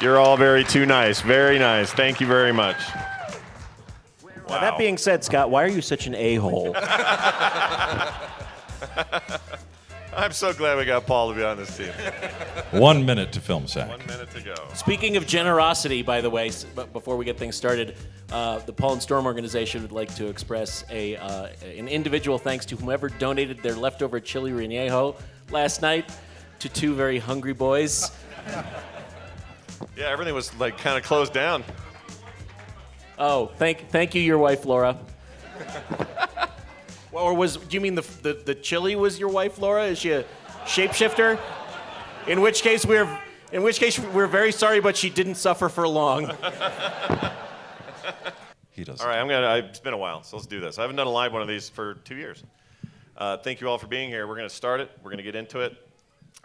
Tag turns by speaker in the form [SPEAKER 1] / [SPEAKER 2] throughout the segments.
[SPEAKER 1] You're all very too nice. Very nice. Thank you very much.
[SPEAKER 2] Now, that being said, Scott, why are you such an a hole?
[SPEAKER 1] I'm so glad we got Paul to be on this team.
[SPEAKER 3] One minute to film sack.
[SPEAKER 1] One minute to go.
[SPEAKER 4] Speaking of generosity, by the way, s- b- before we get things started, uh, the Paul and Storm organization would like to express a uh, an individual thanks to whomever donated their leftover chili relleno last night to two very hungry boys.
[SPEAKER 1] Yeah, everything was like kind of closed down.
[SPEAKER 4] Oh, thank thank you, your wife Laura. Well, or was do you mean the, the the chili was your wife Laura? Is she a shapeshifter? In which case we're in which case we're very sorry, but she didn't suffer for long.
[SPEAKER 3] He does.
[SPEAKER 1] All right, I'm gonna. I, it's been a while, so let's do this. I haven't done a live one of these for two years. Uh, thank you all for being here. We're gonna start it. We're gonna get into it.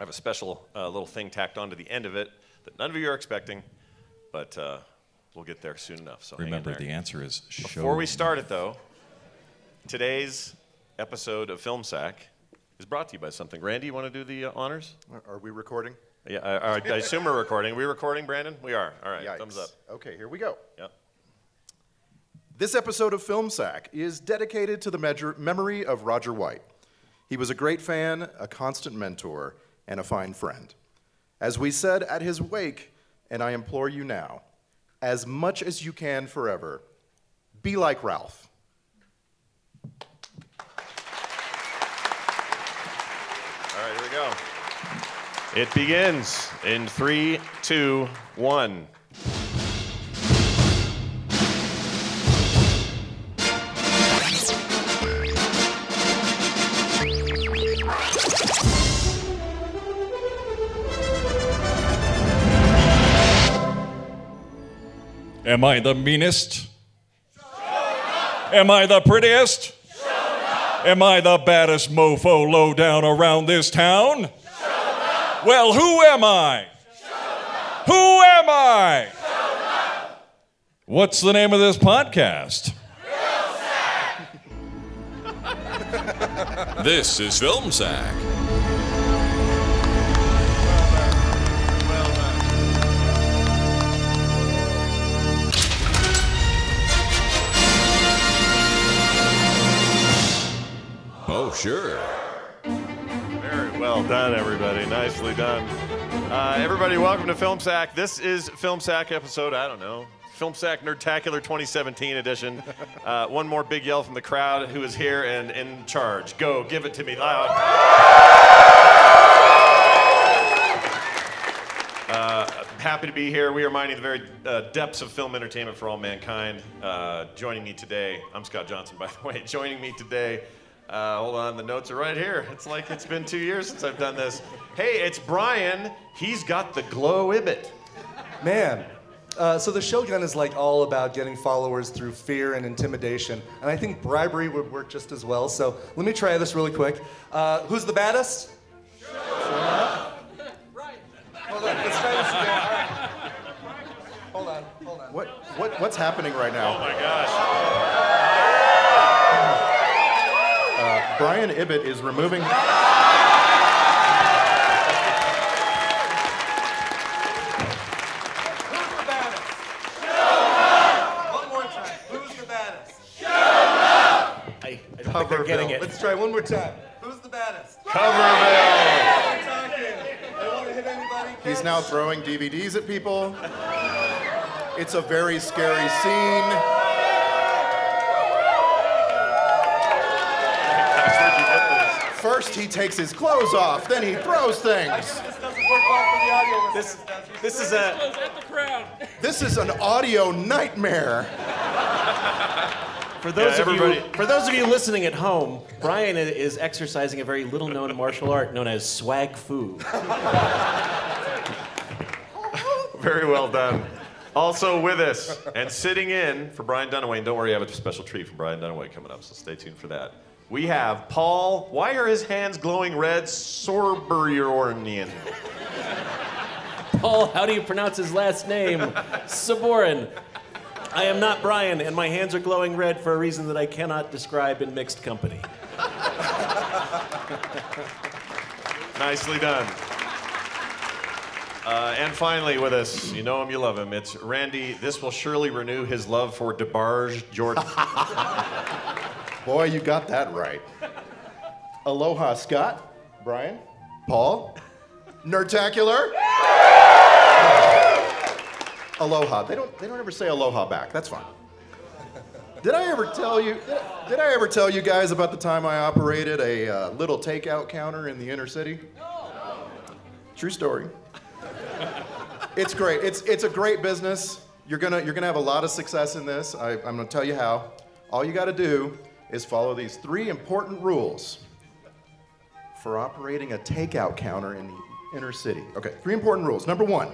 [SPEAKER 1] I have a special uh, little thing tacked on to the end of it that none of you are expecting, but uh, we'll get there soon enough. So hang in
[SPEAKER 3] Remember,
[SPEAKER 1] there.
[SPEAKER 3] the answer is show.
[SPEAKER 1] Before we start it, though, today's episode of Film Sack is brought to you by something. Randy, you want to do the uh, honors?
[SPEAKER 5] Are we recording?
[SPEAKER 1] Yeah, I, I, I assume we're recording. Are we recording, Brandon? We are. All right, thumbs
[SPEAKER 5] Yikes.
[SPEAKER 1] up.
[SPEAKER 5] Okay, here we go.
[SPEAKER 1] Yep.
[SPEAKER 5] This episode of Film Sack is dedicated to the measure- memory of Roger White. He was a great fan, a constant mentor, and a fine friend. As we said at his wake, and I implore you now, as much as you can forever, be like Ralph.
[SPEAKER 1] All right, here we go. It begins in three, two, one.
[SPEAKER 3] Am I the meanest? Am I the prettiest? Am I the baddest mofo low down around this town? Well, who am I? Who am I? What's the name of this podcast?
[SPEAKER 6] This is Film Sack. Oh, sure.
[SPEAKER 1] Very well done, everybody. Nicely done. Uh, everybody, welcome to Film Sack. This is Film Sack episode, I don't know, Film Sack Nerdtacular 2017 edition. Uh, one more big yell from the crowd who is here and in charge. Go, give it to me loud. Uh, happy to be here. We are mining the very uh, depths of film entertainment for all mankind. Uh, joining me today, I'm Scott Johnson, by the way. Joining me today, uh, hold on, the notes are right here. It's like it's been two years since I've done this. Hey, it's Brian. He's got the glow ibit.
[SPEAKER 7] Man. Uh, so the Shogun is like all about getting followers through fear and intimidation, and I think bribery would work just as well. So let me try this really quick. Uh, who's the baddest? Hold on, let's try this again. All right. Hold on, hold on.
[SPEAKER 5] What, what, what's happening right now?
[SPEAKER 1] Oh my gosh.
[SPEAKER 5] Uh, Brian Ibbett is removing.
[SPEAKER 7] Who's the baddest? One more time. Who's the baddest?
[SPEAKER 4] I, I don't think they're getting it.
[SPEAKER 7] Let's try one more time. Who's the baddest?
[SPEAKER 1] Coverville.
[SPEAKER 7] I'm talking. I don't want to hit anybody.
[SPEAKER 5] He's now throwing DVDs at people. It's a very scary scene. First, he takes his clothes off, then he throws things.
[SPEAKER 7] This doesn't work well for the audio.
[SPEAKER 4] This this is a
[SPEAKER 5] This is an audio nightmare.
[SPEAKER 4] for those
[SPEAKER 1] Yeah,
[SPEAKER 4] of you
[SPEAKER 1] everybody-
[SPEAKER 4] for those of you listening at home. Brian i- is exercising a very little known martial art known as swag foo.
[SPEAKER 1] Very well done. Also with us and sitting in for Brian Dunaway. And don't worry, I have a special treat for Brian Dunaway coming up, so stay tuned for that. We have Paul. Why are his hands glowing red? Sorberiornian.
[SPEAKER 4] Paul, how do you pronounce his last name? Saborin. I am not Brian, and my hands are glowing red for a reason that I cannot describe in mixed company.
[SPEAKER 1] Um, Nicely done. Uh, and finally, with us, you know him, you love him. It's Randy. This will surely renew his love for DeBarge Jordan.
[SPEAKER 5] Boy, you got that right. Aloha, Scott, Brian, Paul, Nerdtacular. aloha. They don't. They don't ever say aloha back. That's fine. Did I ever tell you? Did I, did I ever tell you guys about the time I operated a uh, little takeout counter in the inner city? True story. it's great. It's it's a great business. You're gonna you're gonna have a lot of success in this. I, I'm gonna tell you how. All you gotta do is follow these three important rules for operating a takeout counter in the inner city. Okay, three important rules. Number one,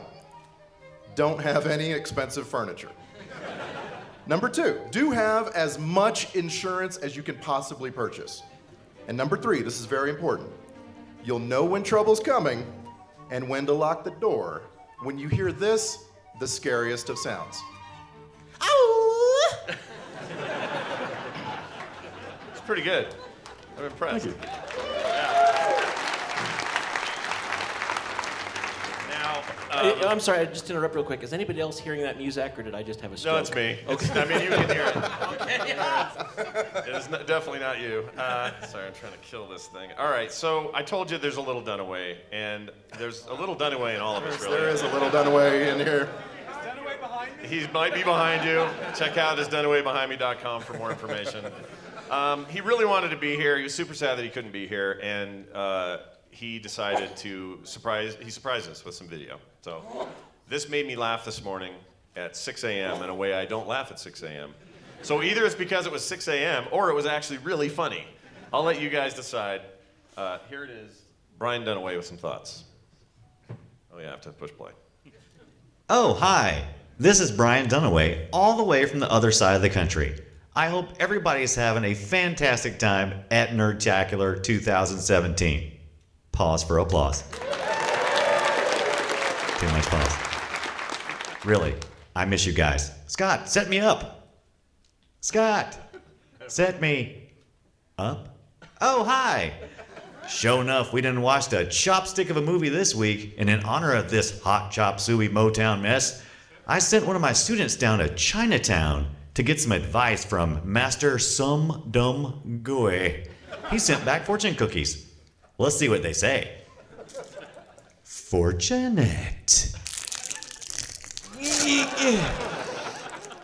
[SPEAKER 5] don't have any expensive furniture. number two, do have as much insurance as you can possibly purchase. And number three, this is very important. You'll know when trouble's coming and when to lock the door when you hear this, the scariest of sounds. Ow!
[SPEAKER 1] It's pretty good. I'm impressed. Yeah. Now, uh,
[SPEAKER 4] I, I'm sorry, I just interrupt real quick. Is anybody else hearing that music, or did I just have a stroke?
[SPEAKER 1] no, it's me. It's, I mean, you can hear it. It is not, definitely not you. Uh, sorry, I'm trying to kill this thing. All right, so I told you there's a little Dunaway, and there's a little Dunaway in all of us, really.
[SPEAKER 5] There is a little Dunaway in here.
[SPEAKER 1] He might be behind you. Check out his dunawaybehindme.com for more information. Um, he really wanted to be here. He was super sad that he couldn't be here, and uh, he decided to surprise. He surprised us with some video. So this made me laugh this morning at 6 a.m. in a way I don't laugh at 6 a.m. So either it's because it was 6 a.m. or it was actually really funny. I'll let you guys decide. Uh, here it is. Brian Dunaway with some thoughts. Oh yeah, I have to push play.
[SPEAKER 8] Oh, hi. This is Brian Dunaway, all the way from the other side of the country. I hope everybody's having a fantastic time at Nerdtacular 2017. Pause for applause. Too much pause. Really, I miss you guys. Scott, set me up. Scott, set me up. Oh, hi. Show enough, we done watched a chopstick of a movie this week, and in honor of this hot chop suey Motown mess, I sent one of my students down to Chinatown to get some advice from Master Some Dumb Goy. He sent back fortune cookies. Let's see what they say. Fortunate.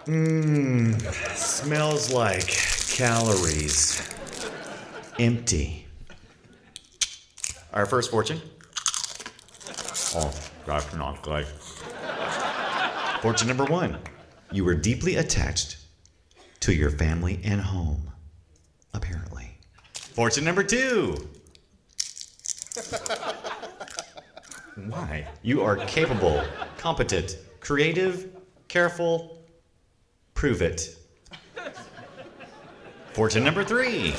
[SPEAKER 8] Mmm, smells like calories. Empty. Our first fortune? Oh, that's not good. Fortune number one you were deeply attached to your family and home, apparently. Fortune number two. Why? You are capable, competent, creative, careful. Prove it. Fortune number three.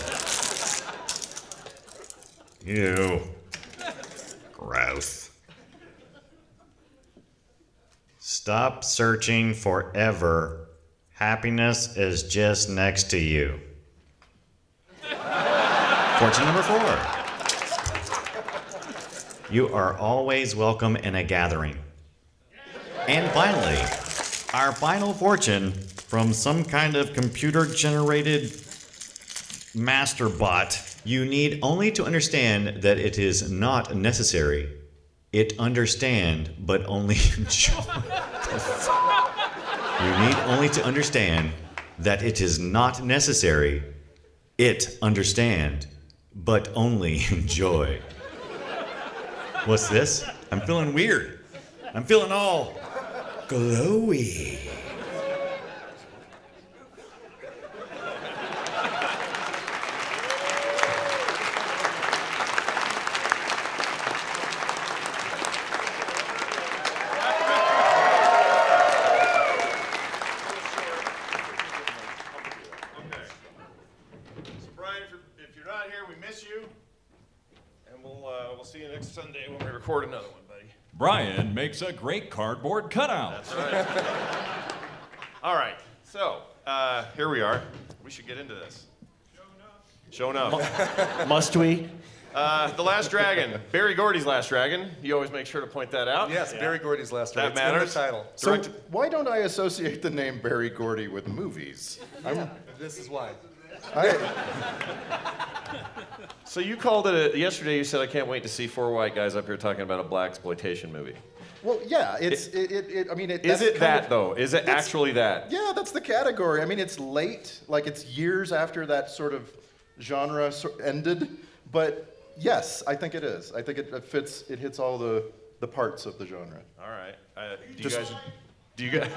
[SPEAKER 8] You. Gross. Stop searching forever. Happiness is just next to you. Fortune number four. You are always welcome in a gathering. And finally, our final fortune from some kind of computer generated master bot. You need only to understand that it is not necessary. It understand, but only enjoy. you need only to understand that it is not necessary. It understand, but only enjoy. What's this? I'm feeling weird. I'm feeling all glowy.
[SPEAKER 1] So Brian, if you're, if you're not here, we miss you, and we'll uh, we'll see you next Sunday when we record another one, buddy.
[SPEAKER 3] Brian makes a great cardboard cutout.
[SPEAKER 1] All right, so uh, here we are. We should get into this. Show enough.
[SPEAKER 9] Must we?
[SPEAKER 1] Uh, the Last Dragon, Barry Gordy's Last Dragon. You always make sure to point that out.
[SPEAKER 7] Yes, Barry Gordy's last
[SPEAKER 1] That
[SPEAKER 7] name. It's in the
[SPEAKER 1] matters.
[SPEAKER 7] title.
[SPEAKER 5] So
[SPEAKER 1] Directed-
[SPEAKER 5] why don't I associate the name Barry Gordy with movies? I'm,
[SPEAKER 7] This is why.
[SPEAKER 5] I,
[SPEAKER 1] So you called it a, yesterday. You said I can't wait to see four white guys up here talking about a black exploitation movie.
[SPEAKER 5] well, yeah, it's it, it, it I mean, it,
[SPEAKER 1] Is
[SPEAKER 5] that's
[SPEAKER 1] it
[SPEAKER 5] kind
[SPEAKER 1] that
[SPEAKER 5] of-
[SPEAKER 1] though? Is it
[SPEAKER 5] That's-
[SPEAKER 1] actually that?
[SPEAKER 5] Yeah, that's the category. I mean, it's late, like it's years after that sort of genre so- ended. But yes, I think it is. I think it, it fits. It hits all the the parts of the genre.
[SPEAKER 1] All right. Uh, do you guys? Do you guys?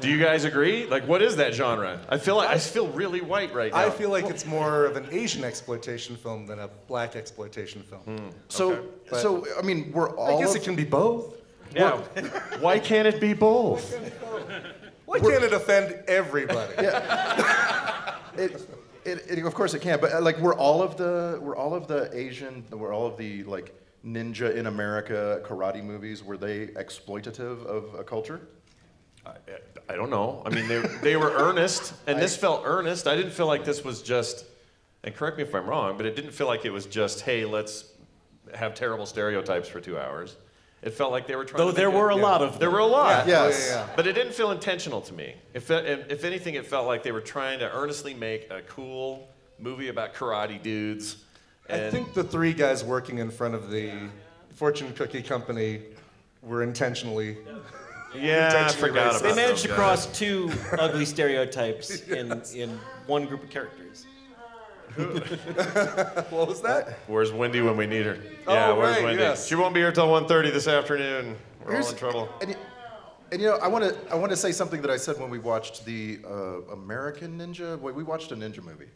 [SPEAKER 1] Do you guys agree? Like, what is that genre? I feel like I feel really white right now.
[SPEAKER 7] I feel like it's more of an Asian exploitation film than a black exploitation film.
[SPEAKER 4] Hmm.
[SPEAKER 5] So,
[SPEAKER 7] But-
[SPEAKER 5] so I mean, we're all.
[SPEAKER 7] I guess
[SPEAKER 5] of-
[SPEAKER 7] it can be both.
[SPEAKER 1] Yeah. Why can't it be both?
[SPEAKER 7] Why can't it offend everybody?
[SPEAKER 5] it, it, it, of course it can, but uh, like we're all of the we're all of the Asian we're all of the like ninja in America karate movies were they exploitative of a culture?
[SPEAKER 1] I don't know. I mean, they, they were earnest, and this felt earnest. I didn't feel like this was just, and correct me if I'm wrong, but it didn't feel like it was just, hey, let's have terrible stereotypes for two hours. It felt like they were trying.
[SPEAKER 10] Though
[SPEAKER 1] to
[SPEAKER 10] there
[SPEAKER 1] make it-
[SPEAKER 10] were a lot of
[SPEAKER 1] There were a lot.
[SPEAKER 5] Yeah, yeah,
[SPEAKER 7] yeah, yeah.
[SPEAKER 1] But it didn't feel intentional to me. If, if anything, it felt like they were trying to earnestly make a cool movie about karate dudes. And
[SPEAKER 7] I think the three guys working in front of the fortune cookie company were intentionally.
[SPEAKER 1] yeah, I
[SPEAKER 7] intentionally
[SPEAKER 1] forgot
[SPEAKER 7] racist.
[SPEAKER 1] about
[SPEAKER 4] They managed
[SPEAKER 1] those
[SPEAKER 4] to
[SPEAKER 1] guys.
[SPEAKER 4] cross two ugly stereotypes in, in one group of characters.
[SPEAKER 7] What was that?
[SPEAKER 1] Where's Wendy when we need her?
[SPEAKER 10] Oh,
[SPEAKER 1] yeah, where's
[SPEAKER 7] right,
[SPEAKER 1] Wendy?
[SPEAKER 7] yes.
[SPEAKER 1] She won't be here till 1.30 this afternoon. We're all
[SPEAKER 5] Here's-
[SPEAKER 1] in trouble.
[SPEAKER 5] And, y- and you know, I want to I want to say something that I said when we watched the uh, American Ninja. We we watched a ninja movie,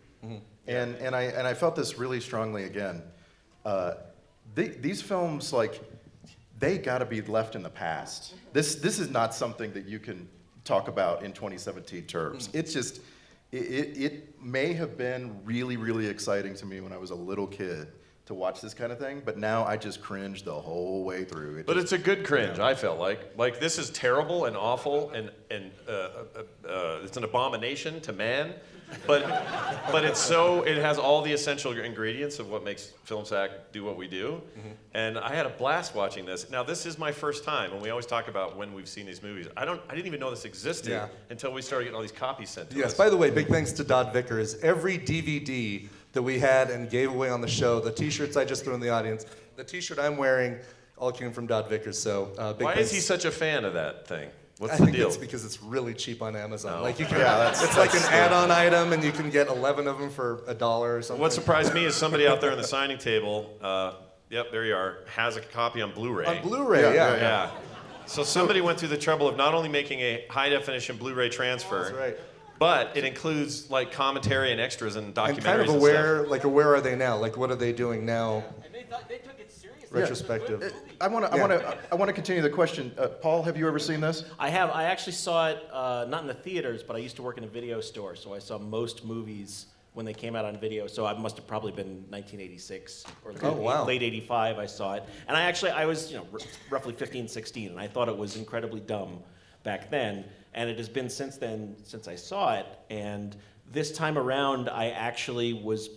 [SPEAKER 5] and and I and I felt this really strongly again. Uh, the, these films, like, they got to be left in the
[SPEAKER 1] Mm-hmm.
[SPEAKER 5] past. This this is not something that you can talk about in 2017 terms.
[SPEAKER 1] Mm-hmm.
[SPEAKER 5] It's just. It, it, it may have been really, really exciting to me when I was a little kid to watch this kind of thing, but now I just cringe the whole way through. It
[SPEAKER 1] But
[SPEAKER 5] just-
[SPEAKER 1] it's a good cringe. I felt like like this is terrible and awful and and uh, uh, uh, it's an abomination to man. But but it's so it has all the essential ingredients of what makes film sack do what we do. And I had a blast watching this. Now this is my first time, and we always talk about when we've seen these movies. I don't I didn't even know this existed
[SPEAKER 7] Yeah.
[SPEAKER 1] until we started getting all these copies sent to
[SPEAKER 7] Yes.
[SPEAKER 1] us.
[SPEAKER 7] By the way, big thanks to Dodd Vickers. Every DVD that we had and gave away on the show, the T-shirts I just threw in the audience, the T-shirt I'm wearing, all came from Dodd Vickers. So uh, big
[SPEAKER 1] Why
[SPEAKER 7] thanks.
[SPEAKER 1] is he such a fan of that thing? What's
[SPEAKER 7] I
[SPEAKER 1] the
[SPEAKER 7] think
[SPEAKER 1] deal? Oh,
[SPEAKER 7] it's because it's really cheap on Amazon.
[SPEAKER 1] No.
[SPEAKER 7] Like you can,
[SPEAKER 5] Yeah, that's-
[SPEAKER 7] it's like an add-on item, and you can get 11 of them for a dollar or something.
[SPEAKER 1] What surprised me is somebody out there on the signing table. Uh, yep, there you are. Has a copy on Blu-ray.
[SPEAKER 7] on Blu-ray?
[SPEAKER 5] Yeah,
[SPEAKER 7] yeah.
[SPEAKER 5] yeah,
[SPEAKER 1] Yeah. So somebody went through the trouble of not only making a high definition Blu-ray transfer,
[SPEAKER 7] That's right.
[SPEAKER 1] but it includes like commentary and extras and documentaries.
[SPEAKER 7] and kind of
[SPEAKER 1] and
[SPEAKER 7] aware,
[SPEAKER 1] stuff.
[SPEAKER 7] like, where are they now? Like, what are they doing now?
[SPEAKER 11] And they thought they took it seriously.
[SPEAKER 7] Retrospective.
[SPEAKER 5] Uh, I want to. I
[SPEAKER 7] Yeah.
[SPEAKER 5] want to. I want to continue the question. Uh, Paul, have you ever seen this?
[SPEAKER 4] I have. I actually saw it uh, not in the theaters, but I used to work in a video store, so I saw most movies when they came out on video. So I must have probably been 1986 or late,
[SPEAKER 7] Oh, wow.
[SPEAKER 4] late 85. I saw it, and I actually I was you know r- roughly 15, 16, and I thought it was incredibly dumb back then. And it has been since then since I saw it. And this time around, I actually was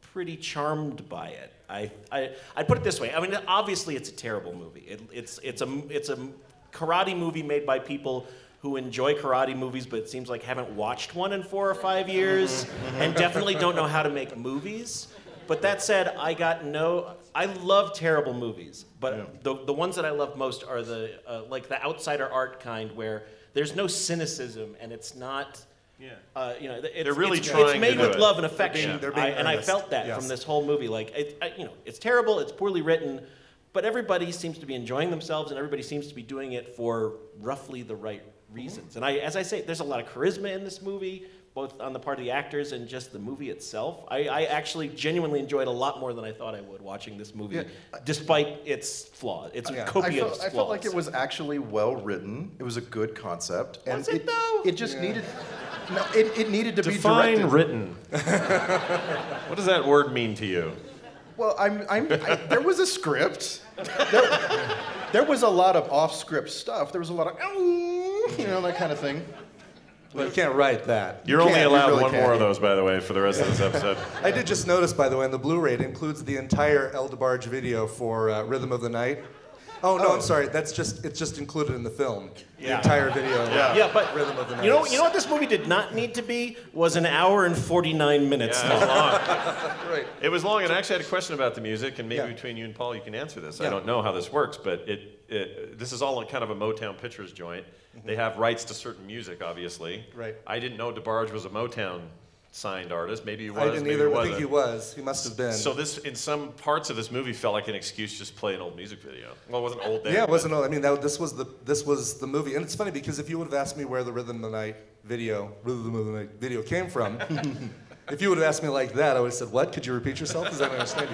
[SPEAKER 4] pretty charmed by it. I, I I'd put it this way. I mean, obviously, it's a terrible movie. It, it's it's a m- it's a m- karate movie made by people who enjoy karate movies, but it seems like haven't watched one in four or five years, and definitely don't know how to make movies. But that said, I got no. I love terrible movies, but the, the ones that I love most are the uh, like the outsider art kind, where there's no cynicism and it's not. Yeah. Uh, you know, it's,
[SPEAKER 1] They're really
[SPEAKER 4] it's,
[SPEAKER 1] trying to
[SPEAKER 4] it's made
[SPEAKER 1] do
[SPEAKER 4] with
[SPEAKER 1] it.
[SPEAKER 4] love and affection,
[SPEAKER 7] they're being
[SPEAKER 4] I- and I
[SPEAKER 7] earnest.
[SPEAKER 4] felt that
[SPEAKER 7] Yes.
[SPEAKER 4] from this whole movie. Like, it, I, you know, it's terrible, it's poorly written, but everybody seems to be enjoying themselves, and everybody seems to be doing it for roughly the right reasons. And I, as I say, there's a lot of charisma in this movie, both on the part of the actors and just the movie itself. I, I actually genuinely enjoyed a lot more than I thought I would watching this movie, despite its flaws, its
[SPEAKER 5] I
[SPEAKER 4] copious
[SPEAKER 5] felt,
[SPEAKER 4] flaws.
[SPEAKER 5] I felt like it was actually well written. It was a good concept. And
[SPEAKER 4] Was it though?
[SPEAKER 5] It just needed. No, it, it needed to be
[SPEAKER 1] Define
[SPEAKER 5] directed.
[SPEAKER 1] written. what does that word mean to you?
[SPEAKER 5] well, I'm. I'm. I, there was a script. There, there was a lot of off-script stuff. There was a lot of, "Ow," you know, that kind of thing.
[SPEAKER 7] Well, you can't write that. You
[SPEAKER 1] You're only
[SPEAKER 7] can't, you
[SPEAKER 1] allowed
[SPEAKER 7] really
[SPEAKER 1] one
[SPEAKER 7] can't.
[SPEAKER 1] more of those, by the way, for the rest of this episode.
[SPEAKER 7] I did just notice, by the way, on the Blu-ray, it includes the entire Eldebarge video for uh, Rhythm of the Night. Oh no, I'm sorry. That's just it's just included in the film. The entire video.
[SPEAKER 1] Yeah.
[SPEAKER 4] Yeah, but
[SPEAKER 7] Rhythm of the Night.
[SPEAKER 4] You know, you know what this movie did not need to be was an hour and forty nine minutes.
[SPEAKER 1] Yeah, it was long.
[SPEAKER 7] Right.
[SPEAKER 1] It was long, and I actually had a question about the music, and maybe
[SPEAKER 7] Yeah.
[SPEAKER 1] between you and Paul, you can answer this. I
[SPEAKER 7] Yeah.
[SPEAKER 1] don't know how this works, but it, it this is all kind of a Motown Pictures joint. They have rights to certain music, obviously.
[SPEAKER 7] Mm-hmm. Right.
[SPEAKER 1] I didn't know DeBarge was a Motown signed artist. Maybe he was.
[SPEAKER 7] I didn't
[SPEAKER 1] maybe
[SPEAKER 7] either.
[SPEAKER 1] He
[SPEAKER 7] I think
[SPEAKER 1] wasn't.
[SPEAKER 7] he was. He must have been.
[SPEAKER 1] So this, in some parts of this movie, felt like an excuse to just play an old music video. Well, it wasn't old then.
[SPEAKER 7] yeah, it
[SPEAKER 1] but-
[SPEAKER 7] wasn't. all- I mean, that, this was the this was the movie, and it's funny because if you would have asked me where the Rhythm of the Night video, Rhythm of the Night video came from, if you would have asked me like that, I would have said, "What? Could you repeat yourself? Because I don't understand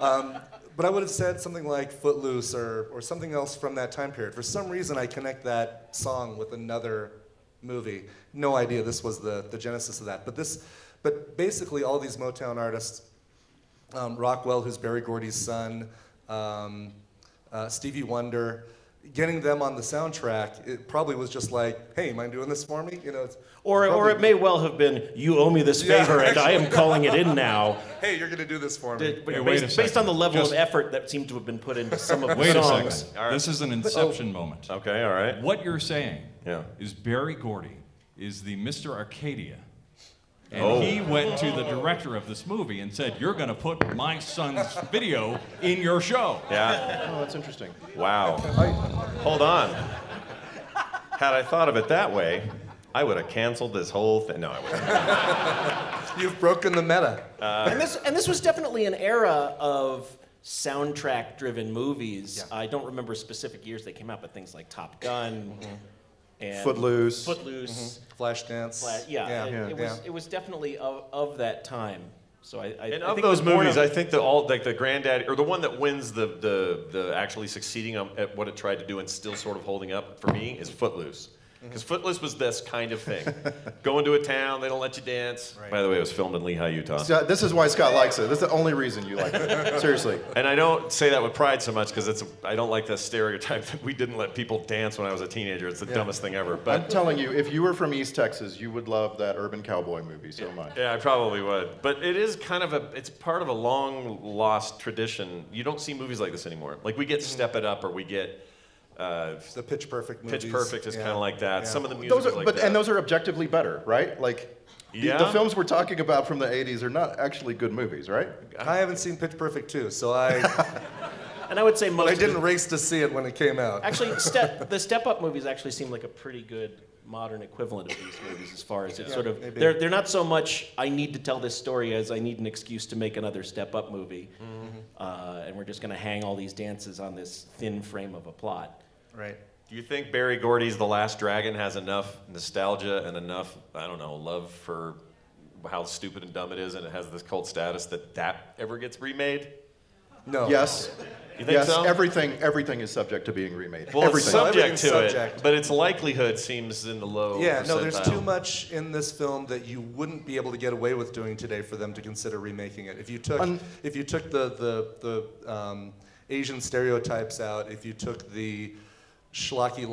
[SPEAKER 7] you." Um, but I would have said something like Footloose or or something else from that time period. For some reason, I connect that song with another movie. No idea this was the the genesis of that. But this, but basically, all these Motown artists um, Rockwell, who's Barry Gordy's son, um, uh, Stevie Wonder, getting them on the soundtrack, it probably was just like, hey, mind doing this for me? You know, it's,
[SPEAKER 4] Or, or
[SPEAKER 7] probably-
[SPEAKER 4] it may well have been you owe me this
[SPEAKER 7] Yeah,
[SPEAKER 4] favor and I am calling it in now.
[SPEAKER 7] hey, you're gonna do this for me.
[SPEAKER 4] But
[SPEAKER 3] Hey, wait a
[SPEAKER 4] based, based on the level
[SPEAKER 3] Just-
[SPEAKER 4] of effort that seemed to have been put into some of the
[SPEAKER 3] Wait a
[SPEAKER 4] songs. Oh.
[SPEAKER 3] second. This is an inception moment.
[SPEAKER 1] Oh. Okay, all right.
[SPEAKER 3] What you're saying
[SPEAKER 1] Yeah.
[SPEAKER 3] is Barry Gordy is the Mr. Arcadia. And
[SPEAKER 1] Oh.
[SPEAKER 3] he went to the director of this movie and said, You're going to put my son's video in your show.
[SPEAKER 1] Yeah.
[SPEAKER 5] Oh, that's interesting.
[SPEAKER 1] Wow. Hold on. Had I thought of it that way, I would have canceled this whole thing. No, Uh, I wouldn't.
[SPEAKER 7] You've broken the meta.
[SPEAKER 4] and this and this was definitely an era of soundtrack driven movies. I don't remember specific years they came out, but things like Top Gun
[SPEAKER 7] Mm-hmm.
[SPEAKER 4] and
[SPEAKER 5] Footloose.
[SPEAKER 4] Footloose.
[SPEAKER 7] Flashdance.
[SPEAKER 4] Flat- yeah, it,
[SPEAKER 7] yeah,
[SPEAKER 4] it was
[SPEAKER 7] yeah.
[SPEAKER 4] it was definitely of, of that time. So I, I
[SPEAKER 1] And
[SPEAKER 4] I
[SPEAKER 1] of
[SPEAKER 4] think it was
[SPEAKER 1] those
[SPEAKER 4] born
[SPEAKER 1] movies,
[SPEAKER 4] of-
[SPEAKER 1] I think the all like the granddaddy or the one that wins the the the actually succeeding on- at what it tried to do and still sort of holding up for me is Footloose. Because Footloose was this kind of thing. Go into a town, they don't let you dance. By the way, it was filmed in Lehi, Utah.
[SPEAKER 5] So this is why Scott likes it. That's the only reason you like it. Seriously.
[SPEAKER 1] and I don't say that with pride so much because it's a, I don't like that stereotype that we didn't let people dance when I was a teenager. It's the dumbest thing ever.
[SPEAKER 5] I'm
[SPEAKER 1] But
[SPEAKER 5] telling you, if you were from East Texas, you would love that urban cowboy movie so much.
[SPEAKER 1] Yeah, I probably would. But it is kind of a it's part of a long lost tradition. You don't see movies like this anymore. Like we get Step It Up or we get uh,
[SPEAKER 7] Mm-hmm. the Pitch Perfect movies.
[SPEAKER 1] Pitch Perfect is
[SPEAKER 7] yeah,
[SPEAKER 1] kind of like that.
[SPEAKER 7] yeah.
[SPEAKER 1] Some of the music
[SPEAKER 5] Those are,
[SPEAKER 1] is like
[SPEAKER 5] but
[SPEAKER 1] that.
[SPEAKER 5] and those are objectively better, right? Like the- the,
[SPEAKER 1] Yeah.
[SPEAKER 5] films we're talking about from the 80s are not actually good movies, right?
[SPEAKER 7] I haven't seen Pitch Perfect too, so I
[SPEAKER 4] and I would say most.
[SPEAKER 7] I
[SPEAKER 4] of the-
[SPEAKER 7] didn't race to see it when it came out.
[SPEAKER 4] Actually, step, the Step Up movies actually seem like a pretty good modern equivalent of these movies as far as it's sort of
[SPEAKER 7] maybe.
[SPEAKER 4] they're they're not so much I need to tell this story as I need an excuse to make another Step Up movie,
[SPEAKER 5] Mm-hmm.
[SPEAKER 4] uh, and we're just going to hang all these dances on this thin frame of a plot.
[SPEAKER 7] Right.
[SPEAKER 1] Do you think Barry Gordy's The Last Dragon has enough nostalgia and enough I don't know love for how stupid and dumb it is, and it has this cult status that that ever gets remade?
[SPEAKER 7] No.
[SPEAKER 5] Yes.
[SPEAKER 1] You think
[SPEAKER 5] Yes,
[SPEAKER 1] so?
[SPEAKER 5] everything everything is subject to being remade.
[SPEAKER 1] well, it's
[SPEAKER 5] everything.
[SPEAKER 1] subject
[SPEAKER 7] Everything's
[SPEAKER 1] to it,
[SPEAKER 7] subject.
[SPEAKER 1] but its likelihood seems in the low.
[SPEAKER 7] Yeah, no, there's
[SPEAKER 1] percentile.
[SPEAKER 7] too much in this film that you wouldn't be able to get away with doing today for them to consider remaking it. If you took,
[SPEAKER 5] Un-
[SPEAKER 7] if you took the the, the um, Asian stereotypes out, if you took the schlocky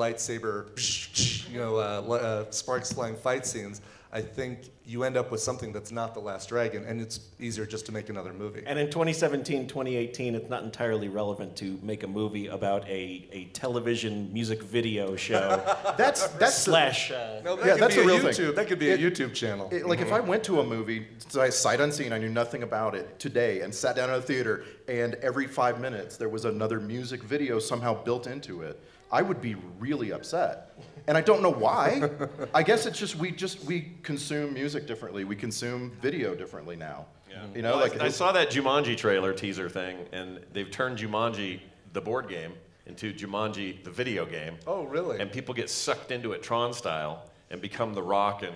[SPEAKER 7] lightsaber, you know, uh, li- uh, sparks flying fight scenes, I think you end up with something that's not the Last Dragon, and it's easier just to make another movie.
[SPEAKER 4] And in 2017, 2018, it's not entirely relevant to make a movie about a, a television music video show
[SPEAKER 5] That's that's the-
[SPEAKER 4] slash. Uh,
[SPEAKER 7] no, that
[SPEAKER 5] Yeah,
[SPEAKER 7] could
[SPEAKER 5] that's
[SPEAKER 7] be
[SPEAKER 5] the real
[SPEAKER 7] YouTube.
[SPEAKER 5] thing.
[SPEAKER 7] That could be
[SPEAKER 5] It-
[SPEAKER 7] a YouTube channel. Mm-hmm.
[SPEAKER 5] It- like if I went to a movie, si- sight unseen, I knew nothing about it today, and sat down in a theater, and every five minutes there was another music video somehow built into it, I would be really upset. And I don't know why. I guess it's just we just we consume music differently. We consume video differently now. You know,
[SPEAKER 1] Well, I-
[SPEAKER 5] like
[SPEAKER 1] I, saw that Jumanji trailer teaser thing, and they've turned Jumanji the board game into Jumanji the video game.
[SPEAKER 7] Oh, really?
[SPEAKER 1] And people get sucked into it Tron style and become The Rock and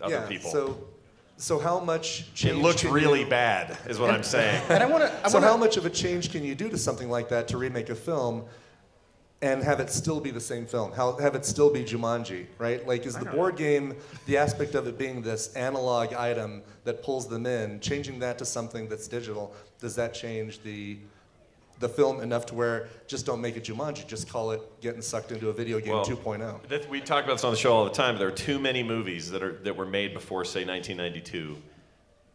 [SPEAKER 1] other
[SPEAKER 7] yeah.
[SPEAKER 1] people.
[SPEAKER 7] So, so how much
[SPEAKER 1] it
[SPEAKER 7] change
[SPEAKER 1] looks
[SPEAKER 7] can
[SPEAKER 1] really
[SPEAKER 7] you-
[SPEAKER 1] bad, is what I'm saying.
[SPEAKER 5] And I want to. I
[SPEAKER 7] So
[SPEAKER 5] wanna,
[SPEAKER 7] how much of a change can you do to something like that to remake a film and have it still be the same film? How, have it still be Jumanji, right? Like, is the board game the aspect of it being this analog item that pulls them in, changing that to something that's digital, does that change the the film enough to where just don't make it Jumanji, just call it getting sucked into a video game oh?
[SPEAKER 1] Well,
[SPEAKER 7] 2.0.
[SPEAKER 1] that- we talk about this on the show all the time. There are too many movies that are that were made before, say, 1992,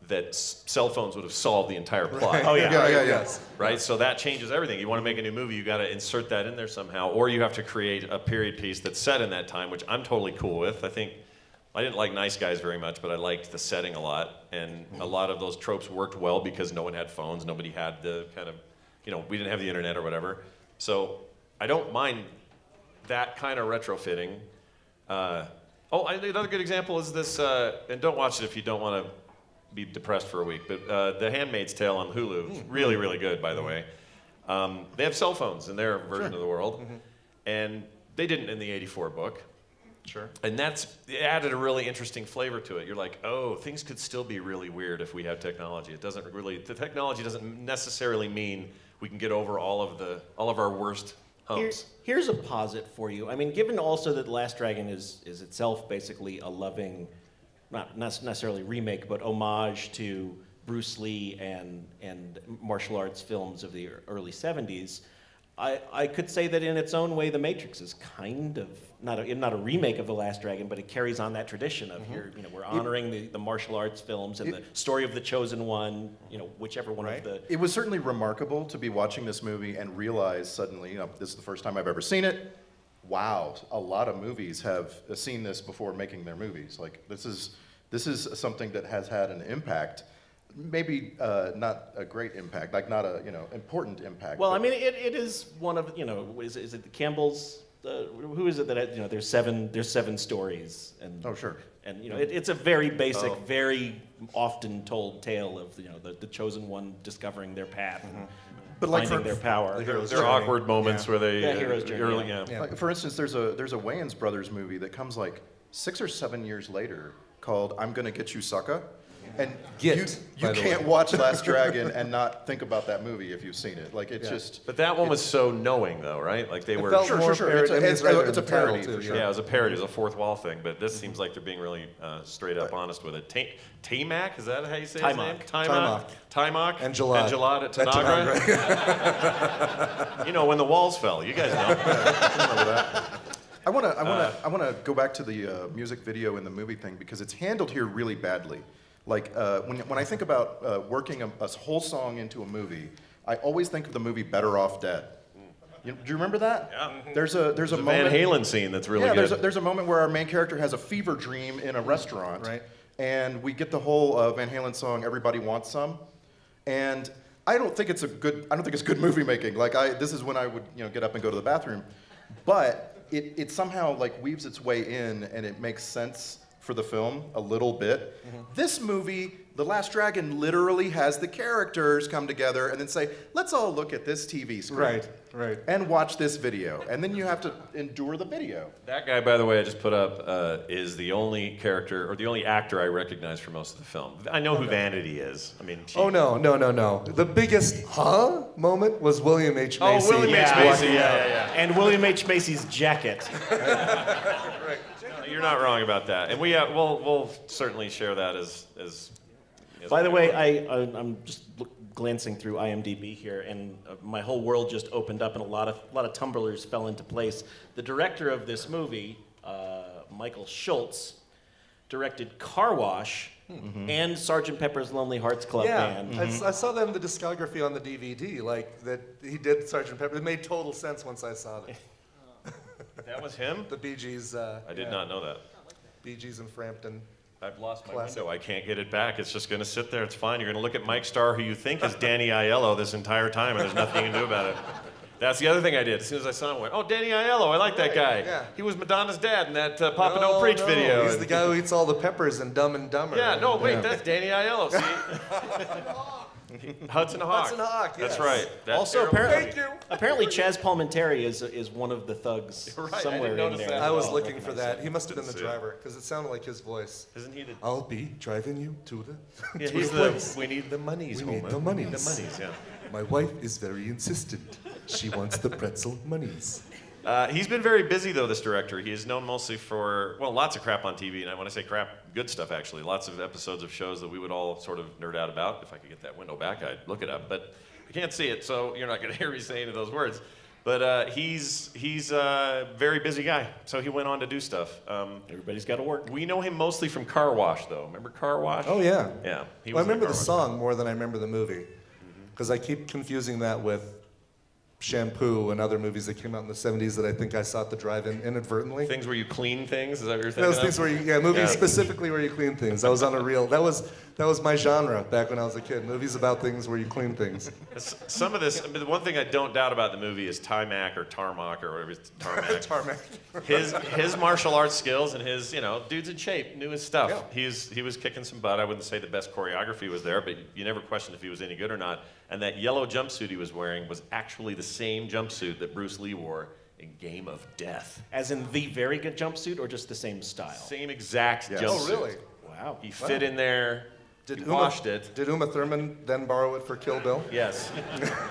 [SPEAKER 1] that s- cell phones would have solved the entire plot.
[SPEAKER 7] Right.
[SPEAKER 1] Oh
[SPEAKER 7] yeah, yeah, yeah.
[SPEAKER 1] Right, so that changes everything. You want to make a new movie, you got to insert that in there somehow, or you have to create a period piece that's set in that time, which I'm totally cool with. I think I didn't like Nice Guys very much, but I liked the setting a lot, and a lot of those tropes worked well because no one had phones, nobody had the kind of, you know, we didn't have the internet or whatever. So I don't mind that kind of retrofitting. Uh, oh, I, another good example is this, uh, and don't watch it if you don't want to be depressed for a week. But uh, The Handmaid's Tale on Hulu, is really, really good, by the way. Um, they have cell phones in their version of the world, and they didn't in the '84 book. Sure. And that's it added a really interesting flavor to it. You're like, oh, things could still be really weird if we have technology. It doesn't really. The technology doesn't necessarily mean we can get over all of the all of our worst
[SPEAKER 4] Here-
[SPEAKER 1] humps.
[SPEAKER 4] here's a posit for you. I mean, given also that Last Dragon is is itself basically a loving, not not necessarily remake, but homage to Bruce Lee and and martial arts films of the early '70s. I, I could say that in its own way, The Matrix is kind of not a, not a remake of The Last Dragon, but it carries on that tradition of here, you know we're honoring the, the martial arts films and the story of the chosen one, you know whichever one of
[SPEAKER 7] Right.
[SPEAKER 4] the
[SPEAKER 5] It was certainly remarkable to be watching this movie and realize suddenly, you know, this is the first time I've ever seen it. Wow, a lot of movies have seen this before making their movies. Like this is this is something that has had an impact. Maybe uh, not a great impact, like not a you know important impact.
[SPEAKER 4] Well, I
[SPEAKER 5] but-
[SPEAKER 4] mean, it, it is one of you know is, is it the Campbell's? Uh, who is it that had- you know? There's seven. There's seven stories, and
[SPEAKER 5] Oh, sure. Oh.
[SPEAKER 4] and you know it, it's a very basic, very often told tale of you know the, the chosen one discovering their path, and
[SPEAKER 5] Mm-hmm. But, like,
[SPEAKER 4] finding
[SPEAKER 5] for-
[SPEAKER 4] their power.
[SPEAKER 7] The hero's
[SPEAKER 1] There are
[SPEAKER 7] journey.
[SPEAKER 1] awkward moments
[SPEAKER 7] Yeah.
[SPEAKER 1] where they
[SPEAKER 4] Yeah, hero's journey,
[SPEAKER 1] early-
[SPEAKER 4] yeah.
[SPEAKER 7] Yeah.
[SPEAKER 5] Like, for instance, there's a there's a Wayans brothers movie that comes like six or seven years later called "I'm Gonna Get You, Sucka," and
[SPEAKER 7] Get,
[SPEAKER 5] you, you
[SPEAKER 7] by the
[SPEAKER 5] can't
[SPEAKER 7] way.
[SPEAKER 5] watch Last Dragon and not think about that movie if you've seen it. Like it's
[SPEAKER 7] Yeah.
[SPEAKER 5] just
[SPEAKER 1] But that one was so knowing, though, right? Like they were.
[SPEAKER 7] felt
[SPEAKER 5] Sure,
[SPEAKER 7] more
[SPEAKER 5] sure, sure. It's a-
[SPEAKER 7] parody- I mean,
[SPEAKER 5] it's a-
[SPEAKER 7] right there
[SPEAKER 5] it's
[SPEAKER 7] in
[SPEAKER 5] a
[SPEAKER 7] the title,
[SPEAKER 5] parody,
[SPEAKER 7] too,
[SPEAKER 5] for Mm-hmm. sure.
[SPEAKER 1] Yeah, it was a parody. It was a fourth wall thing, but this seems like they're being really uh, straight up honest with it. T- Tamak, is that how you say his
[SPEAKER 4] Timok.
[SPEAKER 1] name? Timok. Timok.
[SPEAKER 7] And Jalad.
[SPEAKER 1] And Jalad at
[SPEAKER 7] At
[SPEAKER 1] Tanagra. you know, when the walls fell. You guys know.
[SPEAKER 5] I want to I want to I want to go back to the uh, music video and the movie thing because it's handled here really badly. Like uh, when when I think about uh, working a, a whole song into a movie, I always think of the movie Better Off Dead. You, do you remember that?
[SPEAKER 1] Yeah.
[SPEAKER 5] There's a there's a
[SPEAKER 1] the Van
[SPEAKER 5] moment.
[SPEAKER 1] Halen scene that's really
[SPEAKER 5] yeah,
[SPEAKER 1] good.
[SPEAKER 5] there's a, there's a moment where our main character has a fever dream in a restaurant,
[SPEAKER 7] Right.
[SPEAKER 5] And we get the whole uh, Van Halen song "Everybody Wants Some," and I don't think it's a good I don't think it's good movie making. Like I this is when I would you know get up and go to the bathroom, but it it somehow like weaves its way in and it makes sense for the film a little bit. This movie. The Last Dragon literally has the characters come together and then say, "Let's all look at this TV screen
[SPEAKER 7] Right, right.
[SPEAKER 5] and watch this video," and then you have to endure the video.
[SPEAKER 1] That guy, by the way, I just put up uh, is the only character or the only actor I recognize for most of the film. I know who Vanity is. I mean, she,
[SPEAKER 7] Oh no, no, no, no! The biggest huh moment was William H
[SPEAKER 1] Oh,
[SPEAKER 7] Macy.
[SPEAKER 1] William H.
[SPEAKER 7] walking
[SPEAKER 1] Macy, yeah,
[SPEAKER 7] out.
[SPEAKER 1] yeah, yeah.
[SPEAKER 4] and William H Macy's jacket.
[SPEAKER 1] You're not wrong about that, and we uh, we'll we'll certainly share that as as. as
[SPEAKER 4] By the way, I, I I'm just l- glancing through IMDb here, and uh, my whole world just opened up, and a lot of a lot of tumblers fell into place. The director of this movie, uh, Michael Schultz, directed Car Wash
[SPEAKER 1] Mm-hmm.
[SPEAKER 4] and Sergeant Pepper's Lonely Hearts Club
[SPEAKER 7] Yeah,
[SPEAKER 4] Band.
[SPEAKER 7] I s- I, saw them the discography on the DVD, like that he did Sergeant Pepper. It made total sense once I saw that.
[SPEAKER 1] that was him.
[SPEAKER 7] The Bee Gees, uh,
[SPEAKER 1] I did
[SPEAKER 7] yeah,
[SPEAKER 1] not know that.
[SPEAKER 7] Bee Gees in Frampton.
[SPEAKER 1] I've lost my
[SPEAKER 7] Classic.
[SPEAKER 1] window. I can't get it back. It's just going to sit there. It's fine. You're going to look at Mike Starr, who you think is Danny Aiello this entire time, and there's nothing you can do about it. That's the other thing I did. As soon as I saw him, I went, "Oh, Danny Aiello! I like that guy.
[SPEAKER 7] yeah.
[SPEAKER 1] He was Madonna's dad in that uh, Papa Don't
[SPEAKER 7] No,
[SPEAKER 1] Preach
[SPEAKER 7] Oh, no,
[SPEAKER 1] video."
[SPEAKER 7] He's
[SPEAKER 1] And-
[SPEAKER 7] the guy who eats all the peppers in Dumb and Dumber.
[SPEAKER 1] Yeah, no, wait,
[SPEAKER 7] Yeah.
[SPEAKER 1] that's Danny Aiello. See? Hudson Hawk.
[SPEAKER 7] Hudson Hawk,
[SPEAKER 1] That's
[SPEAKER 7] yes.
[SPEAKER 1] right. That
[SPEAKER 4] also,
[SPEAKER 1] terrible
[SPEAKER 4] apparently,
[SPEAKER 1] movie.
[SPEAKER 4] apparently, Chaz Palminteri is is one of the thugs
[SPEAKER 1] Right, I didn't
[SPEAKER 4] somewhere in
[SPEAKER 1] notice
[SPEAKER 4] there. Oh,
[SPEAKER 1] that.
[SPEAKER 4] as
[SPEAKER 7] I was
[SPEAKER 4] well.
[SPEAKER 7] looking for that. He must have been
[SPEAKER 1] Didn't
[SPEAKER 7] the
[SPEAKER 1] see it.
[SPEAKER 7] driver because it sounded like his voice.
[SPEAKER 1] Isn't he the?
[SPEAKER 7] I'll be driving you to the.
[SPEAKER 1] Yeah,
[SPEAKER 7] to
[SPEAKER 1] he's
[SPEAKER 7] the
[SPEAKER 1] the.
[SPEAKER 7] place.
[SPEAKER 1] We need the monies,
[SPEAKER 7] We need
[SPEAKER 1] Homer.
[SPEAKER 7] the monies.
[SPEAKER 1] The monies, yeah.
[SPEAKER 7] My wife is very insistent. She wants the pretzel monies.
[SPEAKER 1] Uh, he's been very busy though. This director, he is known mostly for well, lots of crap on TV, and I- when I say crap, good stuff actually. Lots of episodes of shows that we would all sort of nerd out about. If I could get that window back, I'd look it up. But You can't see it, so you're not going to hear me say any of those words. But uh, he's he's a very busy guy, so he went on to do stuff. Um,
[SPEAKER 4] Everybody's got to work.
[SPEAKER 1] we know him mostly from Car Wash, though. Remember Car Wash?
[SPEAKER 7] Oh yeah.
[SPEAKER 1] Yeah. He
[SPEAKER 7] Well, I
[SPEAKER 1] was Mm-hmm. in
[SPEAKER 7] remember the
[SPEAKER 1] Car Wash.
[SPEAKER 7] song more than I remember the movie, because I keep confusing that with Shampoo and other movies that came out in the '70s that I think I saw at the drive-in inadvertently.
[SPEAKER 1] Things where you clean things. Is that what you're thinking?
[SPEAKER 7] Those
[SPEAKER 1] of?
[SPEAKER 7] things where you, yeah, movies
[SPEAKER 1] Yeah.
[SPEAKER 7] specifically where you clean things. I was on a reel. That was that was my genre back when I was a kid. Movies about things where you clean things.
[SPEAKER 1] S- Some of this, I mean, the one thing I don't doubt about the movie is Timac or Tarmac or whatever it's Tarmac.
[SPEAKER 7] Tarmac.
[SPEAKER 1] His his martial arts skills and his you know dude's in shape, knew his stuff.
[SPEAKER 7] Yeah.
[SPEAKER 1] He's he was kicking some butt. I wouldn't say the best choreography was there, but you never questioned if he was any good or not. And that yellow jumpsuit he was wearing was actually the same jumpsuit that Bruce Lee wore in Game of Death.
[SPEAKER 4] As in the very good jumpsuit or just the same style?
[SPEAKER 1] Same exact
[SPEAKER 5] Yes.
[SPEAKER 1] jumpsuit.
[SPEAKER 7] Oh really?
[SPEAKER 4] Wow.
[SPEAKER 1] He fit in there. he washed it.
[SPEAKER 7] Did Uma Thurman then borrow it for Kill Bill?
[SPEAKER 1] Yes.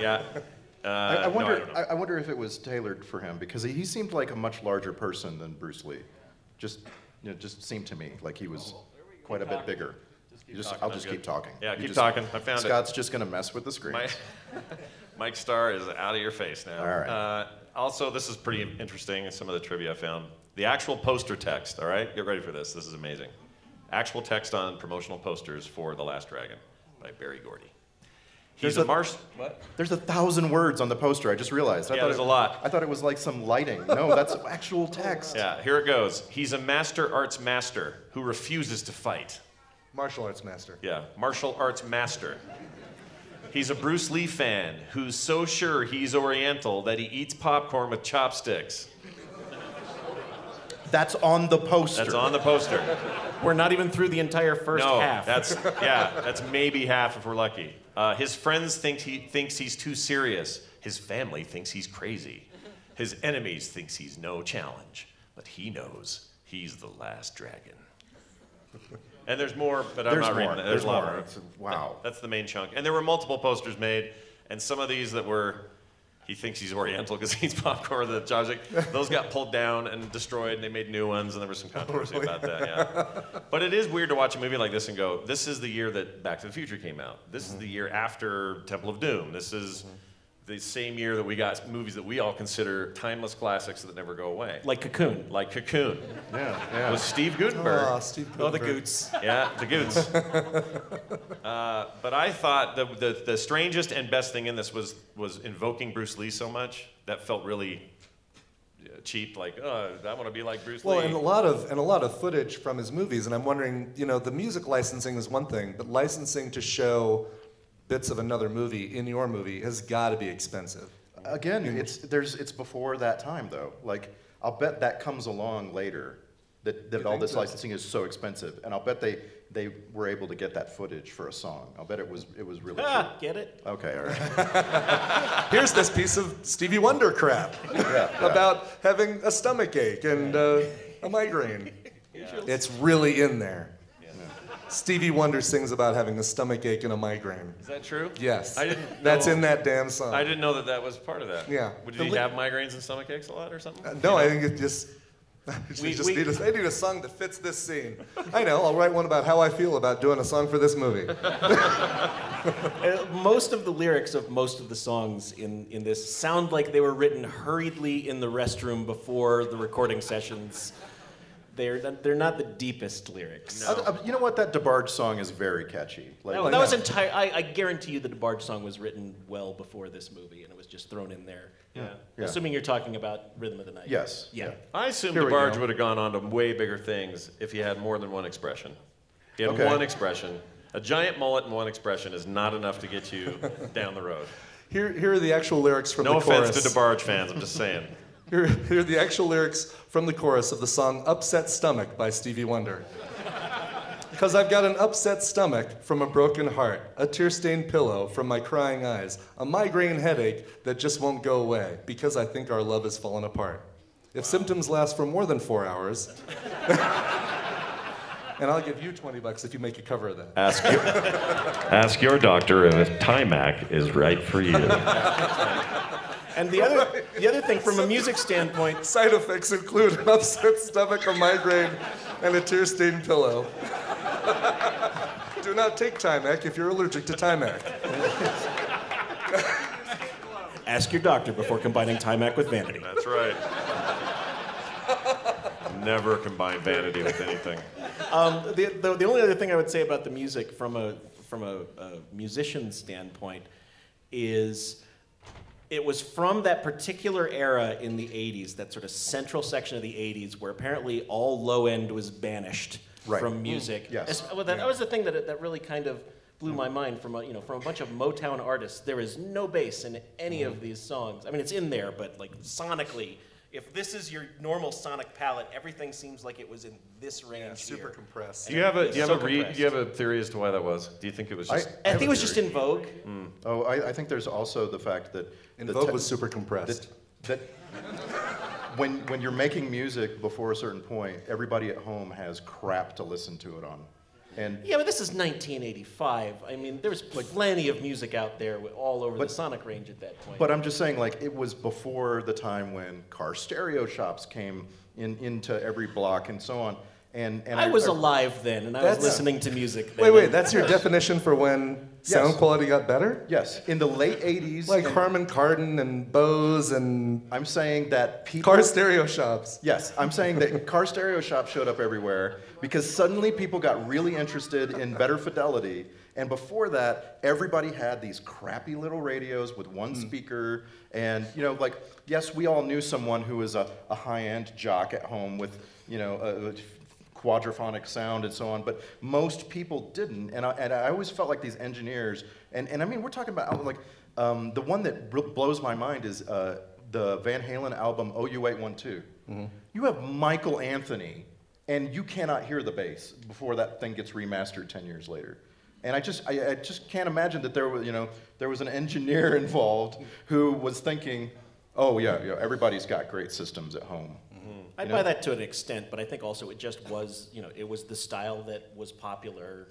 [SPEAKER 1] yeah. Uh,
[SPEAKER 5] I, I
[SPEAKER 1] no, I
[SPEAKER 5] wonder.
[SPEAKER 1] don't know.
[SPEAKER 5] I, I wonder if it was tailored for him because he seemed like a much larger person than Bruce Lee. Just, you know, just seemed to me like he was quite a bit bigger. You just, I'll
[SPEAKER 1] I'm
[SPEAKER 5] just
[SPEAKER 1] good.
[SPEAKER 5] keep talking.
[SPEAKER 1] Yeah,
[SPEAKER 5] You
[SPEAKER 1] keep
[SPEAKER 5] just-
[SPEAKER 1] talking. I found it.
[SPEAKER 5] Scott's just gonna mess with the screen.
[SPEAKER 1] My, Mike Starr is out of your face now.
[SPEAKER 5] All right.
[SPEAKER 1] Uh, also, this is pretty interesting. in Some of the trivia I found. The actual poster text. All right, get ready for this. This is amazing. Actual text on promotional posters for The Last Dragon by Barry Gordy. He's
[SPEAKER 5] There's
[SPEAKER 1] a,
[SPEAKER 5] a-
[SPEAKER 1] marsh. What?
[SPEAKER 5] There's a thousand words on the poster. I just realized. I
[SPEAKER 1] Yeah,
[SPEAKER 5] thought
[SPEAKER 1] there's
[SPEAKER 5] it-
[SPEAKER 1] a lot.
[SPEAKER 5] I thought it was like some lighting. No, that's actual text.
[SPEAKER 1] Yeah. Here it goes. He's a master arts master who refuses to fight.
[SPEAKER 7] Martial arts master.
[SPEAKER 1] Yeah, martial arts master. He's a Bruce Lee fan who's so sure he's Oriental that he eats popcorn with chopsticks.
[SPEAKER 5] That's on the poster.
[SPEAKER 1] That's on the poster.
[SPEAKER 4] We're not even through the entire first
[SPEAKER 1] no,
[SPEAKER 4] half.
[SPEAKER 1] that's yeah, that's maybe half if we're lucky. Uh, his friends think he thinks he's too serious. His family thinks he's crazy. His enemies thinks he's no challenge, but he knows he's the last dragon. And there's more, but I'm
[SPEAKER 5] There's
[SPEAKER 1] not
[SPEAKER 5] more.
[SPEAKER 1] reading that. There's,
[SPEAKER 5] There's
[SPEAKER 1] a lot
[SPEAKER 5] more.
[SPEAKER 1] more.
[SPEAKER 5] It's- wow.
[SPEAKER 1] That's the main chunk. And there were multiple posters made, and some of these that were, he thinks he's Oriental because he eats popcorn with a chopstick. Those got pulled down and destroyed, and they made new ones, and there was
[SPEAKER 5] Oh,
[SPEAKER 1] some controversy about that. Yeah. But it is weird to watch a movie like this and go, this is the year that Back to the Future came out. This is the year after Temple of Doom. This is the same year that we got movies that we all consider timeless classics that never go away.
[SPEAKER 4] like Cocoon.
[SPEAKER 1] Like Cocoon
[SPEAKER 5] Yeah, yeah.
[SPEAKER 1] with Steve Gutenberg.
[SPEAKER 7] Oh, Steve
[SPEAKER 4] Oh, the
[SPEAKER 7] Gutenberg.
[SPEAKER 4] Goots.
[SPEAKER 1] Yeah, the goods. uh, but I thought the, the, the strangest and best thing in this was, was invoking Bruce Lee so much. That felt really uh, cheap, like, oh, I want to be like Bruce
[SPEAKER 7] Well,
[SPEAKER 1] Lee.
[SPEAKER 7] and a lot of and a lot of footage from his movies, and I'm wondering, you know, the music licensing is one thing, but licensing to show bits of another movie in your movie has got to be expensive.
[SPEAKER 5] Again, it's there's it's before that time though. Like I'll bet that comes along later. That, that all
[SPEAKER 7] think
[SPEAKER 5] this
[SPEAKER 7] so?
[SPEAKER 5] licensing is so expensive, and I'll bet they they were able to get that footage for a song. I'll bet it was it was really.
[SPEAKER 4] Ah,
[SPEAKER 5] cheap.
[SPEAKER 4] get it?
[SPEAKER 5] Okay, all right.
[SPEAKER 7] Here's this piece of Stevie Wonder crap about having a stomach ache and uh, a migraine. It's really in there. Stevie Wonder sings about having a stomach ache and a migraine.
[SPEAKER 1] Is that true?
[SPEAKER 7] Yes,
[SPEAKER 1] I didn't
[SPEAKER 7] That's
[SPEAKER 1] know-
[SPEAKER 7] in that damn song.
[SPEAKER 1] I didn't know that that was part of that.
[SPEAKER 7] Yeah.
[SPEAKER 1] Would
[SPEAKER 7] The
[SPEAKER 1] he
[SPEAKER 7] li-
[SPEAKER 1] have migraines and stomach aches a lot or something?
[SPEAKER 7] Uh, No, I think it just. I just
[SPEAKER 4] We-
[SPEAKER 7] just
[SPEAKER 4] we-
[SPEAKER 7] need a, I need a song that fits this scene. I know. I'll write one about how I feel about doing a song for this movie.
[SPEAKER 4] Uh, most of the lyrics of most of the songs in, in this sound like they were written hurriedly in the restroom before the recording sessions. They're, they're not the deepest lyrics.
[SPEAKER 5] Uh, uh, you know what? That DeBarge song is very catchy. Like,
[SPEAKER 4] That, that was entire. I, I guarantee you that the Barge song was written well before this movie, and it was just thrown in there. Yeah.
[SPEAKER 5] Yeah.
[SPEAKER 4] Assuming you're talking about Rhythm of the Night.
[SPEAKER 5] Yes,
[SPEAKER 4] Yeah.
[SPEAKER 5] yeah.
[SPEAKER 1] I assume
[SPEAKER 5] Here we
[SPEAKER 1] DeBarge
[SPEAKER 5] go.
[SPEAKER 1] would have gone on to way bigger things if he had more than one expression. He had
[SPEAKER 5] Okay.
[SPEAKER 1] one expression. A giant mullet and one expression is not enough to get you down the road.
[SPEAKER 7] Here, here are the actual lyrics from
[SPEAKER 1] No
[SPEAKER 7] the chorus.
[SPEAKER 1] offense to DeBarge fans, I'm just saying.
[SPEAKER 7] Here, here are the actual lyrics from the chorus of the song "Upset Stomach" by Stevie Wonder. Because I've got an upset stomach from a broken heart, a tear stained pillow from my crying eyes, a migraine headache that just won't go away because I think our love has fallen apart. If symptoms last for more than four hours, and I'll give you 20 bucks if you make a cover of that.
[SPEAKER 1] Ask your, ask your doctor if Timac is right for you.
[SPEAKER 4] And the other the other thing from a music standpoint,
[SPEAKER 7] Side effects include an upset stomach, a migraine, and a tear stained pillow. Do not take Timac if you're allergic to Timac.
[SPEAKER 4] Ask your doctor before combining Timac with vanity.
[SPEAKER 1] That's right. Never combine vanity with anything.
[SPEAKER 4] Um, the, the, the only other thing I would say about the music from a from a, a musician standpoint is it was from that particular era in the 80s, that sort of central section of the 80s, where apparently all low end was banished
[SPEAKER 5] Right. Mm.
[SPEAKER 4] from music.
[SPEAKER 5] yes.
[SPEAKER 4] Es- well, that, that was the thing that, that really kind of blew my mind from a, you know from a bunch of Motown artists. There is no bass in any
[SPEAKER 5] Mm.
[SPEAKER 4] of these songs. I mean, it's in there, but like sonically, if this is your normal sonic palette, everything seems like it was in this range.
[SPEAKER 7] super
[SPEAKER 4] here.
[SPEAKER 7] compressed.
[SPEAKER 1] Do you have a do you have
[SPEAKER 4] So
[SPEAKER 1] a re, do
[SPEAKER 4] compressed.
[SPEAKER 1] you have a theory as to why that was? Do you think it was
[SPEAKER 5] I-
[SPEAKER 1] just
[SPEAKER 4] I Hmm. think it was just in Vogue.
[SPEAKER 5] Oh, I, I think there's also the fact that
[SPEAKER 7] And
[SPEAKER 5] the
[SPEAKER 7] Vogue
[SPEAKER 5] te-
[SPEAKER 7] was super compressed.
[SPEAKER 5] That, that when when you're making music before a certain point, everybody at home has crap to listen to it on, and
[SPEAKER 4] Yeah, but this is 1985. I mean, there was plenty of music out there wi- all over
[SPEAKER 5] But-
[SPEAKER 4] the sonic range at that point.
[SPEAKER 5] But I'm just saying, like, it was before the time when car stereo shops came in into every block and so on. And, and
[SPEAKER 4] I was alive then, and I was
[SPEAKER 7] That's-
[SPEAKER 4] listening to music. Then.
[SPEAKER 7] Wait, wait, that's your definition for when sound quality got better?
[SPEAKER 5] Yes, in the late '80s,
[SPEAKER 7] Like
[SPEAKER 5] and
[SPEAKER 7] Harman Kardon and Bose and
[SPEAKER 5] I'm saying that people.
[SPEAKER 7] car stereo shops.
[SPEAKER 5] Yes, I'm saying that car stereo shops showed up everywhere because suddenly people got really interested in better fidelity. And before that, everybody had these crappy little radios with one
[SPEAKER 7] Mm.
[SPEAKER 5] speaker. And, you know, like, yes, we all knew someone who was a, a high end jock at home with, you know, a, a quadraphonic sound and so on, but most people didn't. And I, and I always felt like these engineers, and, and I mean, we're talking about like, um, the one that bl- blows my mind is uh, the Van Halen album Oh OU812. You have Michael Anthony, and you cannot hear the bass before that thing gets remastered 10 years later. And I just, I, I just can't imagine that there was, you know, there was an engineer involved who was thinking, oh yeah, yeah, everybody's got great systems at home.
[SPEAKER 4] I Mm-hmm. buy that to an extent, but I think also it just was, you know, it was the style that was popular.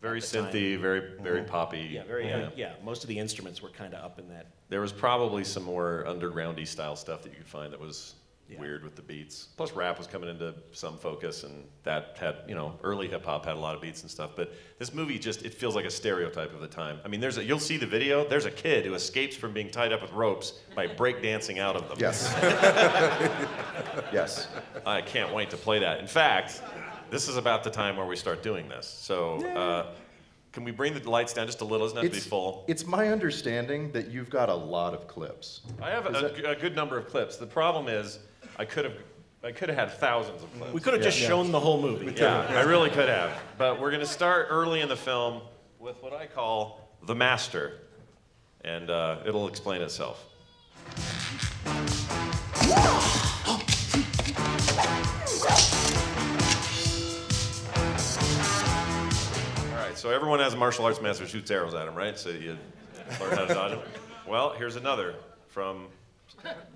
[SPEAKER 1] very
[SPEAKER 4] at the time. Mm-hmm.
[SPEAKER 1] synthy, very very poppy?
[SPEAKER 4] Yeah, very. Yeah, yeah most of the instruments were kind of up in that.
[SPEAKER 1] There was probably some more undergroundy style stuff that you could find that was
[SPEAKER 4] Yeah.
[SPEAKER 1] weird with the beats. Plus, rap was coming into some focus, and that had you know early hip hop had a lot of beats and stuff. But this movie just it feels like a stereotype of the time. I mean, there's a, you'll see the video. There's a kid who escapes from being tied up with ropes by breakdancing out of them.
[SPEAKER 5] Yes. yes.
[SPEAKER 1] I can't wait to play that. In fact, this is about the time where we start doing this. So, uh, can we bring the lights down just a little? Doesn't have to be full.
[SPEAKER 5] it's my understanding that you've got a lot of clips.
[SPEAKER 1] I have a, a good number of clips. The problem is, I could have, I could have had thousands of clips.
[SPEAKER 4] We could have just shown the whole movie.
[SPEAKER 1] yeah, I really could have. But we're gonna start early in the film with what I call the master, and uh, it'll explain itself. All right, so everyone has a martial arts master who shoots arrows at him, right? So you learn how to dodge them. Well, here's another from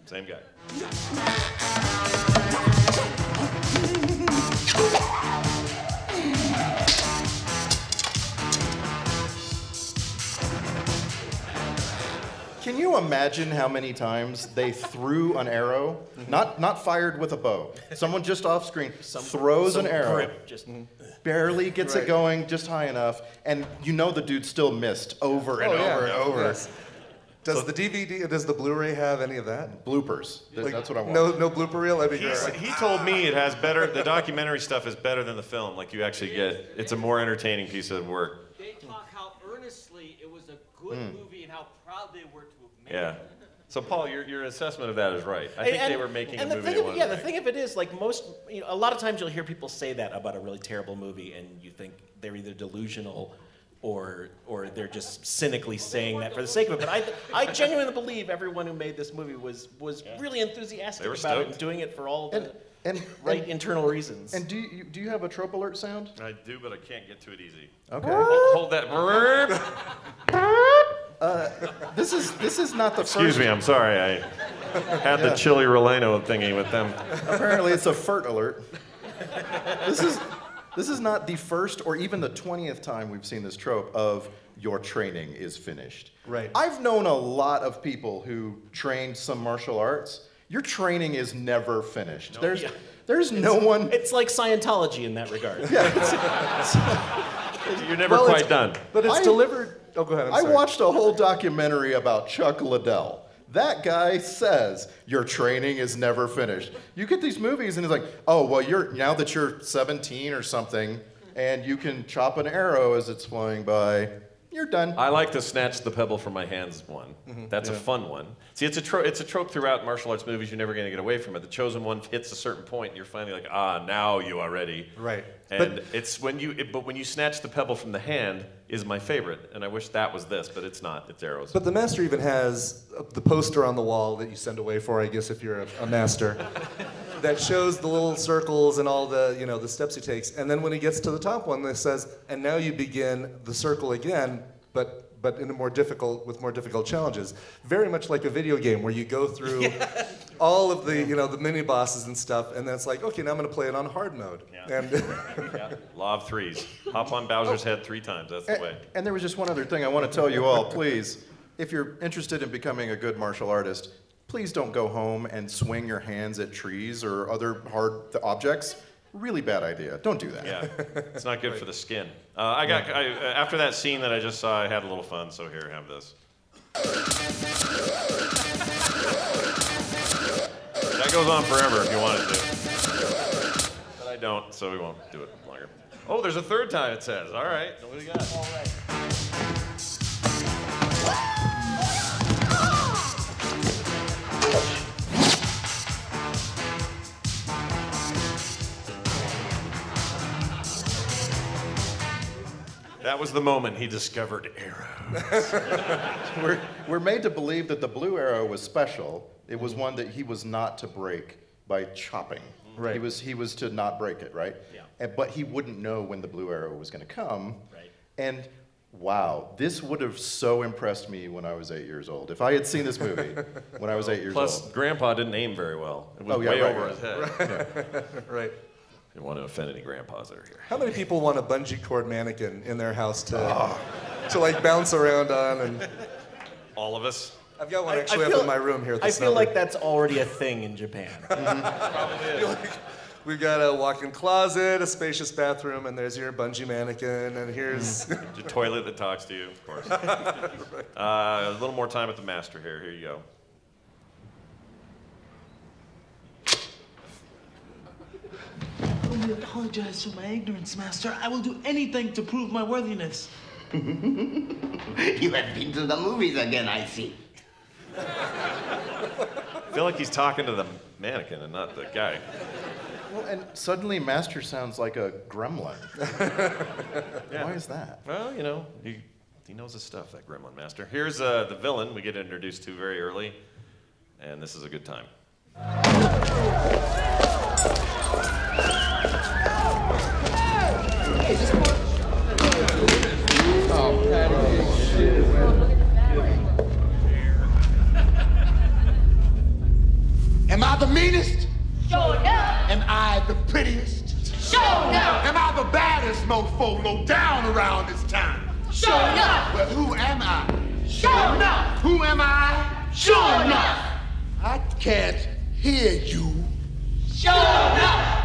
[SPEAKER 1] same guy.
[SPEAKER 5] Can you imagine how many times they threw an arrow?
[SPEAKER 7] Mm-hmm.
[SPEAKER 5] Not not fired with a bow. Someone just off screen throws
[SPEAKER 4] some
[SPEAKER 5] an arrow,
[SPEAKER 4] grip, just
[SPEAKER 1] Mm-hmm.
[SPEAKER 5] barely gets it going, just high enough, and you know the dude still missed over and
[SPEAKER 7] Oh, yeah.
[SPEAKER 5] over and over.
[SPEAKER 7] Yes. Does the DVD, does the Blu-ray have any of that?
[SPEAKER 5] Bloopers. Th- That's what I want.
[SPEAKER 7] No, no blooper reel. That'd be
[SPEAKER 1] He,
[SPEAKER 7] great.
[SPEAKER 1] s- he told me it has better. The documentary stuff is better than the film. Like you actually get, it's a more entertaining piece of work.
[SPEAKER 11] They talk how earnestly it was a good
[SPEAKER 1] Mm.
[SPEAKER 11] movie and how proud they were to have made
[SPEAKER 1] Yeah.
[SPEAKER 11] it.
[SPEAKER 1] So Paul, your, your assessment of that is right. I think
[SPEAKER 4] And-
[SPEAKER 1] they were making
[SPEAKER 4] and the
[SPEAKER 1] a movie.
[SPEAKER 4] Thing
[SPEAKER 1] They
[SPEAKER 4] of,
[SPEAKER 1] wanted
[SPEAKER 4] yeah,
[SPEAKER 1] to
[SPEAKER 4] the
[SPEAKER 1] make.
[SPEAKER 4] thing of it is, like most, you know, a lot of times you'll hear people say that about a really terrible movie, and you think they're either delusional or or they're just cynically saying that for the sake of it. But I, I genuinely believe everyone who made this movie was was really enthusiastic
[SPEAKER 1] They were
[SPEAKER 4] about it and
[SPEAKER 1] stoked.
[SPEAKER 4] doing it for all the
[SPEAKER 5] And and
[SPEAKER 4] right
[SPEAKER 5] and,
[SPEAKER 4] internal reasons.
[SPEAKER 5] and do you do you have a trope alert sound?
[SPEAKER 1] I do, but I can't get to it easy.
[SPEAKER 5] Okay.
[SPEAKER 1] Hold that.
[SPEAKER 5] Uh, This is this is not the
[SPEAKER 1] Excuse
[SPEAKER 5] first.
[SPEAKER 1] me. I'm sorry. I had the chili relleno thingy with them.
[SPEAKER 5] Apparently, it's a furt alert. This is this is not the first or even the twentieth time we've seen this trope of your training is finished.
[SPEAKER 7] Right.
[SPEAKER 5] I've known a lot of people who trained some martial arts. Your training is never finished. there's
[SPEAKER 4] Yeah.
[SPEAKER 5] there's no one.
[SPEAKER 4] it's like Scientology in that regard.
[SPEAKER 1] You're never
[SPEAKER 7] Well, it's-
[SPEAKER 1] quite done.
[SPEAKER 7] but it's
[SPEAKER 5] I-
[SPEAKER 7] delivered. Oh, go ahead. I'm
[SPEAKER 5] I
[SPEAKER 7] sorry.
[SPEAKER 5] watched a whole documentary about Chuck Liddell. That guy says your training is never finished. You get these movies, and it's like, oh, well, you're now that you're 17 or something, and you can chop an arrow as it's flying by, you're done.
[SPEAKER 1] I like to snatch the pebble from my hands one. That's a fun one. See, it's a, tro- it's a trope throughout martial arts movies. You're never going to get away from it. The chosen one hits a certain point, and you're finally like, ah, now you are ready.
[SPEAKER 7] Right.
[SPEAKER 1] And
[SPEAKER 7] But-
[SPEAKER 1] it's when you, it, but when you snatch the pebble from the hand is my favorite, and I wish that was this, but it's not. It's arrows.
[SPEAKER 7] But the master even has uh, the poster on the wall that you send away for, I guess, if you're a, a master, that shows the little circles and all the you know the steps he takes. And then when he gets to the top one, that says, "And now you begin the circle again, but but in a more difficult with more difficult challenges." Very much like a video game where you go through all of the you know the mini bosses and stuff, and then it's like, okay, now I'm going to play it on hard mode. And
[SPEAKER 1] Law of threes. Hop on Bowser's head three times. That's the
[SPEAKER 5] A-
[SPEAKER 1] way.
[SPEAKER 5] And there was just one other thing I want to tell you all, please. If you're interested in becoming a good martial artist, please don't go home and swing your hands at trees or other hard th- objects. Really bad idea. Don't do that.
[SPEAKER 1] Yeah, it's not good for the skin. Uh, I got I, uh, after that scene that I just saw. I had a little fun, so here, have this. that goes on forever if you want it to, but I don't, so we won't do it longer. Oh, there's a third time it says. All right, what do you got? That was the moment he discovered arrow.
[SPEAKER 5] We're, we're made to believe that the blue arrow was special. It was one that he was not to break by chopping.
[SPEAKER 7] Right.
[SPEAKER 5] He was he was to not break it, right? Yeah. And, but he wouldn't know when the blue arrow was going to come. Right. And wow, this would have so impressed me when I was eight years old. If I had seen this movie when I was eight years
[SPEAKER 1] Plus,
[SPEAKER 5] old.
[SPEAKER 1] Grandpa didn't aim very well. It was
[SPEAKER 5] Oh, yeah,
[SPEAKER 1] way
[SPEAKER 5] right,
[SPEAKER 1] over
[SPEAKER 5] right.
[SPEAKER 1] his head.
[SPEAKER 7] right.
[SPEAKER 1] Didn't want to offend any grandpas that are here.
[SPEAKER 7] How many people want a bungee cord mannequin in their house to,
[SPEAKER 1] Ah.
[SPEAKER 7] to like bounce around on? And
[SPEAKER 1] All of us.
[SPEAKER 7] I've got one actually up in my room here. At the
[SPEAKER 4] I feel
[SPEAKER 7] summer.
[SPEAKER 4] like that's already a thing in Japan.
[SPEAKER 7] We've got a walk-in closet, a spacious bathroom, and there's your bungee mannequin, and here's
[SPEAKER 1] The Mm. toilet that talks to you, of course. uh, a little more time at the master here. Here you go.
[SPEAKER 12] I apologize for my ignorance, Master. I will do anything to prove my worthiness.
[SPEAKER 13] You have been to the movies again, I see.
[SPEAKER 1] I feel like he's talking to the mannequin and not the guy.
[SPEAKER 5] Well, and suddenly Master sounds like a gremlin. Why is that?
[SPEAKER 1] Well, you know, he, he knows his stuff, that gremlin master. Here's uh, the villain we get introduced to very early, and this is a good time.
[SPEAKER 12] Am I the meanest? Sure enough. Am I the prettiest? Sure enough. Am I the baddest mofo low down around this town? Sure enough. Well, who am I? Sure enough. Who am I? Sure enough. I can't hear you. Sure enough.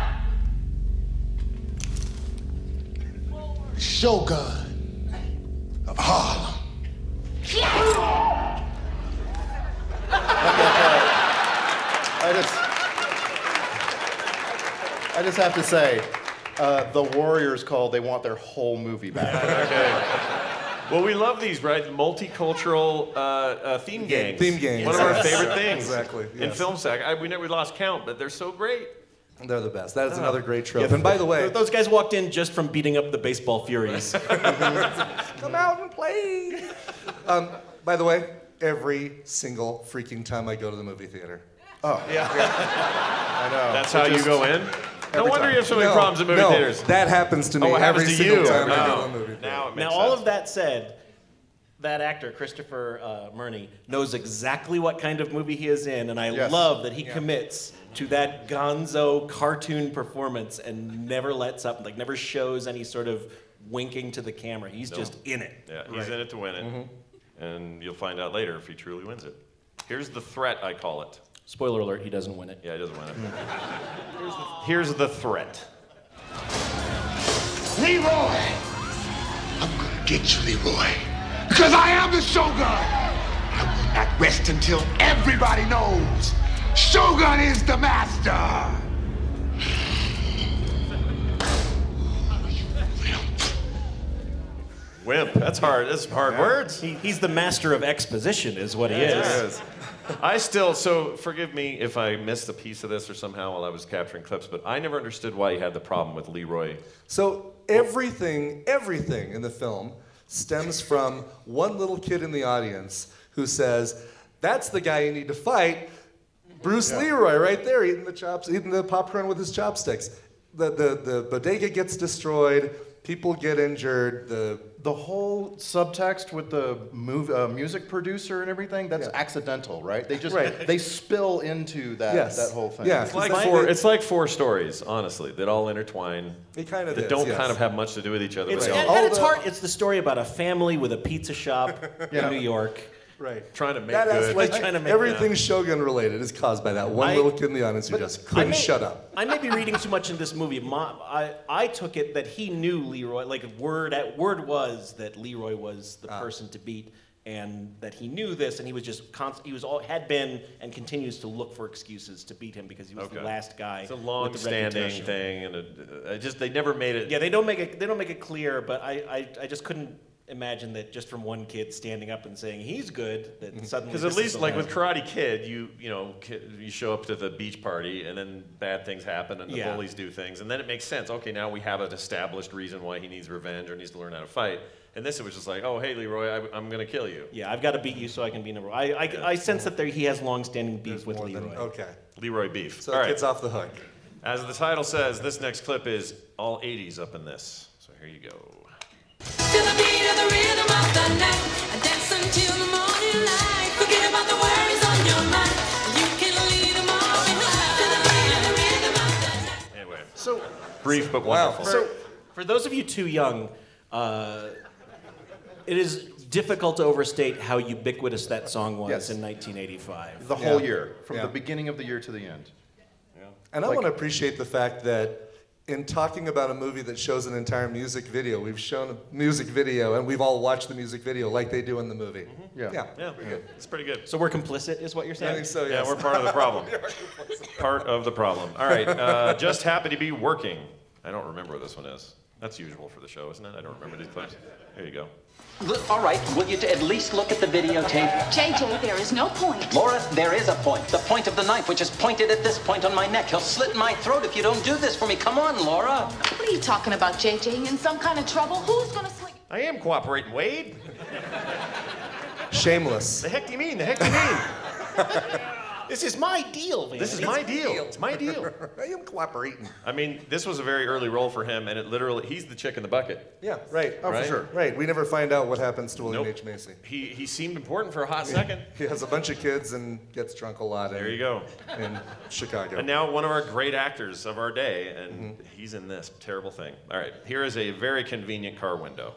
[SPEAKER 12] Shogun of Harlem.
[SPEAKER 5] I just, I just have to say, uh, the Warriors called. They want their whole movie back.
[SPEAKER 1] Well, we love these, right? Multicultural uh, uh, theme gangs.
[SPEAKER 7] Theme gangs,
[SPEAKER 1] One of our
[SPEAKER 7] yes.
[SPEAKER 1] favorite
[SPEAKER 7] Yeah,
[SPEAKER 1] things.
[SPEAKER 7] exactly,
[SPEAKER 1] In
[SPEAKER 7] yes.
[SPEAKER 1] film sack, I, we, ne- we lost count, but they're so great.
[SPEAKER 7] they're the best. That is another great trope. and by the way,
[SPEAKER 4] Those guys walked in just from beating up the baseball furies.
[SPEAKER 7] come out and play. Um, by the way, every single freaking time I go to the movie theater.
[SPEAKER 5] I know.
[SPEAKER 1] Oh. That's how you go in. No wonder you have so many
[SPEAKER 7] No,
[SPEAKER 1] problems in movie
[SPEAKER 7] no,
[SPEAKER 1] theaters.
[SPEAKER 7] That happens to me
[SPEAKER 1] oh, what
[SPEAKER 7] every
[SPEAKER 1] happens to
[SPEAKER 7] single
[SPEAKER 1] you?
[SPEAKER 7] time I go
[SPEAKER 1] Now-
[SPEAKER 7] to the movie theater.
[SPEAKER 1] now it makes
[SPEAKER 4] now, all
[SPEAKER 1] sense.
[SPEAKER 4] of that said, that actor, Christopher uh, Murney, knows exactly what kind of movie he is in, and I
[SPEAKER 5] Yes.
[SPEAKER 4] love that he commits to that gonzo cartoon performance and never lets up, like, never shows any sort of winking to the camera. He's just in it. Mm-hmm.
[SPEAKER 1] Yeah, he's in it to win it. And you'll find out later if he truly wins it. Here's the threat, I call it.
[SPEAKER 10] Spoiler alert, he doesn't win it.
[SPEAKER 1] Yeah, he doesn't win it. here's, the, here's the threat.
[SPEAKER 12] Leroy! I'm gonna get you, Leroy. Because I am the Shogun. I will at rest until everybody knows Shogun is the master.
[SPEAKER 1] Wimp. That's hard. That's hard words.
[SPEAKER 4] He, he's the master of exposition, is what he
[SPEAKER 1] Yeah,
[SPEAKER 4] is.
[SPEAKER 1] he is. I still, so forgive me if I missed a piece of this or somehow while I was capturing clips, but I never understood why you had the problem with Leroy.
[SPEAKER 7] So everything, everything in the film stems from one little kid in the audience who says, "That's the guy you need to fight." Bruce Leroy, right there, eating the chops, eating the popcorn with his chopsticks. The the the bodega gets destroyed. People get injured. The
[SPEAKER 5] The whole subtext with the move, uh, music producer and everything—that's accidental, right? They just
[SPEAKER 7] Right.
[SPEAKER 5] they spill into that
[SPEAKER 7] Yes.
[SPEAKER 5] that whole thing.
[SPEAKER 7] Yeah.
[SPEAKER 1] It's like,
[SPEAKER 7] Mine
[SPEAKER 1] four,
[SPEAKER 7] is-
[SPEAKER 1] it's like four stories, honestly, that all intertwine.
[SPEAKER 7] It kind of
[SPEAKER 1] That
[SPEAKER 7] is,
[SPEAKER 1] don't
[SPEAKER 7] yes.
[SPEAKER 1] kind of have much to do with each other.
[SPEAKER 4] It's,
[SPEAKER 1] but they
[SPEAKER 4] and,
[SPEAKER 1] all
[SPEAKER 4] and it's hard. It's the story about a family with a pizza shop
[SPEAKER 7] Yeah.
[SPEAKER 4] in New York.
[SPEAKER 7] right.
[SPEAKER 1] trying to make
[SPEAKER 7] That
[SPEAKER 1] good.
[SPEAKER 7] is like
[SPEAKER 4] Trying to make-
[SPEAKER 7] everything Shogun related is caused by that one
[SPEAKER 4] I-
[SPEAKER 7] little kid in the audience who just couldn't
[SPEAKER 4] may-
[SPEAKER 7] shut up.
[SPEAKER 4] I may be reading too much in this movie. Ma I, I took it that he knew Leroy. Like word at word was that Leroy was
[SPEAKER 7] Ah.
[SPEAKER 4] the person to beat, and that he knew this, and he was just const- he was all had been and continues to look for excuses to beat him because he was
[SPEAKER 1] Okay.
[SPEAKER 4] the last guy.
[SPEAKER 1] It's a
[SPEAKER 4] with the
[SPEAKER 1] long-standing
[SPEAKER 4] reputation.
[SPEAKER 1] thing, and it, it just they never made it.
[SPEAKER 4] Yeah, they don't make it. They don't make it clear, but I, I, I just couldn't imagine that just from one kid standing up and saying he's good that suddenly.
[SPEAKER 1] Because
[SPEAKER 4] this
[SPEAKER 1] at
[SPEAKER 4] is
[SPEAKER 1] least,
[SPEAKER 4] the
[SPEAKER 1] like with
[SPEAKER 4] last-
[SPEAKER 1] Karate Kid, you you know ki- you show up to the beach party and then bad things happen and the
[SPEAKER 4] Yeah.
[SPEAKER 1] bullies do things and then it makes sense. Okay, now we have an established reason why he needs revenge or needs to learn how to fight. And this it was just like, oh hey Leroy, I, am gonna kill you.
[SPEAKER 4] Yeah, I've got to beat you so I can be number. I, I, I sense that there, he has long-standing beef with
[SPEAKER 7] More than-
[SPEAKER 4] Leroy.
[SPEAKER 7] okay.
[SPEAKER 1] Leroy Beef. All
[SPEAKER 7] So the
[SPEAKER 1] right.
[SPEAKER 7] kid's off the hook.
[SPEAKER 1] As the title says, this next clip is all 80s up in this. So here you go.
[SPEAKER 14] To the beat of the rhythm of the night, I dance until the morning light. Forget about the worries on your mind. You can lead a morning life. To the beat of the rhythm of the night.
[SPEAKER 1] Anyway,
[SPEAKER 5] So
[SPEAKER 1] brief but
[SPEAKER 7] Wow.
[SPEAKER 1] wonderful.
[SPEAKER 7] So
[SPEAKER 4] For those of you too young, uh, it is difficult to overstate how ubiquitous that song was
[SPEAKER 5] Yes.
[SPEAKER 4] in 1985.
[SPEAKER 5] the whole
[SPEAKER 7] Yeah.
[SPEAKER 5] year, from
[SPEAKER 7] Yeah.
[SPEAKER 5] the beginning of the year to the end.
[SPEAKER 7] And I
[SPEAKER 5] Like-
[SPEAKER 7] want to appreciate the fact that in talking about a movie that shows an entire music video, we've shown a music video and we've all watched the music video like they do in the movie.
[SPEAKER 1] Mm-hmm.
[SPEAKER 5] Yeah.
[SPEAKER 7] Yeah.
[SPEAKER 1] yeah, it's pretty good.
[SPEAKER 4] So we're complicit, is what you're
[SPEAKER 7] I
[SPEAKER 4] saying?
[SPEAKER 7] think so,
[SPEAKER 1] Yeah,
[SPEAKER 7] yes.
[SPEAKER 1] we're part of the problem. part of the problem. All right. Uh, just happy to be working. I don't remember what this one is. That's usual for the show, isn't it? I don't remember these clips. Here you go.
[SPEAKER 15] Look, all right, will you t- at least look at the videotape?
[SPEAKER 16] JJ, there is no point.
[SPEAKER 15] Laura, there is a point. The point of the knife, which is pointed at this point on my neck. He'll slit my throat if you don't do this for me. Come on, Laura.
[SPEAKER 16] What are you talking about, JJ? In some kind of trouble? Who's gonna swing?
[SPEAKER 1] I am cooperating, Wade.
[SPEAKER 7] Shameless.
[SPEAKER 1] The heck do you mean? The heck do you mean?
[SPEAKER 4] This is my deal, man.
[SPEAKER 1] This is my deal. It's my deal.
[SPEAKER 7] I am cooperating.
[SPEAKER 1] I mean, this was a very early role for him, and it literally, he's the chick in the bucket.
[SPEAKER 7] Yeah, right.
[SPEAKER 5] Oh,
[SPEAKER 1] Right.
[SPEAKER 5] for sure.
[SPEAKER 7] Right. We never find out what happens to William
[SPEAKER 1] Nope.
[SPEAKER 7] H. Macy.
[SPEAKER 1] He, he seemed important for a hot second.
[SPEAKER 7] He has a bunch of kids and gets drunk a lot.
[SPEAKER 1] There you go.
[SPEAKER 7] In Chicago.
[SPEAKER 1] And now one of our great actors of our day, and he's in this terrible thing. All right, here is a very convenient car window.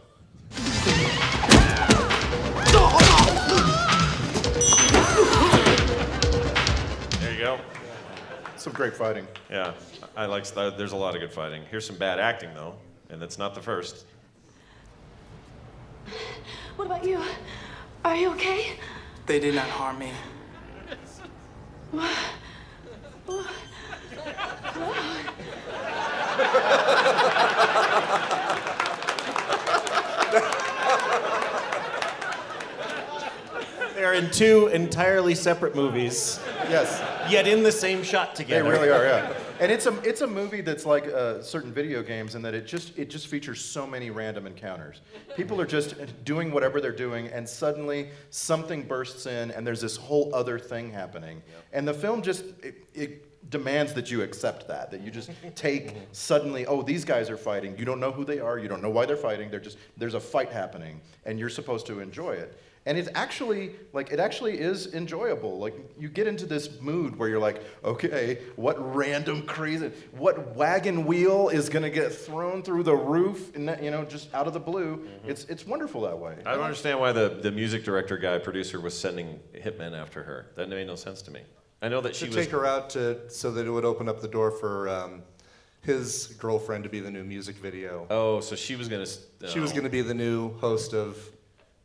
[SPEAKER 1] There you go.
[SPEAKER 5] Some great fighting.
[SPEAKER 1] Yeah, I like. st- There's a lot of good fighting. Here's some bad acting though, and that's not the first.
[SPEAKER 16] What about you? Are you okay?
[SPEAKER 17] They did not harm me.
[SPEAKER 4] They are in two entirely separate movies,
[SPEAKER 5] Yes.
[SPEAKER 4] yet in the same shot
[SPEAKER 5] They
[SPEAKER 4] together.
[SPEAKER 5] really are, yeah. And it's a it's a movie that's like uh, certain video games in that it just it just features so many random encounters. People are just doing whatever they're doing, and suddenly something bursts in, and there's this whole other thing happening. And the film just it, it demands that you accept that that you just take suddenly oh these guys are fighting you don't know who they are you don't know why they're fighting they're just there's a fight happening and you're supposed to enjoy it and it's actually like it actually is enjoyable like you get into this mood where you're like okay what random crazy what wagon wheel is going to get thrown through the roof and that, you know just out of the blue it's it's wonderful that way
[SPEAKER 1] Mm-hmm. I don't understand why the, the music director guy producer was sending hitmen after her. That made no sense to me. I know that she
[SPEAKER 7] to
[SPEAKER 1] was.
[SPEAKER 7] take her out to so that it would open up the door for um, his girlfriend to be the new music video.
[SPEAKER 1] Oh, so she was gonna. s-
[SPEAKER 7] She was
[SPEAKER 1] oh.
[SPEAKER 7] going to be the new host of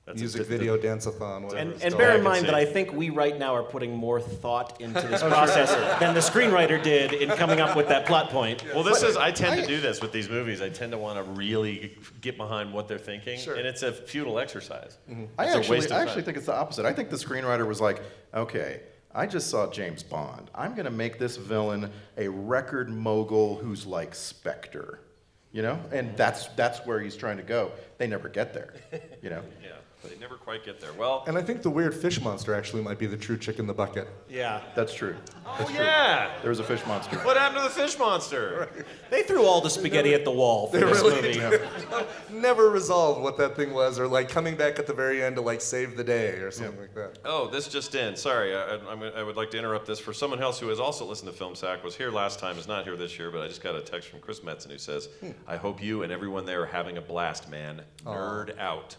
[SPEAKER 1] That's
[SPEAKER 7] music
[SPEAKER 1] just the-
[SPEAKER 7] video dance-a-thon, whatever.
[SPEAKER 1] And-
[SPEAKER 7] it's
[SPEAKER 1] and
[SPEAKER 7] called.
[SPEAKER 1] I
[SPEAKER 4] Bear in
[SPEAKER 1] can see.
[SPEAKER 4] mind that I think we right now are putting more thought into this
[SPEAKER 1] Oh, sure,
[SPEAKER 4] process
[SPEAKER 1] sure.
[SPEAKER 4] than the screenwriter did in coming up with that plot point.
[SPEAKER 1] Well, this is, I tend to do this with these movies. I tend to want to really get behind what they're thinking, and it's a futile exercise.
[SPEAKER 5] I
[SPEAKER 1] It's a
[SPEAKER 5] actually,
[SPEAKER 1] waste of
[SPEAKER 5] I actually
[SPEAKER 1] time.
[SPEAKER 5] think it's the opposite. I think the screenwriter was like, okay, I just saw James Bond. I'm going to make this villain a record mogul who's like Spectre, you know?
[SPEAKER 1] Mm-hmm.
[SPEAKER 5] And that's, that's where he's trying to go. They never get there, you know?
[SPEAKER 1] Yeah, they never quite get there. Well,
[SPEAKER 7] And I think the weird fish monster actually might be the true chick in the bucket.
[SPEAKER 1] yeah.
[SPEAKER 5] That's true.
[SPEAKER 1] Oh, yeah.
[SPEAKER 5] There was a fish monster.
[SPEAKER 1] What happened to the fish monster?
[SPEAKER 4] They threw all the spaghetti at the wall for
[SPEAKER 7] They
[SPEAKER 4] this
[SPEAKER 7] really
[SPEAKER 4] movie.
[SPEAKER 7] did. Never resolved what that thing was, or like coming back at the very end to like save the day or something like that.
[SPEAKER 1] Oh, this just in. Sorry, I, I, I'm gonna- I would like to interrupt this for someone else who has also listened to Film Sack. Was here last time, is not here this year, but I just got a text from Chris Metzen who says,
[SPEAKER 7] Hmm.
[SPEAKER 1] "I hope you and everyone there are having a blast, man.
[SPEAKER 7] Aw.
[SPEAKER 1] Nerd out."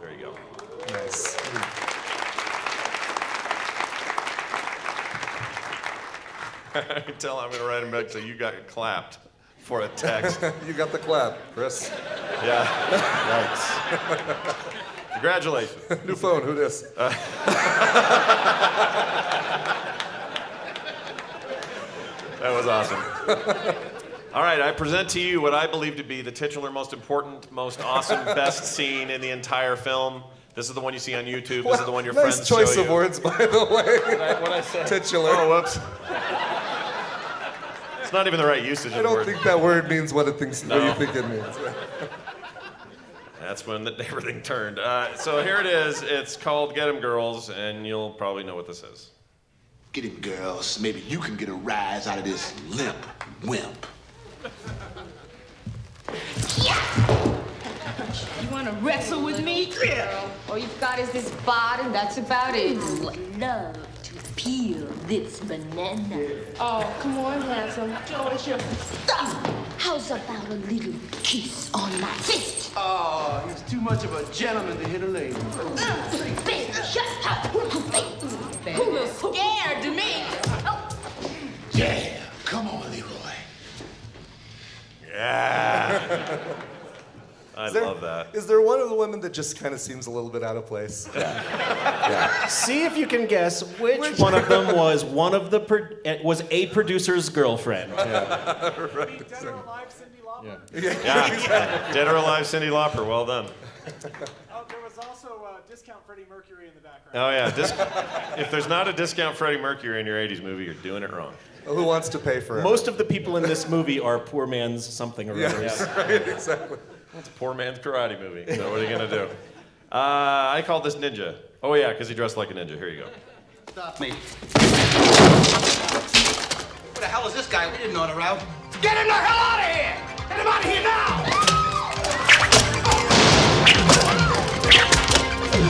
[SPEAKER 1] There you go.
[SPEAKER 7] Nice.
[SPEAKER 1] Tell him I'm gonna write him back. So you got clapped for a text.
[SPEAKER 7] you got the clap, Chris.
[SPEAKER 1] Yeah. Congratulations.
[SPEAKER 7] New phone. Who this?
[SPEAKER 1] That was awesome. All right, I present to you what I believe to be the titular most important, most awesome, best scene in the entire film. This is the one you see on YouTube. This is the one your
[SPEAKER 7] nice
[SPEAKER 1] friends
[SPEAKER 7] choice
[SPEAKER 1] show
[SPEAKER 7] of
[SPEAKER 1] you.
[SPEAKER 7] words, by the way.
[SPEAKER 1] what I said.
[SPEAKER 7] Titular.
[SPEAKER 1] Oh, whoops. It's not even the right usage of
[SPEAKER 7] I
[SPEAKER 1] the
[SPEAKER 7] don't
[SPEAKER 1] word.
[SPEAKER 7] think that word means what it thinks. What
[SPEAKER 1] No.
[SPEAKER 7] you think it means?
[SPEAKER 1] That's when the, everything turned. Uh, so here it is. It's called Get 'Em Girls, and you'll probably know what this is.
[SPEAKER 12] Get him, girls. Maybe you can get a rise out of this limp wimp.
[SPEAKER 16] You want to wrestle with me? Yeah. All you've got is this bod, and that's about it. Love to peel this banana. Oh, come on, handsome. Joe, it's your stuff. How's about a little kiss on my fist?
[SPEAKER 12] Oh, he's too much of a gentleman to hit a lady.
[SPEAKER 16] Baby, shut up. Who Oh. was scared to me?
[SPEAKER 12] Yeah, come on, Leroy.
[SPEAKER 1] Yeah. I
[SPEAKER 7] Is there-
[SPEAKER 1] love that.
[SPEAKER 7] Is there one of the women that just kind of seems a little bit out of place?
[SPEAKER 4] See if you can guess which, one of them was one of the pro- eh, was a producer's girlfriend.
[SPEAKER 7] right.
[SPEAKER 1] Yeah. Dead or alive, Cindy Lauper. Well done.
[SPEAKER 18] Oh, there was also uh, discount Freddie Mercury in the background.
[SPEAKER 1] Oh yeah. Dis- if there's not a discount Freddie Mercury in your '80s movie, you're doing it wrong.
[SPEAKER 7] Who wants to pay for it?
[SPEAKER 4] Most of the people in this movie are poor man's something or
[SPEAKER 1] Yeah,
[SPEAKER 4] other.
[SPEAKER 7] right, exactly.
[SPEAKER 1] It's a poor man's karate movie. So what are you gonna do? Uh, I call this ninja. Oh yeah, because he dressed like a ninja. Here you go.
[SPEAKER 13] Stop me. What the hell is this guy? We didn't order out.
[SPEAKER 12] Get him the hell out of here! Get him out of here now!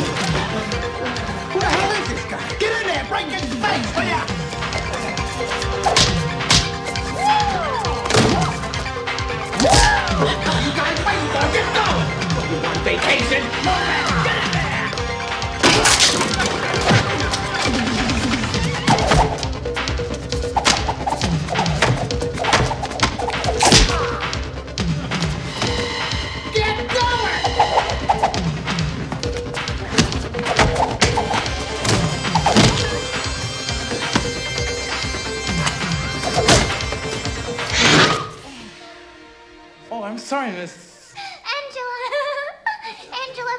[SPEAKER 12] Who the hell is this guy? Get in there! Break his face! Will ya? You guys waiting for? Get going! You want vacation? Move out! Get in there!
[SPEAKER 18] Oh, I'm sorry, Miss.
[SPEAKER 14] Angela! Angela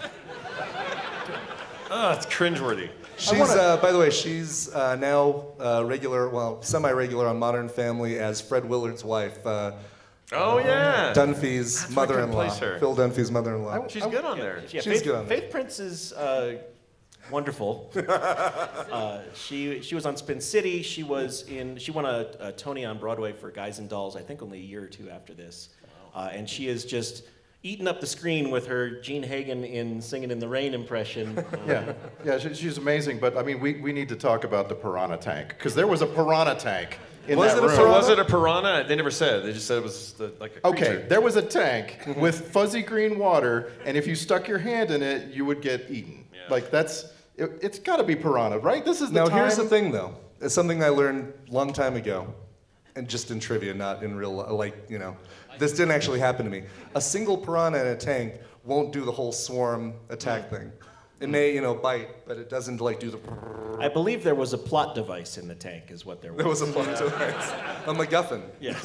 [SPEAKER 14] Verocco?
[SPEAKER 1] Oh, it's cringeworthy.
[SPEAKER 7] She's, uh, by the way, she's uh, now uh, regular, well, semi-regular on Modern Family as Fred Willard's wife. Uh,
[SPEAKER 1] Oh, yeah.
[SPEAKER 7] Dunphy's
[SPEAKER 1] where I couldn't
[SPEAKER 7] mother-in-law.
[SPEAKER 1] place her.
[SPEAKER 7] Phil Dunphy's mother-in-law.
[SPEAKER 1] She's good on there.
[SPEAKER 4] Yeah,
[SPEAKER 7] She's
[SPEAKER 4] Faith,
[SPEAKER 7] good on
[SPEAKER 4] Faith Prince is uh, wonderful. uh, she she was on Spin City. She was in. She won a, a Tony on Broadway for Guys and Dolls. I think only a year or two after this, uh, and she is just eating up the screen with her Gene Hagen in Singing in the Rain impression. Uh,
[SPEAKER 5] Yeah, yeah, she, she's amazing. But I mean, we, we need to talk about the piranha tank because there was a piranha tank in
[SPEAKER 1] was
[SPEAKER 5] that
[SPEAKER 1] it
[SPEAKER 5] room.
[SPEAKER 1] a piranha? Was it a piranha? They never said. They just said it was the, like a creature.
[SPEAKER 5] Okay, there was a tank with fuzzy green water, and if you stuck your hand in it, you would get eaten. Like that's it, it's got to be piranha, right? This is the
[SPEAKER 7] Now, here's the
[SPEAKER 5] time-
[SPEAKER 7] thing, though. It's something I learned a long time ago. and just in trivia, not in real life. Like, you know, this didn't actually happen to me. A single piranha in a tank won't do the whole swarm
[SPEAKER 4] Hmm.
[SPEAKER 7] attack thing. It may, you know, bite, but it doesn't like do the.
[SPEAKER 4] I believe there was a plot device in the tank, is what there was.
[SPEAKER 7] There was a plot device. A MacGuffin.
[SPEAKER 4] Yes.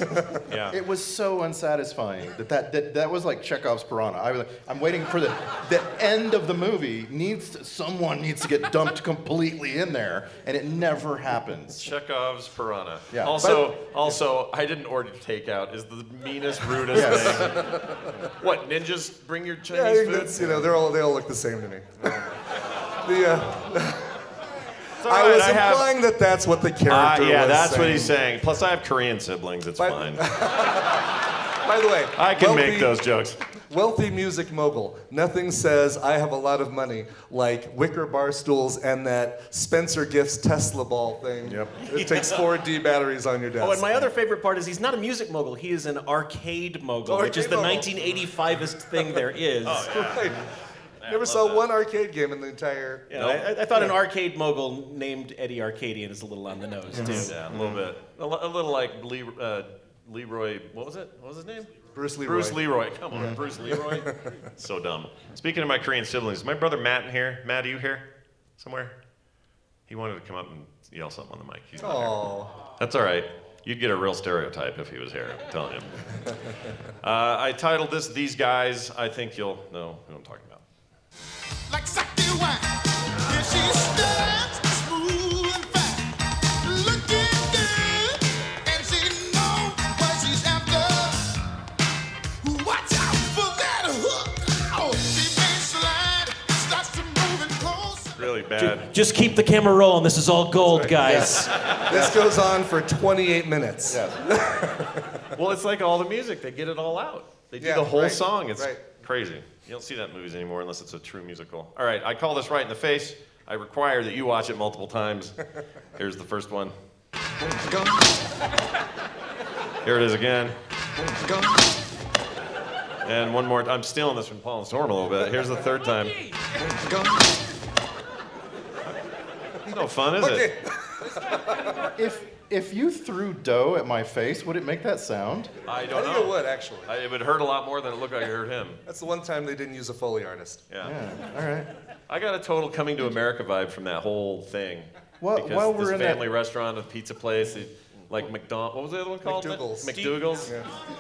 [SPEAKER 1] yeah.
[SPEAKER 5] It was so unsatisfying that that, that that was like Chekhov's piranha. I was like, I'm waiting for the the end of the movie needs to- someone needs to get dumped completely in there, and it never happens.
[SPEAKER 1] Chekhov's piranha.
[SPEAKER 5] Yeah.
[SPEAKER 1] Also, also, I didn't order takeout. Is the meanest, rudest
[SPEAKER 7] Yes.
[SPEAKER 1] thing. what ninjas bring your
[SPEAKER 7] Yeah, I
[SPEAKER 1] Chinese
[SPEAKER 7] think
[SPEAKER 1] food?
[SPEAKER 7] that's, you know, they're all, they all look the same to me. the, uh,
[SPEAKER 1] all
[SPEAKER 7] I
[SPEAKER 1] right,
[SPEAKER 7] was
[SPEAKER 1] I have-
[SPEAKER 7] implying that that's what the character
[SPEAKER 1] Ah, yeah,
[SPEAKER 7] was
[SPEAKER 1] that's
[SPEAKER 7] saying.
[SPEAKER 1] what he's saying. Plus, I have Korean siblings. It's fine.
[SPEAKER 7] By the way,
[SPEAKER 1] I can
[SPEAKER 7] wealthy-
[SPEAKER 1] make those jokes.
[SPEAKER 7] Wealthy music mogul. Nothing says I have a lot of money like wicker bar stools and that Spencer Gifts Tesla ball thing. Yep. It takes four D batteries on your desk.
[SPEAKER 4] Oh, and my other favorite part is he's not a music mogul. He is an arcade mogul,
[SPEAKER 7] Oh,
[SPEAKER 4] which is the
[SPEAKER 7] arcade mogul. Oh,
[SPEAKER 4] 1985ist thing there is.
[SPEAKER 7] Right. Never saw one arcade game in the entire.
[SPEAKER 4] Yeah, I, I thought an arcade mogul named Eddie Arcadian is a little on the nose, too.
[SPEAKER 1] Yeah, a little bit. A, li- a little like Le- uh, Leroy. What was it? What was his name?
[SPEAKER 7] Bruce Leroy.
[SPEAKER 1] Bruce Leroy. Come on, Bruce Leroy. so dumb. Speaking of my Korean siblings, is my brother Matt in here? Matt, are you here? Somewhere? He wanted to come up and yell something on the mic. He's not here.
[SPEAKER 7] Oh.
[SPEAKER 1] That's all right. You'd get a real stereotype if he was here. I'm telling you. Uh, I titled this "These Guys." I think you'll know who I'm talking about.
[SPEAKER 14] Like Saki wine. Here she stands, smooth and fat, looking good, and she knows what she's after. Watch out for that hook. Oh, she may slide, starts to move and close.
[SPEAKER 1] Really bad.
[SPEAKER 10] Just keep the camera rolling. This is all gold, guys.
[SPEAKER 7] This goes on for 28 minutes.
[SPEAKER 1] Well, it's like all the music. They get it all out. They do
[SPEAKER 7] Yeah,
[SPEAKER 1] the whole
[SPEAKER 7] right,
[SPEAKER 1] song. It's
[SPEAKER 7] right.
[SPEAKER 1] crazy. You don't see that in movies anymore unless it's a true musical. All right, I call this right in the face. I require that you watch it multiple times. Here's the first one. Here it is again. And one more. I'm stealing this from Paul and Storm a little bit. Here's the third time. It's no fun, is it?
[SPEAKER 5] If if you threw dough at my face, would it make that sound?
[SPEAKER 1] I don't
[SPEAKER 7] I think
[SPEAKER 1] know.
[SPEAKER 7] it would actually.
[SPEAKER 1] I- it would hurt a lot more than it looked like it hurt him.
[SPEAKER 7] That's the one time they didn't use a foley artist.
[SPEAKER 1] Yeah.
[SPEAKER 5] All right.
[SPEAKER 1] I got a total coming to America vibe from that whole thing.
[SPEAKER 5] While-
[SPEAKER 1] because
[SPEAKER 5] while
[SPEAKER 1] this
[SPEAKER 5] we're in that-
[SPEAKER 1] family restaurant, a pizza place, it- like McDonald. What was the other one called?
[SPEAKER 7] McDougal's.
[SPEAKER 1] McDougal's.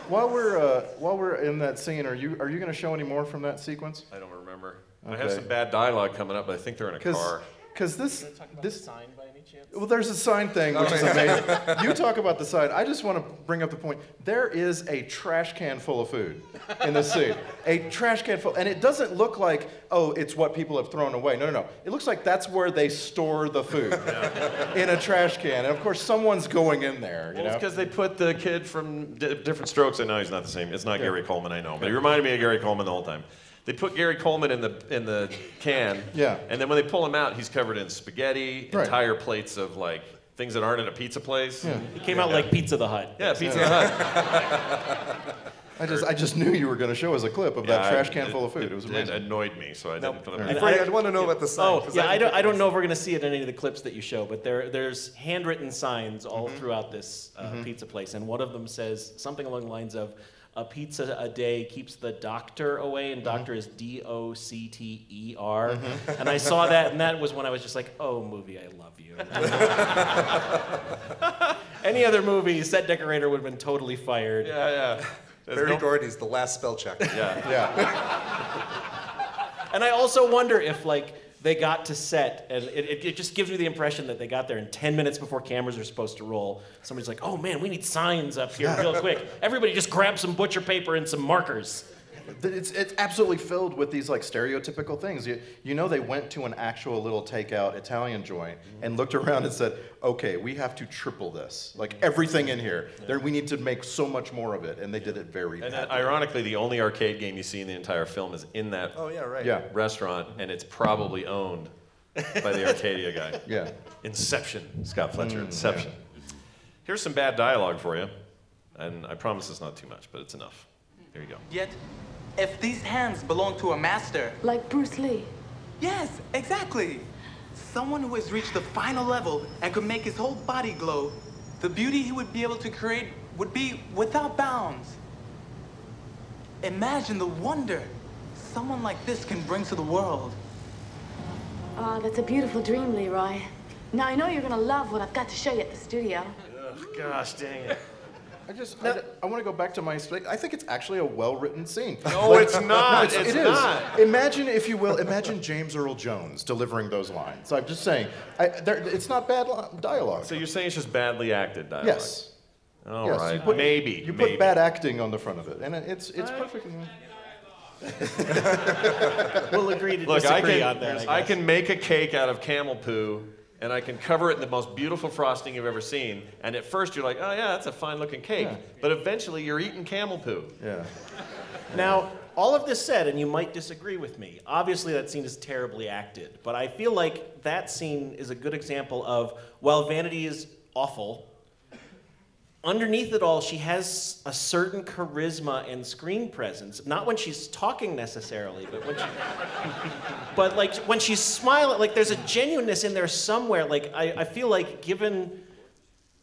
[SPEAKER 5] While we're uh, while we're in that scene, are you are you going to show any more from that sequence?
[SPEAKER 1] I don't remember. I have
[SPEAKER 5] Okay.
[SPEAKER 1] some bad dialogue coming up, but I think they're in a car.
[SPEAKER 5] Because this this sign by any chance? Well, there's a sign thing which is amazing. you talk about the sign. I just want to bring up the point. There is a trash can full of food in the scene. a trash can full, and it doesn't look like oh, it's what people have thrown away. No, no, no. It looks like that's where they store the food in a trash can, and of course someone's going in there. You
[SPEAKER 1] Well, it's
[SPEAKER 5] know.
[SPEAKER 1] because they put the kid from di different strokes. I know he's not the same. It's not Gary Coleman. I know, but he reminded me of Gary Coleman the whole time. They put Gary Coleman in the in the can.
[SPEAKER 5] Yeah.
[SPEAKER 1] And then when they pull him out, he's covered in spaghetti,
[SPEAKER 5] Right.
[SPEAKER 1] entire plates of like things that aren't at a pizza place. Yeah.
[SPEAKER 4] It came out like Pizza the Hut.
[SPEAKER 1] Pizza Hut.
[SPEAKER 5] I just I just knew you were going to show us a clip of that
[SPEAKER 1] Yeah, I-
[SPEAKER 5] trash can full of
[SPEAKER 1] It,
[SPEAKER 5] food. It was
[SPEAKER 1] it
[SPEAKER 5] amazing.
[SPEAKER 1] annoyed me, so I didn't put it
[SPEAKER 4] And
[SPEAKER 1] in.
[SPEAKER 7] Frank, I'd wanna know about the sign,
[SPEAKER 4] Oh,
[SPEAKER 7] 'cause
[SPEAKER 4] yeah,
[SPEAKER 7] I
[SPEAKER 4] I don't,
[SPEAKER 7] didn't
[SPEAKER 4] I don't know if we're going to see it in any of the clips that you show, but there, there's handwritten signs all
[SPEAKER 1] Mm-hmm.
[SPEAKER 4] throughout this uh, pizza place, and one of them says something along the lines of, "A pizza a day keeps the doctor away," and doctor
[SPEAKER 1] Mm-hmm.
[SPEAKER 4] is D O C T E R. And I saw that, and that was when I was just like, "Oh, movie, I love you." any other movie, set decorator would have been totally fired.
[SPEAKER 1] Yeah, yeah. There's
[SPEAKER 7] Barry
[SPEAKER 1] no-
[SPEAKER 7] Gordy's the last spell check.
[SPEAKER 1] yeah.
[SPEAKER 5] yeah.
[SPEAKER 4] And I also wonder if like they got to set, and it, it, it just gives me the impression that they got there in 10 minutes before cameras are supposed to roll. Somebody's like, "Oh man, we need signs up here real quick. Everybody, just grab some butcher paper and some markers."
[SPEAKER 5] Th- It's, it's absolutely filled with these like stereotypical things. You, you know, they went to an actual little takeout Italian joint
[SPEAKER 1] Mm-hmm.
[SPEAKER 5] and looked around and said, okay, we have to triple this. Like everything in here, there, we need to make so much more of it. And they did it very
[SPEAKER 1] And
[SPEAKER 5] bad.
[SPEAKER 1] then, ironically, the only arcade game you see in the entire film is in that
[SPEAKER 7] Oh yeah, right.
[SPEAKER 5] Yeah,
[SPEAKER 1] restaurant, and it's probably owned by the Arcadia guy.
[SPEAKER 5] yeah.
[SPEAKER 1] Inception, Scott
[SPEAKER 7] Mm,
[SPEAKER 1] Fletcher. Inception. Here's some bad dialogue for you, and I promise it's not too much, but it's enough. Here you go.
[SPEAKER 19] Yet, if these hands belong to a master,
[SPEAKER 16] Like Bruce Lee.
[SPEAKER 19] yes, exactly. Someone who has reached the final level and could make his whole body glow, The beauty he would be able to create would be without bounds. Imagine the wonder someone like this can bring to the world.
[SPEAKER 20] Oh, that's a beautiful dream, Leroy. Now I know you're gonna love what I've got to show you at the studio.
[SPEAKER 1] Gosh, dang it.
[SPEAKER 5] I just, I, want to go back to my. sp- I think it's actually a well-written scene.
[SPEAKER 1] No, it's not. It's
[SPEAKER 5] it is.
[SPEAKER 1] not.
[SPEAKER 5] Imagine, if you will, imagine James Earl Jones delivering those lines. I'm just saying, I, there, it's not bad li- dialogue.
[SPEAKER 1] So you're saying it's just badly acted dialogue?
[SPEAKER 5] Yes.
[SPEAKER 1] All
[SPEAKER 5] Yes,
[SPEAKER 1] right.
[SPEAKER 5] you put-
[SPEAKER 1] maybe.
[SPEAKER 5] You put
[SPEAKER 1] maybe.
[SPEAKER 5] bad acting on the front of it, and it- it's it's perfect.
[SPEAKER 10] We'll agree to
[SPEAKER 1] Look, I
[SPEAKER 10] disagree
[SPEAKER 1] can,
[SPEAKER 10] on that.
[SPEAKER 1] I,
[SPEAKER 10] I guess.
[SPEAKER 1] can make a cake out of camel poo, and I can cover it in the most beautiful frosting you've ever seen. And at first, you're like, oh yeah, that's a fine looking cake.
[SPEAKER 10] Yeah.
[SPEAKER 1] But eventually, you're eating camel poo.
[SPEAKER 5] Yeah.
[SPEAKER 4] Now, all of this said, and you might disagree with me, obviously that scene is terribly acted, but I feel like that scene is a good example of while vanity is awful, underneath it all, she has a certain charisma and screen presence. Not when she's talking necessarily, but when she. but like when she's smiling, like there's a genuineness in there somewhere. Like I, I feel like given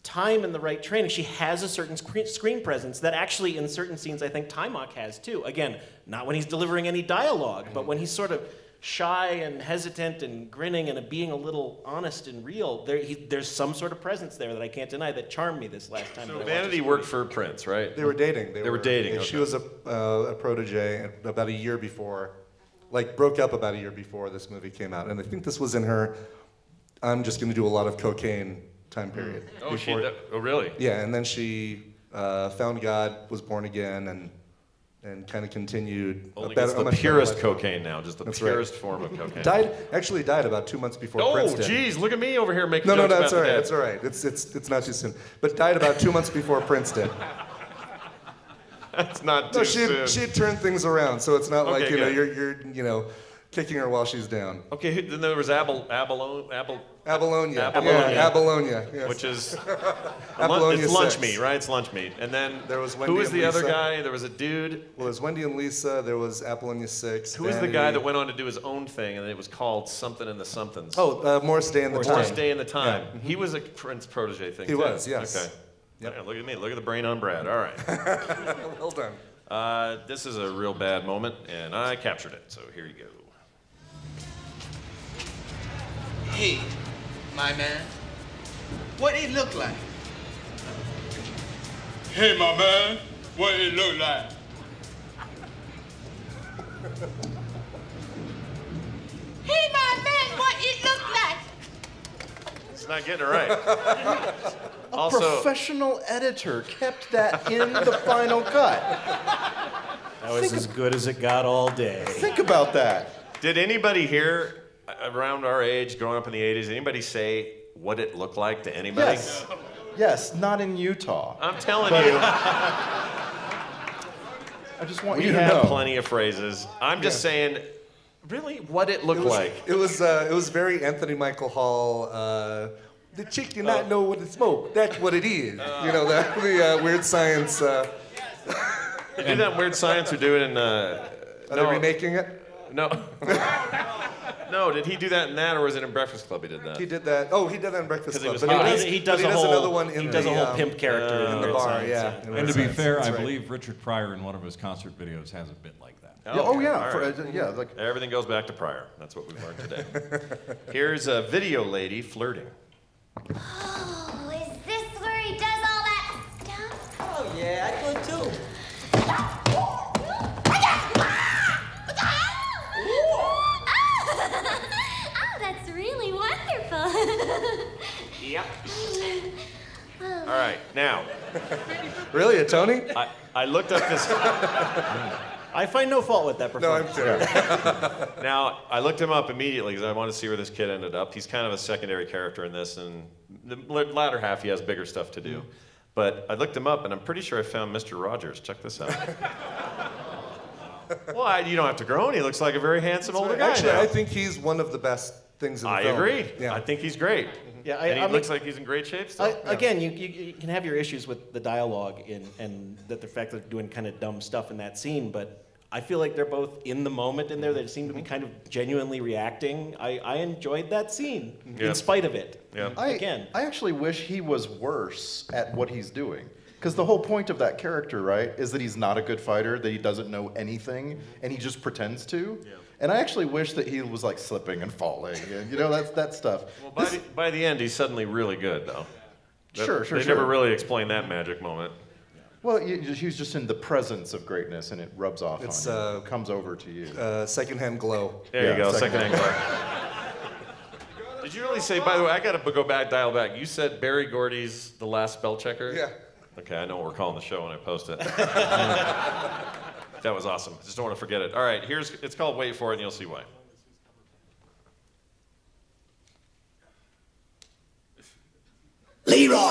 [SPEAKER 4] time and the right training, she has a certain screen, screen presence that actually, in certain scenes, I think Timok has too. Again, not when he's delivering any dialogue, but when he's sort of shy and hesitant and grinning and being a little honest and real, there, he, there's some sort of presence there that I can't deny that charmed me this last time. that I
[SPEAKER 1] So
[SPEAKER 4] watched
[SPEAKER 1] Vanity
[SPEAKER 4] this
[SPEAKER 1] worked for Prince, right?
[SPEAKER 7] They were dating.
[SPEAKER 1] They were dating,
[SPEAKER 7] and She
[SPEAKER 1] okay.
[SPEAKER 7] was a, uh, a protege and about a year before, like broke up about a year before this movie came out, and I think this was in her. I'm just going to do a lot of cocaine time period.
[SPEAKER 1] Oh, she,
[SPEAKER 7] before-
[SPEAKER 1] oh, really?
[SPEAKER 7] Yeah, and then she uh, found God, was born again, and and kind of continued.
[SPEAKER 1] Only
[SPEAKER 7] better-
[SPEAKER 1] it's
[SPEAKER 7] a
[SPEAKER 1] the
[SPEAKER 7] much better
[SPEAKER 1] purest
[SPEAKER 7] life.
[SPEAKER 1] cocaine now, just the
[SPEAKER 7] That's right.
[SPEAKER 1] purest form of cocaine.
[SPEAKER 7] Died actually died about two months before.
[SPEAKER 1] Oh,
[SPEAKER 7] Prince did.
[SPEAKER 1] jeez, look at me over here making
[SPEAKER 7] No, no,
[SPEAKER 1] jokes
[SPEAKER 7] no, it's all
[SPEAKER 1] about
[SPEAKER 7] right.
[SPEAKER 1] the
[SPEAKER 7] It's all right. It's it's it's not too soon. But died about two months before Prince did.
[SPEAKER 1] dead. That's not too
[SPEAKER 7] No, she
[SPEAKER 1] soon.
[SPEAKER 7] had, she had turned things around, so it's not like
[SPEAKER 1] Okay,
[SPEAKER 7] you know
[SPEAKER 1] good.
[SPEAKER 7] you're you're you know kicking her while she's down.
[SPEAKER 1] Okay, who- then there was Abel, Abalone, Abel,
[SPEAKER 7] Abalone,
[SPEAKER 1] Abalone,
[SPEAKER 7] yeah, Abalone, yes.
[SPEAKER 1] which is
[SPEAKER 7] Abalone
[SPEAKER 1] it's lunch
[SPEAKER 7] six.
[SPEAKER 1] meat, right? It's lunch meat. And then there was
[SPEAKER 7] Wendy
[SPEAKER 1] who was
[SPEAKER 7] and
[SPEAKER 1] the other
[SPEAKER 7] Lisa.
[SPEAKER 1] guy? There was a dude.
[SPEAKER 7] Well, there's Wendy and Lisa. There was Apollonia Six.
[SPEAKER 1] Who was the
[SPEAKER 7] Vanity.
[SPEAKER 1] guy that went on to do his own thing, and it was called something in the somethings?
[SPEAKER 7] Oh, uh, Morris Day and the Time. Mm-hmm.
[SPEAKER 1] Morris Day in the Time. He was a Prince protege thing.
[SPEAKER 7] He
[SPEAKER 1] too.
[SPEAKER 7] was, yes.
[SPEAKER 1] Okay. Yeah, look at me. Look at the brain on Brad. All right.
[SPEAKER 7] well done.
[SPEAKER 1] Uh, this is a real bad moment, and I captured it. So here you go.
[SPEAKER 21] Hey, my man, what it look like?
[SPEAKER 22] Hey, my man, what it look like?
[SPEAKER 14] Hey, my man, what it look like?
[SPEAKER 1] It's not getting it right.
[SPEAKER 5] A
[SPEAKER 1] Also-
[SPEAKER 5] professional editor kept that in the final cut.
[SPEAKER 10] That was as good as it got all day.
[SPEAKER 5] Think about that.
[SPEAKER 1] Did anybody here a- around our age, growing up in the '80s, anybody say what it looked like to anybody?
[SPEAKER 5] Yes. Yes, not in Utah.
[SPEAKER 1] I'm telling
[SPEAKER 5] But-
[SPEAKER 1] you.
[SPEAKER 5] I just want
[SPEAKER 1] we
[SPEAKER 5] you to
[SPEAKER 1] have
[SPEAKER 5] know.
[SPEAKER 1] plenty of phrases. I'm just
[SPEAKER 7] Yeah.
[SPEAKER 1] saying, really, what it looked
[SPEAKER 7] It was,
[SPEAKER 1] like.
[SPEAKER 7] it was uh, it was very Anthony Michael Hall. Uh, the chick you
[SPEAKER 1] Oh.
[SPEAKER 7] not know what it smoke. That's what it is. you know the, the uh, weird science. Uh,
[SPEAKER 1] They do that in Weird Science or do it in. Uh,
[SPEAKER 7] Are they remaking it?
[SPEAKER 1] No. no, did he do that in that or was it in Breakfast Club he did that?
[SPEAKER 7] He did that. Oh, he did that in Breakfast
[SPEAKER 1] 'Cause Uh. he was
[SPEAKER 7] Club. but
[SPEAKER 1] hot.
[SPEAKER 7] he does,
[SPEAKER 1] He- he
[SPEAKER 7] but
[SPEAKER 1] does
[SPEAKER 7] he
[SPEAKER 1] a
[SPEAKER 7] does
[SPEAKER 1] whole-
[SPEAKER 7] another one in
[SPEAKER 1] he
[SPEAKER 7] the,
[SPEAKER 1] does a whole
[SPEAKER 7] um,
[SPEAKER 1] pimp character in
[SPEAKER 7] in the
[SPEAKER 1] Weird
[SPEAKER 7] bar.
[SPEAKER 1] Science,
[SPEAKER 7] yeah.
[SPEAKER 1] yeah.
[SPEAKER 7] in
[SPEAKER 23] And
[SPEAKER 7] Weird
[SPEAKER 23] to be
[SPEAKER 7] Science,
[SPEAKER 23] fair,
[SPEAKER 7] that's
[SPEAKER 23] I
[SPEAKER 7] right.
[SPEAKER 23] believe Richard Pryor in one of his concert videos has a bit like that.
[SPEAKER 5] Yeah, oh, yeah,
[SPEAKER 1] all
[SPEAKER 5] for- uh, yeah, like-
[SPEAKER 1] Everything goes back to prior. That's what we've learned today. Here's a video lady flirting.
[SPEAKER 14] Oh, is this where he does all that stuff? Oh, yeah, I could too. Oh, that's really wonderful.
[SPEAKER 1] Yep. All right, now.
[SPEAKER 7] Really, a Tony?
[SPEAKER 1] I, I looked up this.
[SPEAKER 4] I find no fault with that
[SPEAKER 7] No, I'm
[SPEAKER 4] performance.
[SPEAKER 7] kidding.
[SPEAKER 1] now I looked him up immediately because I wanted to see where this kid ended up. He's kind of a secondary character in this, and the l- latter half he has bigger stuff to
[SPEAKER 7] Mm-hmm.
[SPEAKER 1] do. But I looked him up, and I'm pretty sure I found Mr. Rogers. Check this out. well, I, you don't have to groan. He looks like a very handsome older guy.
[SPEAKER 7] Actually,
[SPEAKER 1] now.
[SPEAKER 7] I think he's one of the best things in the
[SPEAKER 1] I
[SPEAKER 7] film. Mm-hmm.
[SPEAKER 1] agree. I think he's great.
[SPEAKER 4] Yeah, I-
[SPEAKER 1] and he
[SPEAKER 4] I mean-
[SPEAKER 1] looks like he's in great shape still.
[SPEAKER 4] I, Again, you, you, you can have your issues with the dialogue in, and that the fact that they're doing kind of dumb stuff in that scene, but I feel like they're both in the moment in there. They seem
[SPEAKER 5] Mm-hmm.
[SPEAKER 4] to be kind of genuinely reacting. I, I enjoyed that scene
[SPEAKER 5] Yeah.
[SPEAKER 4] in spite of it.
[SPEAKER 5] I,
[SPEAKER 4] Again,
[SPEAKER 5] I actually wish he was worse at what he's doing. Because the whole point of that character, right, is that he's not a good fighter, that he doesn't know anything, and he just pretends to. And I actually wish that he was like slipping and falling, and you know, that's that stuff.
[SPEAKER 1] Well, by, the, by the end, he's suddenly really good, though. That-
[SPEAKER 5] Sure, sure,
[SPEAKER 1] They
[SPEAKER 5] sure.
[SPEAKER 1] never really explain that magic moment.
[SPEAKER 5] Well, you, just- he was just in the presence of greatness, and it rubs off
[SPEAKER 7] It's,
[SPEAKER 5] on you. It comes over to you.
[SPEAKER 7] Uh, secondhand glow.
[SPEAKER 1] There you go, secondhand Did you really say? By the way, I gotta b- go back, dial back. You said Barry Gordy's the last spell checker.
[SPEAKER 7] Yeah.
[SPEAKER 1] Okay, I know what we're calling the show when I post it. that was awesome. Just don't want to forget it. All right, here's. It's called Wait for It, and you'll see why.
[SPEAKER 14] Leroy!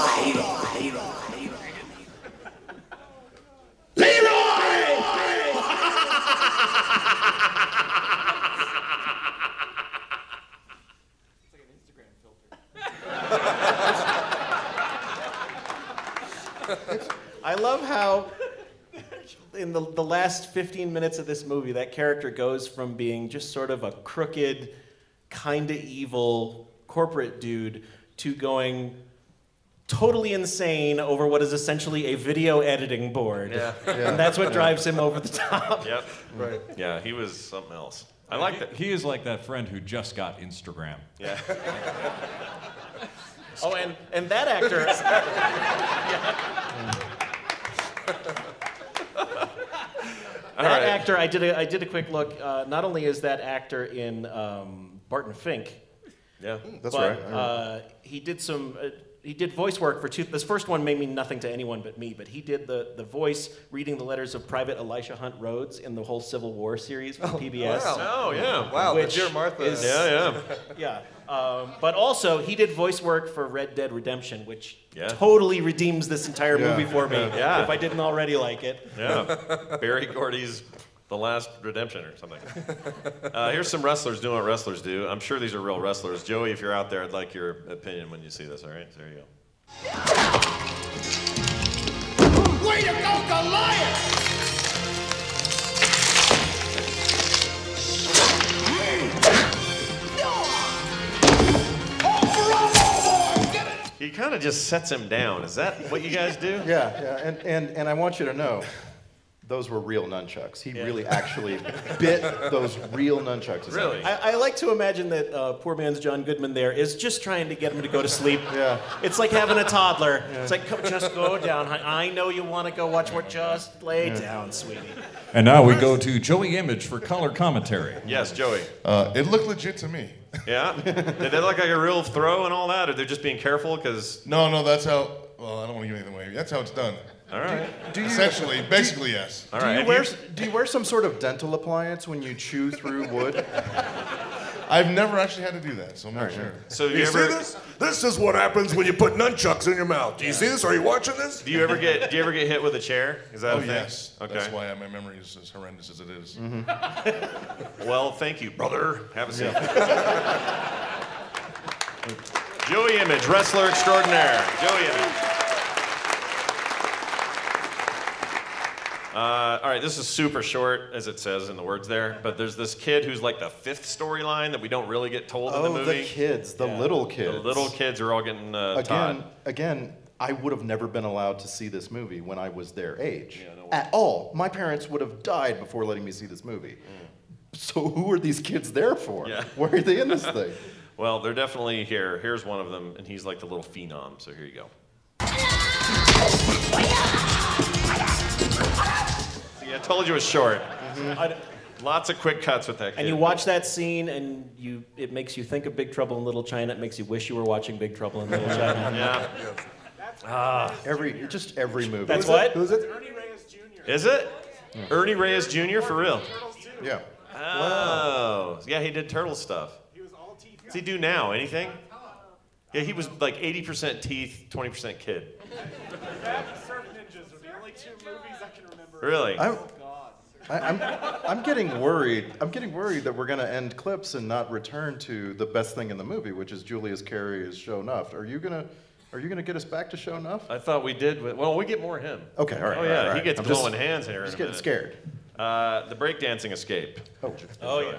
[SPEAKER 14] Leroy! Leroy!
[SPEAKER 4] I love how in the, the last 15 minutes of this movie, that character goes from being just sort of a crooked, kind of evil corporate dude to going totally insane over what is essentially a video editing board.
[SPEAKER 1] Yeah. Yeah.
[SPEAKER 4] And that's what drives him over the top.
[SPEAKER 1] Yep.
[SPEAKER 7] Right.
[SPEAKER 1] Yeah, he was something else. I like that.
[SPEAKER 23] He is like that friend who just got Instagram.
[SPEAKER 1] Yeah.
[SPEAKER 4] Oh, and, and that actor.
[SPEAKER 1] All
[SPEAKER 4] that
[SPEAKER 1] right.
[SPEAKER 4] actor, I did a, I did a quick look. Uh, not only is that actor in um, Barton Fink.
[SPEAKER 1] Yeah,
[SPEAKER 5] that's
[SPEAKER 4] Hmm, but,
[SPEAKER 5] right. I remember.
[SPEAKER 4] Uh, he did some. Uh, he did voice work for two. This first one made me nothing to anyone but me. But he did the, the voice reading the letters of Private Elisha Hunt Rhodes in the whole Civil War series from PBS.
[SPEAKER 1] wow. Oh, yeah.
[SPEAKER 7] Wow, the
[SPEAKER 4] Which
[SPEAKER 7] Dear Martha.
[SPEAKER 4] is-
[SPEAKER 1] Yeah,
[SPEAKER 4] yeah. Um, but also, he did voice work for Red Dead Redemption, which
[SPEAKER 1] Yeah.
[SPEAKER 4] totally redeems this entire
[SPEAKER 1] Yeah.
[SPEAKER 4] movie for me.
[SPEAKER 1] Yeah.
[SPEAKER 4] If I didn't already like it.
[SPEAKER 1] Yeah, Barry Gordy's The Last Redemption or something. Uh, here's some wrestlers doing what wrestlers do. I'm sure these are real wrestlers. Joey, if you're out there, I'd like your opinion when you see this. All right, there you go.
[SPEAKER 12] Way to go, Goliath!
[SPEAKER 1] He kind of just sets him down. Is that what you guys do? Yeah,
[SPEAKER 5] yeah. And, and, and I want you to know, those were real nunchucks. He really actually bit those real nunchucks. It's like,
[SPEAKER 4] I, I like to imagine that uh, poor man's John Goodman there is just trying to get him to go to sleep.
[SPEAKER 5] Yeah.
[SPEAKER 4] It's like having a toddler. It's like, "Come- just go down. hon- I know you want to go watch what. Just lay
[SPEAKER 23] Yeah.
[SPEAKER 4] down, sweetie.
[SPEAKER 23] And now we go to Joey Image for color commentary.
[SPEAKER 1] Yes, Joey.
[SPEAKER 22] Uh, it looked legit to me.
[SPEAKER 1] Yeah? Did that look like a real throw and all that, or they're just being careful? Because
[SPEAKER 22] No, no, that's how. Well, I don't want to give anything away. That's how it's done.
[SPEAKER 1] All right.
[SPEAKER 5] Do you-
[SPEAKER 22] Essentially,
[SPEAKER 5] do you-
[SPEAKER 22] basically, yes.
[SPEAKER 5] do You wear, s- do you wear some sort of dental appliance when you chew through wood?
[SPEAKER 22] I've never actually had to do that, so I'm not sure.
[SPEAKER 1] So
[SPEAKER 22] you
[SPEAKER 1] ever-
[SPEAKER 24] see this? This is what happens when you put nunchucks in your mouth. Do you see this? Are you watching this?
[SPEAKER 1] do you ever get do you ever get hit with a chair? Is that
[SPEAKER 22] oh
[SPEAKER 1] a thing?
[SPEAKER 22] yes.
[SPEAKER 1] Okay. Mm-hmm.
[SPEAKER 22] That's why my memory is as horrendous as it is.
[SPEAKER 1] Well, thank you, brother. Have a seat. Joey Image, wrestler extraordinaire. Joey Image. Uh, all right, this is super short, as it says in the words there. But there's this kid who's like the fifth storyline that we don't really get told in the
[SPEAKER 5] Oh, the
[SPEAKER 1] movie.
[SPEAKER 5] kids, the little
[SPEAKER 1] The
[SPEAKER 5] kids.
[SPEAKER 1] little kids are all getting uh, taught.
[SPEAKER 5] again, again, I would have never been allowed to see this movie when I was their age at all. My parents would have died before letting me see this movie. So who are these kids there for?
[SPEAKER 1] Mm. Yeah.
[SPEAKER 5] Why are they in this thing?
[SPEAKER 1] Well, they're definitely here. Here's one of them, and he's like the little phenom. So here you go. See, I told you it was short.
[SPEAKER 5] Mm-hmm.
[SPEAKER 4] I-
[SPEAKER 1] Lots of quick cuts with that. Kid.
[SPEAKER 4] And you watch that scene, and you it makes you think of Big Trouble in Little China. It makes you wish you were watching Big Trouble in Little China.
[SPEAKER 1] Yeah.
[SPEAKER 5] Ah, every just every movie.
[SPEAKER 4] That's what?
[SPEAKER 5] Who's it?
[SPEAKER 1] Is it? Ernie Reyes Jr. for real?
[SPEAKER 5] Yeah.
[SPEAKER 1] Oh, yeah, he did turtle stuff. What's he do now? Anything? Yeah, he was like 80% teeth, 20% kid.
[SPEAKER 18] That and Surf Ninjas are the only two movies I can remember.
[SPEAKER 1] Really?
[SPEAKER 5] I'm, I, I'm, I'm getting worried. I'm getting worried that we're going to end clips and not return to the best thing in the movie, which is Julius Carey as Show Nuff. Are you gonna Are you gonna get us back to Show Nuff?
[SPEAKER 1] I thought we did. With, well, we get more of him.
[SPEAKER 5] Okay, all right.
[SPEAKER 1] Oh
[SPEAKER 5] all
[SPEAKER 1] yeah,
[SPEAKER 5] right, all
[SPEAKER 1] he
[SPEAKER 5] right.
[SPEAKER 1] gets
[SPEAKER 5] I'm just-
[SPEAKER 1] glowing hands here.
[SPEAKER 5] Just
[SPEAKER 1] in a
[SPEAKER 5] getting
[SPEAKER 1] minute.
[SPEAKER 5] scared.
[SPEAKER 1] Uh, the breakdancing escape. Oh, yeah.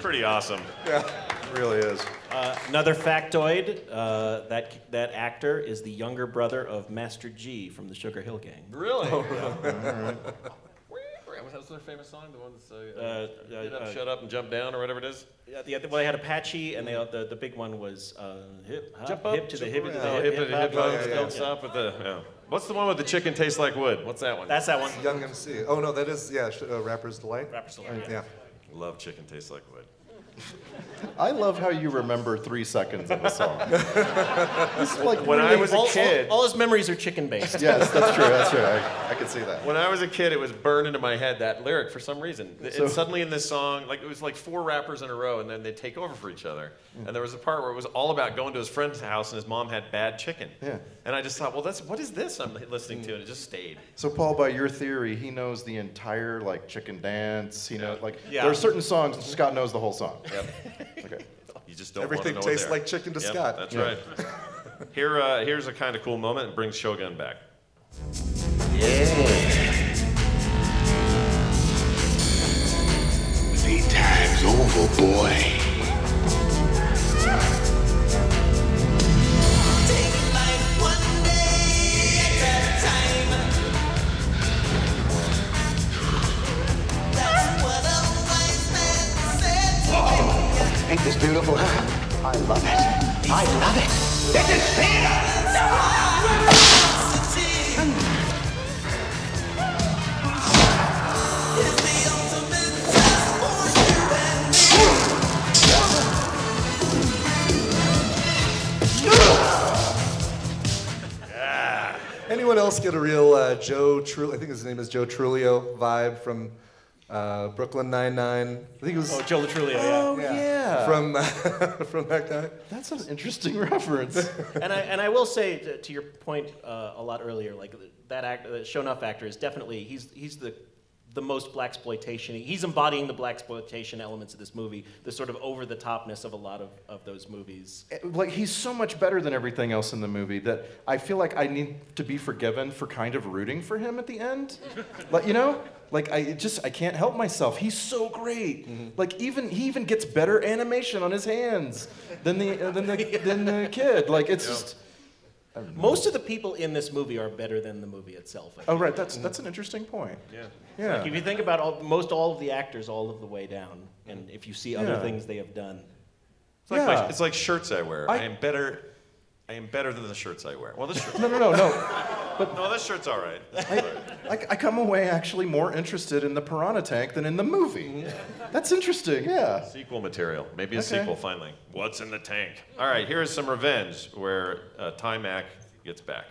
[SPEAKER 1] Pretty awesome.
[SPEAKER 5] Yeah, really is.
[SPEAKER 4] Uh, another factoid: uh, that that actor is the younger brother of Master G from the Sugar Hill Gang.
[SPEAKER 25] Really?
[SPEAKER 4] Oh,
[SPEAKER 25] Yeah. What was their famous song? The one that's uh,
[SPEAKER 4] Uh,
[SPEAKER 25] get
[SPEAKER 4] uh,
[SPEAKER 25] up,
[SPEAKER 4] uh,
[SPEAKER 25] shut up, and jump down, or whatever it is.
[SPEAKER 4] Yeah, the, well, they had Apache, and they, the the big one was uh, hip hop,
[SPEAKER 25] Jump up,
[SPEAKER 4] hip to the
[SPEAKER 25] jump
[SPEAKER 4] hip, to the
[SPEAKER 1] Oh,
[SPEAKER 4] hip,
[SPEAKER 1] hip, hip,
[SPEAKER 4] hop,
[SPEAKER 1] hip,
[SPEAKER 4] hop,
[SPEAKER 1] hop,
[SPEAKER 4] yeah.
[SPEAKER 1] don't stop with the. yeah. What's the one with the chicken tastes like wood? What's that one?
[SPEAKER 4] That's that one.
[SPEAKER 7] Young MC. Oh no, that is yeah. sh- Uh, Rapper's delight. Rapper's
[SPEAKER 4] delight.
[SPEAKER 7] Yeah.
[SPEAKER 1] Love chicken tastes like wood.
[SPEAKER 5] I love how you remember three seconds of a song. this is like
[SPEAKER 1] When I
[SPEAKER 5] really-
[SPEAKER 1] was a
[SPEAKER 5] all- all-
[SPEAKER 1] kid-
[SPEAKER 4] All his memories are chicken based.
[SPEAKER 5] yes, that's true. That's true. I, I can see that.
[SPEAKER 1] When I was a kid, it was burned into my head that lyric for some reason. It's
[SPEAKER 5] So-
[SPEAKER 1] suddenly in this song, like it was like four rappers in a row, and then they take over for each other. And there was a part where it was all about going to his friend's house, and his mom had bad chicken.
[SPEAKER 5] Yeah.
[SPEAKER 1] And I just thought, well, that's what is this I'm listening to? And it just stayed.
[SPEAKER 5] So Paul, by your theory, he knows the entire like chicken dance. He knows like
[SPEAKER 1] Yeah.
[SPEAKER 5] there are certain songs Scott knows the whole song. Okay.
[SPEAKER 1] You just don't. wanna
[SPEAKER 7] Everything
[SPEAKER 1] know
[SPEAKER 7] tastes
[SPEAKER 1] there.
[SPEAKER 7] like chicken to
[SPEAKER 1] Yep,
[SPEAKER 7] Scott.
[SPEAKER 1] That's
[SPEAKER 7] Yeah.
[SPEAKER 1] right. Here, uh, here's a kind of cool moment. It brings Shogun back.
[SPEAKER 12] Time's over, boy.
[SPEAKER 13] Ain't this beautiful, huh? I love it. I love it. This is theater!
[SPEAKER 7] Anyone else get a real uh, Joe Trul? I think his name is Joe Trulio vibe from uh, Brooklyn Nine Nine. I think it was.
[SPEAKER 4] Oh, Joe Latrulio.
[SPEAKER 7] Oh,
[SPEAKER 4] yeah.
[SPEAKER 5] yeah.
[SPEAKER 7] From from that guy.
[SPEAKER 5] That's an interesting reference.
[SPEAKER 4] and I and I will say to, to your point uh, a lot earlier, like that act, the Shonuff actor is definitely he's he's the the most black exploitation. He's embodying the black exploitation elements of this movie, the sort of over the topness of a lot of, of those movies.
[SPEAKER 5] like he's so much better than everything else in the movie that I feel like I need to be forgiven for kind of rooting for him at the end. like you know, like I it just I can't help myself. He's so great.
[SPEAKER 1] Mm-hmm.
[SPEAKER 5] Like even he even gets better animation on his hands than the uh, than the than the kid. Like it's just
[SPEAKER 4] Most of the people in this movie are better than the movie itself. I
[SPEAKER 5] Oh
[SPEAKER 4] think.
[SPEAKER 5] right, that's that's an interesting point.
[SPEAKER 1] Yeah.
[SPEAKER 5] Yeah.
[SPEAKER 4] Like if you think about all, most all of the actors all of the way down, and if you see other
[SPEAKER 1] Yeah.
[SPEAKER 4] things they have done.
[SPEAKER 1] It's like,
[SPEAKER 5] Yeah.
[SPEAKER 1] my, it's like shirts I wear. I,
[SPEAKER 5] I-
[SPEAKER 1] am better. I am better than the shirts I wear. Well, this shirt.
[SPEAKER 5] No, no, no, no.
[SPEAKER 1] no, this shirt's all right.
[SPEAKER 5] I, I come away actually more interested in the piranha tank than in the movie.
[SPEAKER 1] Mm-hmm.
[SPEAKER 5] That's interesting. Yeah.
[SPEAKER 1] Sequel material. Maybe a
[SPEAKER 5] uh, Okay.
[SPEAKER 1] sequel finally. What's in the tank? All right, here is some revenge where uh, Ty Mac gets back.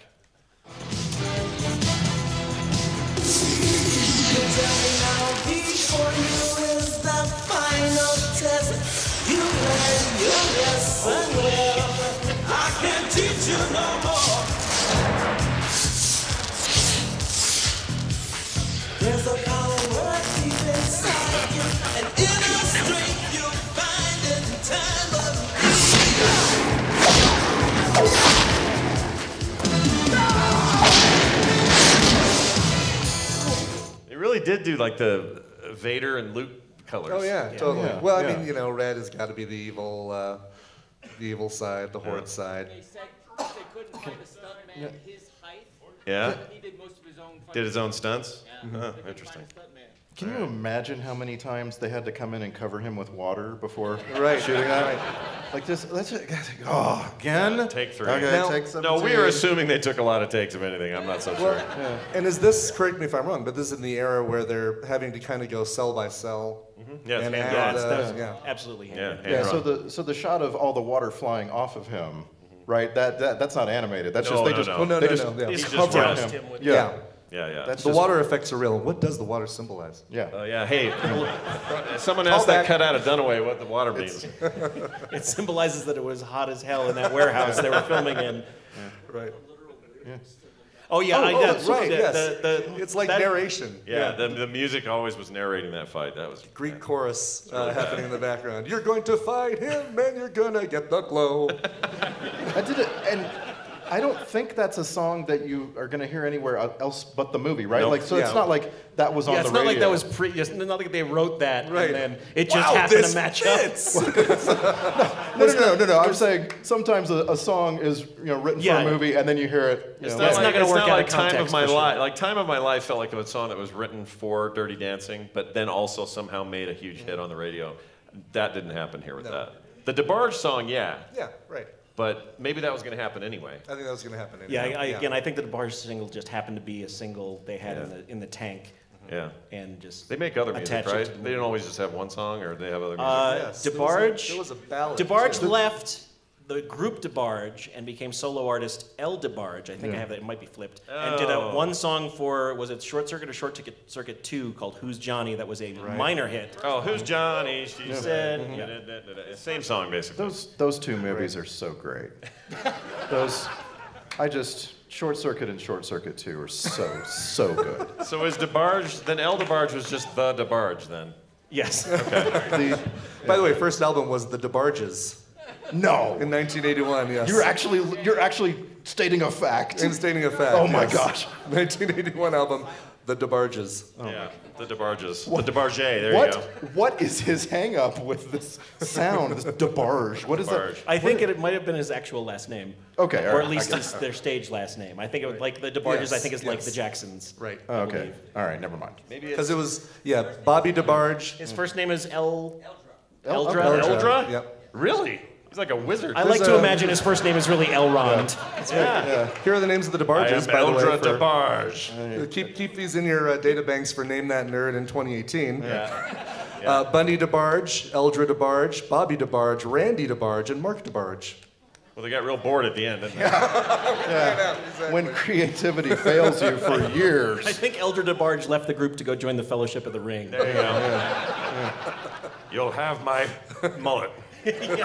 [SPEAKER 1] It really did do like the uh, Vader and Luke colors.
[SPEAKER 7] Oh yeah, totally. well, I mean,
[SPEAKER 1] Yeah.
[SPEAKER 7] you know, red has got to be the evil, uh, the evil side, the horde side.
[SPEAKER 11] They said they couldn't find a stuntman
[SPEAKER 5] Yeah.
[SPEAKER 11] his height.
[SPEAKER 1] Yeah.
[SPEAKER 11] He did most of his own. fucking
[SPEAKER 1] Did his own stunts?
[SPEAKER 11] Yeah.
[SPEAKER 1] Huh,
[SPEAKER 11] They couldn't find a
[SPEAKER 1] interesting.
[SPEAKER 11] stuntman.
[SPEAKER 5] Can you imagine how many times they had to come in and cover him with water before
[SPEAKER 7] Right,
[SPEAKER 5] shooting that?
[SPEAKER 7] right.
[SPEAKER 5] Like just let's oh again.
[SPEAKER 1] Yeah, take three.
[SPEAKER 5] Okay,
[SPEAKER 7] Now-
[SPEAKER 5] take
[SPEAKER 1] No, we
[SPEAKER 5] 17.
[SPEAKER 1] are assuming they took a lot of takes, if anything. I'm not so
[SPEAKER 7] Well,
[SPEAKER 1] sure.
[SPEAKER 7] and is this correct me if I'm wrong, but this is in the era where they're having to kind of go cell by cell.
[SPEAKER 1] Yeah, it's
[SPEAKER 7] and
[SPEAKER 1] hand
[SPEAKER 7] add,
[SPEAKER 1] drawn.
[SPEAKER 7] uh,
[SPEAKER 1] That's-
[SPEAKER 7] yeah.
[SPEAKER 4] Absolutely. hand
[SPEAKER 1] Yeah,
[SPEAKER 4] drawn.
[SPEAKER 5] Yeah.
[SPEAKER 1] hand
[SPEAKER 5] So
[SPEAKER 1] drawn.
[SPEAKER 5] the so the shot of all the water flying off of him, right? That, that that's not animated. That's
[SPEAKER 1] No,
[SPEAKER 5] just they
[SPEAKER 1] no,
[SPEAKER 5] just
[SPEAKER 1] no. Oh,
[SPEAKER 7] no,
[SPEAKER 5] they
[SPEAKER 7] no,
[SPEAKER 5] just
[SPEAKER 7] no, yeah.
[SPEAKER 5] they
[SPEAKER 7] He's
[SPEAKER 5] just
[SPEAKER 1] just
[SPEAKER 5] cover
[SPEAKER 1] dressed
[SPEAKER 5] him.
[SPEAKER 4] him with-
[SPEAKER 5] Yeah.
[SPEAKER 7] Yeah.
[SPEAKER 1] Yeah, yeah.
[SPEAKER 5] That's
[SPEAKER 7] the
[SPEAKER 5] just-
[SPEAKER 7] water effects are real. What does the water symbolize?
[SPEAKER 5] Yeah.
[SPEAKER 1] Oh yeah. Hey, someone asked that
[SPEAKER 7] Callback.
[SPEAKER 1] cut out of Dunaway what the water means.
[SPEAKER 4] It symbolizes that it was hot as hell in that warehouse they were filming in.
[SPEAKER 7] Right.
[SPEAKER 4] Oh yeah,
[SPEAKER 7] Oh,
[SPEAKER 4] I,
[SPEAKER 7] oh,
[SPEAKER 4] that's
[SPEAKER 7] right,
[SPEAKER 4] the-
[SPEAKER 7] yes.
[SPEAKER 4] the- the-
[SPEAKER 7] It's like
[SPEAKER 4] that-
[SPEAKER 7] narration.
[SPEAKER 1] Yeah, The, the music always was narrating that fight. That was
[SPEAKER 7] Greek chorus
[SPEAKER 1] really
[SPEAKER 7] uh,
[SPEAKER 1] bad.
[SPEAKER 7] happening in the background. You're going to fight him, man. You're gonna get the glow.
[SPEAKER 5] I did it, and I don't think that's a song that you are going to hear anywhere else but the movie, right?
[SPEAKER 10] Nope.
[SPEAKER 5] Like, so it's
[SPEAKER 10] Yeah.
[SPEAKER 5] not like that was on
[SPEAKER 10] yeah,
[SPEAKER 5] the
[SPEAKER 10] it's
[SPEAKER 5] radio.
[SPEAKER 10] not like that was pre. It's not like they wrote that and then it just
[SPEAKER 5] Wow,
[SPEAKER 10] happened
[SPEAKER 5] this
[SPEAKER 10] to match up.
[SPEAKER 5] No, no, no, no, no. I'm saying sometimes a, a song is you know written
[SPEAKER 1] Yeah.
[SPEAKER 5] for a movie, and then you hear it. you
[SPEAKER 1] It's
[SPEAKER 5] know,
[SPEAKER 1] not
[SPEAKER 5] later.
[SPEAKER 1] like, it's not like Time of My Life. Like Time of My Life felt like it was a song that was written for Dirty Dancing, but then also somehow made a huge
[SPEAKER 7] Mm-hmm.
[SPEAKER 1] hit on the radio. That didn't happen here with that. The DeBarge song, yeah,
[SPEAKER 7] yeah, right.
[SPEAKER 1] but maybe that was going to happen anyway.
[SPEAKER 7] I think that was gonna happen. Anyway.
[SPEAKER 4] Yeah, I, I, again, I think the DeBarge single just happened to be a single they had in
[SPEAKER 1] Yeah.
[SPEAKER 4] the in the tank.
[SPEAKER 1] Yeah.
[SPEAKER 4] and just
[SPEAKER 1] They make other music,
[SPEAKER 4] attach it
[SPEAKER 1] right?
[SPEAKER 4] to the
[SPEAKER 1] They didn't always just have one song, or they have other music.
[SPEAKER 4] Uh, DeBarge, DeBarge
[SPEAKER 1] too.
[SPEAKER 4] left the group DeBarge and became solo artist El DeBarge. I think I
[SPEAKER 1] Yeah.
[SPEAKER 4] have that. It might be flipped. And did a
[SPEAKER 1] Oh.
[SPEAKER 4] one song for was it Short Circuit or Short Ticket Circuit Two called Who's Johnny? That was a minor hit.
[SPEAKER 1] Oh, who's Johnny? She
[SPEAKER 4] Yeah.
[SPEAKER 1] said.
[SPEAKER 7] Mm-hmm.
[SPEAKER 4] Mhm.
[SPEAKER 1] da- da- da- da- da. Same song, basically.
[SPEAKER 5] Those those two movies are so great. those, I just Short Circuit and Short Circuit Two are so so good.
[SPEAKER 1] So is DeBarge, then El DeBarge was just the DeBarge then?
[SPEAKER 4] Yes.
[SPEAKER 1] Okay.
[SPEAKER 7] By the way, first album was the DeBarges.
[SPEAKER 5] No.
[SPEAKER 7] In 1981, yes.
[SPEAKER 5] You're actually you're actually stating a fact.
[SPEAKER 7] I'm stating a fact.
[SPEAKER 5] Oh my
[SPEAKER 7] yes.
[SPEAKER 5] gosh. Oh
[SPEAKER 7] 1981 album, the DeBarges.
[SPEAKER 1] yeah, the DeBarges. The DeBarge, there
[SPEAKER 5] what
[SPEAKER 1] you go.
[SPEAKER 5] what is his hang up with this sound? This debarge. What is that?
[SPEAKER 4] I think it, might have been his actual last name.
[SPEAKER 5] Okay, all
[SPEAKER 4] or
[SPEAKER 5] right,
[SPEAKER 4] at
[SPEAKER 5] I
[SPEAKER 4] least
[SPEAKER 5] got
[SPEAKER 4] his,
[SPEAKER 5] it.
[SPEAKER 4] their stage last name. I think it was like the DeBarges. I
[SPEAKER 7] Yes,
[SPEAKER 4] think is like
[SPEAKER 7] yes.
[SPEAKER 4] the Jacksons.
[SPEAKER 7] Right.
[SPEAKER 5] Oh, okay. All right. Never mind.
[SPEAKER 4] Maybe
[SPEAKER 7] Because it was, yeah, Bobby DeBarge.
[SPEAKER 4] His first name is El.
[SPEAKER 7] El-
[SPEAKER 4] Eldra.
[SPEAKER 7] Eldra.
[SPEAKER 4] Eldra.
[SPEAKER 7] Eldra? Yep.
[SPEAKER 1] Really? He's like a wizard.
[SPEAKER 4] I
[SPEAKER 7] There's
[SPEAKER 4] like to
[SPEAKER 7] a-
[SPEAKER 4] imagine his first name is really Elrond.
[SPEAKER 7] Yeah. Here are the names of the DeBarges,
[SPEAKER 1] I am
[SPEAKER 7] by the way.
[SPEAKER 1] Eldra
[SPEAKER 7] for-
[SPEAKER 1] DeBarge.
[SPEAKER 7] Uh, Keep, keep these in your uh, data banks for Name That Nerd in 2018.
[SPEAKER 1] Yeah.
[SPEAKER 7] Uh, Bunny DeBarge, Eldra DeBarge, Bobby DeBarge, Randy DeBarge, and Mark DeBarge.
[SPEAKER 1] Well, they got real bored at the end, didn't they?
[SPEAKER 5] When creativity fails you for years.
[SPEAKER 4] I think Elder DeBarge left the group to go join the Fellowship of the Ring.
[SPEAKER 1] There you go. You'll have my mullet. Uh,
[SPEAKER 4] you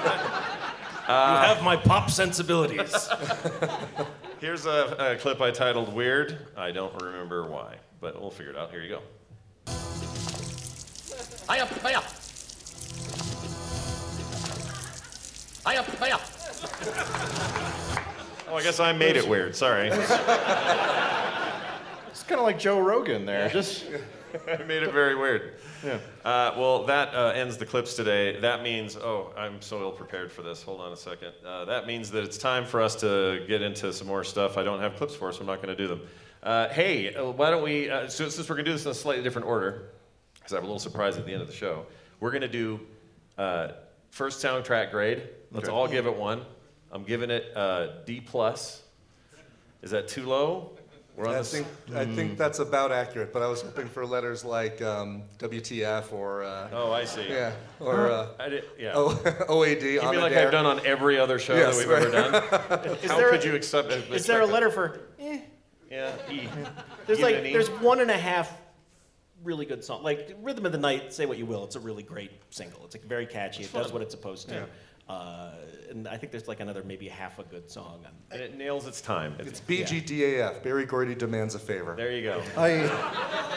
[SPEAKER 4] have my pop sensibilities.
[SPEAKER 1] Here's a, a clip I titled Weird. I don't remember why, but we'll figure it out. Here you go.
[SPEAKER 3] Hiya, hiya. Hiya, hiya.
[SPEAKER 1] Oh, I guess I made it weird. Sorry.
[SPEAKER 5] It's kind of like Joe Rogan there. Just
[SPEAKER 1] I made it very weird. Yeah. Uh, well, that uh, ends the clips today. That means, oh, I'm so ill prepared for this. Hold on a second. Uh, that means that it's time for us to get into some more stuff. I don't have clips for, so I'm not going to do them. Uh, hey, uh, why don't we, uh, so since we're going to do this in a slightly different order, because I have a little surprise at the end of the show, we're going to do uh, first soundtrack grade. Let's
[SPEAKER 5] Okay.
[SPEAKER 1] all give it one. I'm giving it uh, D. plus. Is that too low? We're on
[SPEAKER 7] I
[SPEAKER 1] this- Mm.
[SPEAKER 7] think, I
[SPEAKER 5] Hmm.
[SPEAKER 7] think that's about accurate, but I was hoping for letters like um, WTF or. Uh,
[SPEAKER 1] Oh, I see.
[SPEAKER 7] Yeah. Or. Uh,
[SPEAKER 1] I did, yeah.
[SPEAKER 7] O- OAD.
[SPEAKER 1] You
[SPEAKER 7] on
[SPEAKER 1] mean
[SPEAKER 7] the
[SPEAKER 1] like
[SPEAKER 7] dare.
[SPEAKER 1] I've done on every other show
[SPEAKER 7] Yes,
[SPEAKER 1] that we've
[SPEAKER 7] right.
[SPEAKER 1] ever done?
[SPEAKER 4] Is
[SPEAKER 1] How
[SPEAKER 4] there a-
[SPEAKER 1] could you accept?
[SPEAKER 4] Is there a
[SPEAKER 1] expect
[SPEAKER 4] letter for? Eh.
[SPEAKER 1] Yeah. E.
[SPEAKER 4] There's
[SPEAKER 1] Even
[SPEAKER 4] like
[SPEAKER 1] an E?
[SPEAKER 4] there's one and a half really good song. Like Rhythm of the Night, say what you will, it's a really great single. It's like very catchy.
[SPEAKER 1] It's
[SPEAKER 4] it does
[SPEAKER 1] fun.
[SPEAKER 4] what it's supposed to.
[SPEAKER 1] Yeah.
[SPEAKER 4] Uh, and I think there's like another maybe half a good song. On
[SPEAKER 1] that? And it nails its time. It's
[SPEAKER 7] BGDAF. Barry Gordy demands a favor.
[SPEAKER 1] There you go.
[SPEAKER 5] I.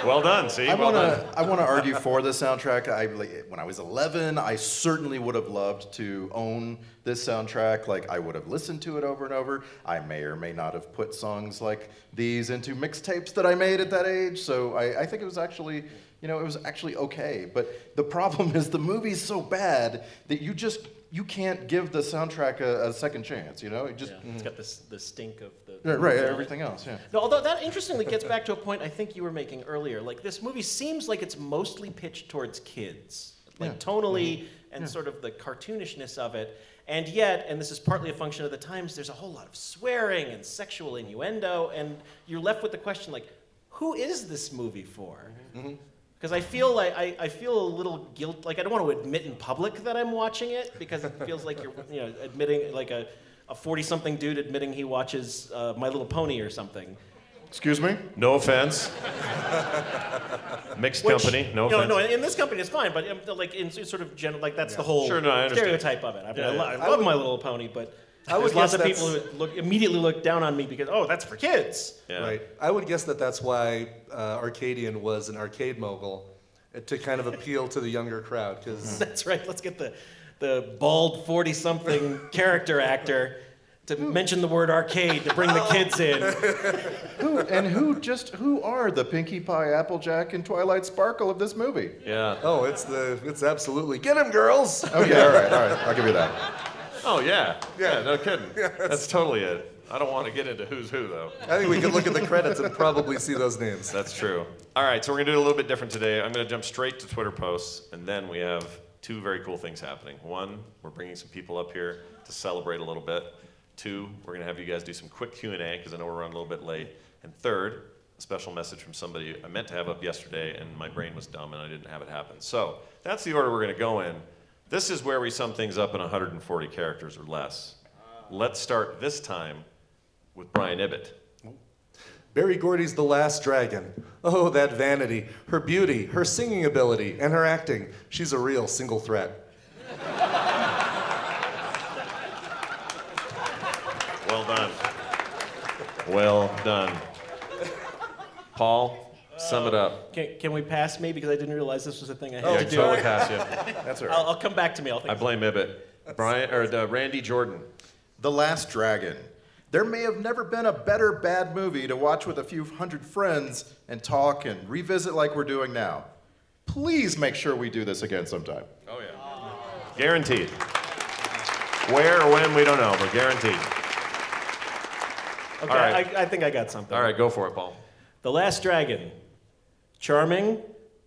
[SPEAKER 1] Well done. See.
[SPEAKER 5] I
[SPEAKER 1] well
[SPEAKER 5] want
[SPEAKER 1] done.
[SPEAKER 5] to. I want to argue for the soundtrack. I like, when I was 11, I certainly would have loved to own this soundtrack. Like I would have listened to it over and over. I may or may not have put songs like these into mixtapes that I made at that age. So I, I think it was actually, you know, it was actually okay. But the problem is the movie's so bad that you just you can't give the soundtrack a, a second chance. You know, it just
[SPEAKER 4] Yeah. It's got this the stink of the
[SPEAKER 5] Right, right, everything else, yeah.
[SPEAKER 4] No, although that interestingly gets back to a point I think you were making earlier. Like this movie seems like it's mostly pitched towards kids, like
[SPEAKER 10] Yeah.
[SPEAKER 4] tonally
[SPEAKER 10] Mhm.
[SPEAKER 4] and
[SPEAKER 10] Yeah.
[SPEAKER 4] sort of the cartoonishness of it. And yet, and this is partly a function of the times, there's a whole lot of swearing and sexual innuendo, and you're left with the question like, who is this movie for?
[SPEAKER 10] Mm-hmm.
[SPEAKER 4] Because I feel like I, I feel a little guilt. Like I don't want to admit in public that I'm watching it because it feels like you're you know admitting like a a forty something dude admitting he watches uh, My Little Pony or something.
[SPEAKER 5] Excuse me.
[SPEAKER 1] No offense. Mixed
[SPEAKER 4] Which-
[SPEAKER 1] company. No
[SPEAKER 4] you know,
[SPEAKER 1] offense.
[SPEAKER 4] no, in this company it's fine, but um, like in sort of general, like that's the whole
[SPEAKER 1] Sure, no, I understand.
[SPEAKER 4] stereotype of it. I mean,
[SPEAKER 1] Yeah,
[SPEAKER 4] I, lo-
[SPEAKER 1] yeah.
[SPEAKER 4] I
[SPEAKER 1] I
[SPEAKER 4] love
[SPEAKER 1] would-
[SPEAKER 4] My Little Pony, but
[SPEAKER 7] I would
[SPEAKER 4] There's lots
[SPEAKER 7] guess
[SPEAKER 4] of people
[SPEAKER 7] that's-
[SPEAKER 4] who look, immediately look down on me because, oh, that's for kids.
[SPEAKER 7] Right. I would guess that that's why uh, Arcadian was an arcade mogul uh, to kind of appeal to the younger crowd because
[SPEAKER 4] That's right. Let's get the, the bald 40 something character actor to mention the word arcade to bring the kids in.
[SPEAKER 5] who, and who just who are the Pinkie Pie, Applejack, and Twilight Sparkle of this movie?
[SPEAKER 1] Yeah.
[SPEAKER 7] Oh, it's the it's absolutely get him, girls.
[SPEAKER 5] Okay, all right, all right. I'll give you that.
[SPEAKER 1] Oh yeah. Yeah. no kidding.
[SPEAKER 7] Yeah,
[SPEAKER 1] that's, totally it. I don't want to get into who's who though.
[SPEAKER 7] I think we could look at the credits and probably see those names.
[SPEAKER 1] That's true. All right, so we're gonna do it a little bit different today. I'm gonna jump straight to Twitter posts, and then we have two very cool things happening. One, we're bringing some people up here to celebrate a little bit. Two, we're gonna have you guys do some quick Q and A because I know we're running a little bit late. And third, a special message from somebody I meant to have up yesterday, and my brain was dumb and I didn't have it happen. So that's the order we're gonna go in. This is where we sum things up in 140 characters or less. Let's start this time with Brian Ibbett.
[SPEAKER 7] Barry Gordy's The Last Dragon. Oh, that vanity, her beauty, her singing ability, and her acting. She's a real single threat.
[SPEAKER 1] Well done. Well done. Paul, sum it up.
[SPEAKER 4] Can, can we pass me? Because I didn't realize this was a thing I had
[SPEAKER 1] Oh,
[SPEAKER 4] to
[SPEAKER 1] yeah,
[SPEAKER 4] do.
[SPEAKER 1] totally pass you. That's all right.
[SPEAKER 4] I'll, I'll come back to me. I'll think
[SPEAKER 1] I blame Ibbett. Brian or uh, Randy Jordan.
[SPEAKER 5] The Last Dragon. There may have never been a better bad movie to watch with a few hundred friends and talk and revisit like we're doing now. Please make sure we do this again sometime.
[SPEAKER 1] Oh yeah. Guaranteed. Where or when we don't know, but guaranteed.
[SPEAKER 4] Okay,
[SPEAKER 1] All right.
[SPEAKER 4] I, I think I got something.
[SPEAKER 1] All right, go for it, Paul.
[SPEAKER 4] The Last Dragon. Charming,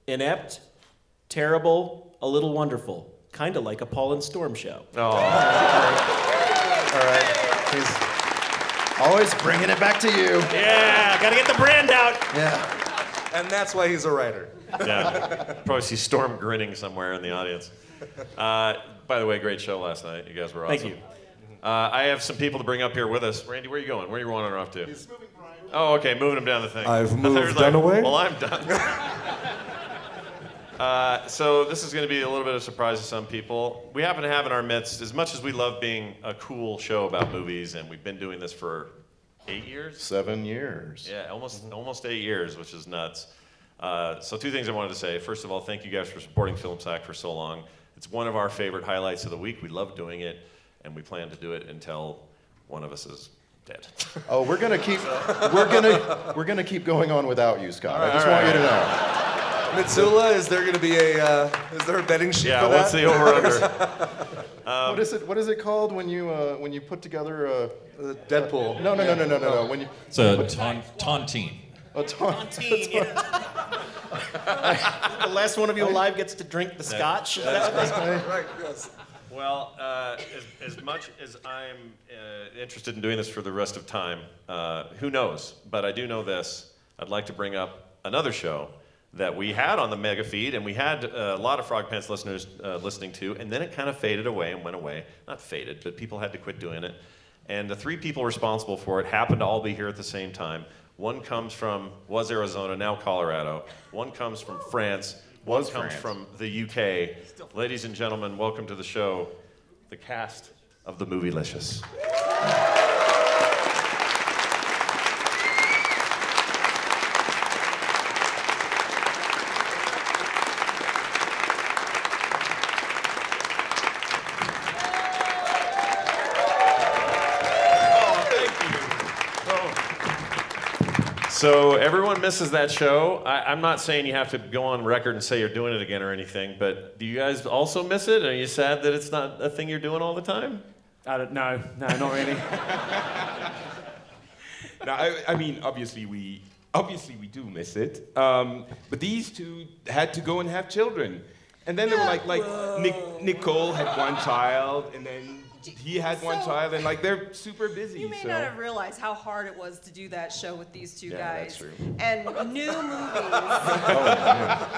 [SPEAKER 4] inept, terrible, a little wonderful. Kind of like a Paul and Storm show.
[SPEAKER 5] All right. He's always bringing it back to you.
[SPEAKER 4] Yeah, gotta get the brand out.
[SPEAKER 5] Yeah.
[SPEAKER 7] And that's why he's a writer.
[SPEAKER 1] Yeah. Probably see Storm grinning somewhere in the audience. Uh, by the way, great show last night. You guys were awesome.
[SPEAKER 4] Thank you.
[SPEAKER 1] Uh, I have some people to bring up here with us. Randy, where are you going? Where are you wandering off to? He's moving Brian. Oh, okay, moving him down the thing.
[SPEAKER 7] I've
[SPEAKER 1] I thought he
[SPEAKER 7] moved
[SPEAKER 1] was
[SPEAKER 7] Dunaway.
[SPEAKER 1] Well, I'm done. Uh, so this is going to be a little bit of a surprise to some people. We happen to have in our midst, as much as we love being a cool show about movies, and we've been doing this for eight years.
[SPEAKER 5] Seven years. Mm-hmm.
[SPEAKER 1] Yeah, almost almost eight years, which is nuts. Uh, so two things I wanted to say. First of all, thank you guys for supporting Film Sack for so long. It's one of our favorite highlights of the week. We love doing it, and we plan to do it until one of us is dead.
[SPEAKER 5] Oh, we're gonna keep we're gonna we're gonna keep going on without you, Scott. I just want you to know.
[SPEAKER 7] Mitsula, is there going to be a uh, is there a betting sheet
[SPEAKER 1] Yeah,
[SPEAKER 7] for
[SPEAKER 1] what's
[SPEAKER 7] that?
[SPEAKER 1] the over/under?
[SPEAKER 7] um,
[SPEAKER 5] what is it? What is it called when you uh, when you put together a
[SPEAKER 7] Uh, Deadpool?
[SPEAKER 5] No, no, no, no, no, no, no. When you
[SPEAKER 23] It's a taun- taunting.
[SPEAKER 5] a taunt.
[SPEAKER 4] the last one of you alive gets to drink the scotch. Is that what they-
[SPEAKER 7] right, yes.
[SPEAKER 1] Well, uh, as, as much as I'm uh, interested in doing this for the rest of time, uh, who knows? But I do know this. I'd like to bring up another show that we had on the mega feed, and we had uh, a lot of Frog Pants listeners uh, listening to, and then it kind of faded away and went away. Not faded, but people had to quit doing it. And the three people responsible for it happened to all be here at the same time. One comes from was Arizona, now Colorado. One comes from France. One
[SPEAKER 22] Was
[SPEAKER 1] comes
[SPEAKER 22] France.
[SPEAKER 1] from the UK. Ladies and gentlemen, welcome to the show, the cast of the movie Licious. So everyone misses that show. I, I'm not saying you have to go on record and say you're doing it again or anything, but do you guys also miss it? Are you sad that it's not a thing you're doing all the time?
[SPEAKER 26] I don't know. Uh, No, not really.
[SPEAKER 15] no, I, I mean, obviously we obviously we do miss it. Um, but these two had to go and have children, and then they were like, like Nic- Nicole had one child, and then he had one
[SPEAKER 27] So-
[SPEAKER 15] child, and like they're super busy.
[SPEAKER 27] You may
[SPEAKER 15] so.
[SPEAKER 27] not have realized how hard it was to do that show with these two
[SPEAKER 15] Yeah, that's
[SPEAKER 27] guys.
[SPEAKER 15] true.
[SPEAKER 27] And new movies.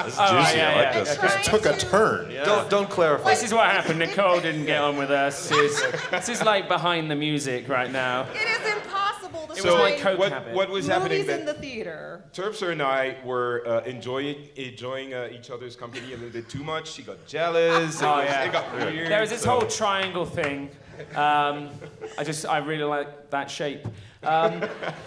[SPEAKER 15] This
[SPEAKER 1] is
[SPEAKER 15] Oh, juicy.
[SPEAKER 1] I like this.
[SPEAKER 15] Just
[SPEAKER 26] took a turn.
[SPEAKER 7] Don't, don't clarify.
[SPEAKER 26] This is what happened. Nicole didn't get on with us. She's, she's like behind the music right now.
[SPEAKER 27] It is impossible to
[SPEAKER 26] It was
[SPEAKER 27] find
[SPEAKER 26] my coke
[SPEAKER 15] what,
[SPEAKER 26] habit.
[SPEAKER 15] what was
[SPEAKER 27] movies
[SPEAKER 15] happening
[SPEAKER 27] in
[SPEAKER 15] then?
[SPEAKER 27] the theater.
[SPEAKER 15] Terpster and I were uh, enjoying enjoying uh, each other's company a little bit too much. She got jealous. It,
[SPEAKER 26] Oh,
[SPEAKER 15] was-
[SPEAKER 26] yeah.
[SPEAKER 15] it got weird.
[SPEAKER 26] There was this
[SPEAKER 15] so-
[SPEAKER 26] whole triangle thing Um, I just, I really like that shape. Um,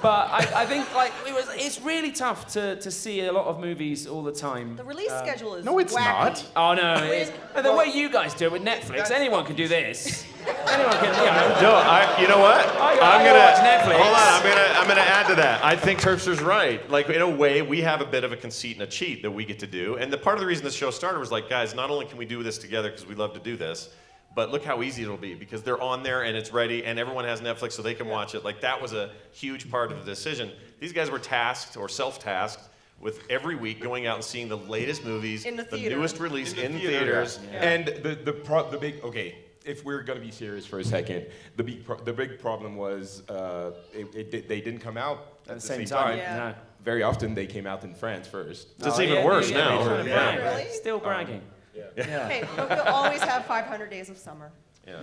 [SPEAKER 26] but I, I think like it was, it's really tough to, to see a lot of movies all the time.
[SPEAKER 27] The release
[SPEAKER 15] Uh,
[SPEAKER 26] Um,
[SPEAKER 27] schedule is
[SPEAKER 26] No, it's
[SPEAKER 27] wacky.
[SPEAKER 26] not. Oh no, it is.
[SPEAKER 27] When-
[SPEAKER 26] No, the way you guys do it with Netflix, anyone can do this. anyone can, you
[SPEAKER 1] No,
[SPEAKER 26] know.
[SPEAKER 1] I, you know what?
[SPEAKER 26] I- I watch Netflix.
[SPEAKER 1] Hold on, I'm gonna, I'm gonna add to that. I think Terpster's right. Like in a way, we have a bit of a conceit and a cheat that we get to do. And the part of the reason this show started was like, guys, not only can we do this together because we love to do this, but look how easy it'll be because they're on there and it's ready, and everyone has Netflix so they can watch it. Like that was a huge part of the decision. These guys were tasked or self-tasked. With every week going out and seeing the latest movies,
[SPEAKER 27] In the theater.
[SPEAKER 1] newest release in,
[SPEAKER 15] theaters.
[SPEAKER 1] theaters,
[SPEAKER 15] And the the pro- the big okay. If we're gonna be serious for a second, the big pro- the big problem was uh, it, it, di- they didn't come out at, the same, time.
[SPEAKER 27] Yeah. No.
[SPEAKER 15] Very often they came out in France first.
[SPEAKER 1] That's Oh, even yeah, worse yeah, yeah, now.
[SPEAKER 26] yeah. Yeah. Really? Still
[SPEAKER 15] Um,
[SPEAKER 26] bragging.
[SPEAKER 15] yeah.
[SPEAKER 27] Okay, but we'll always have 500 days of summer.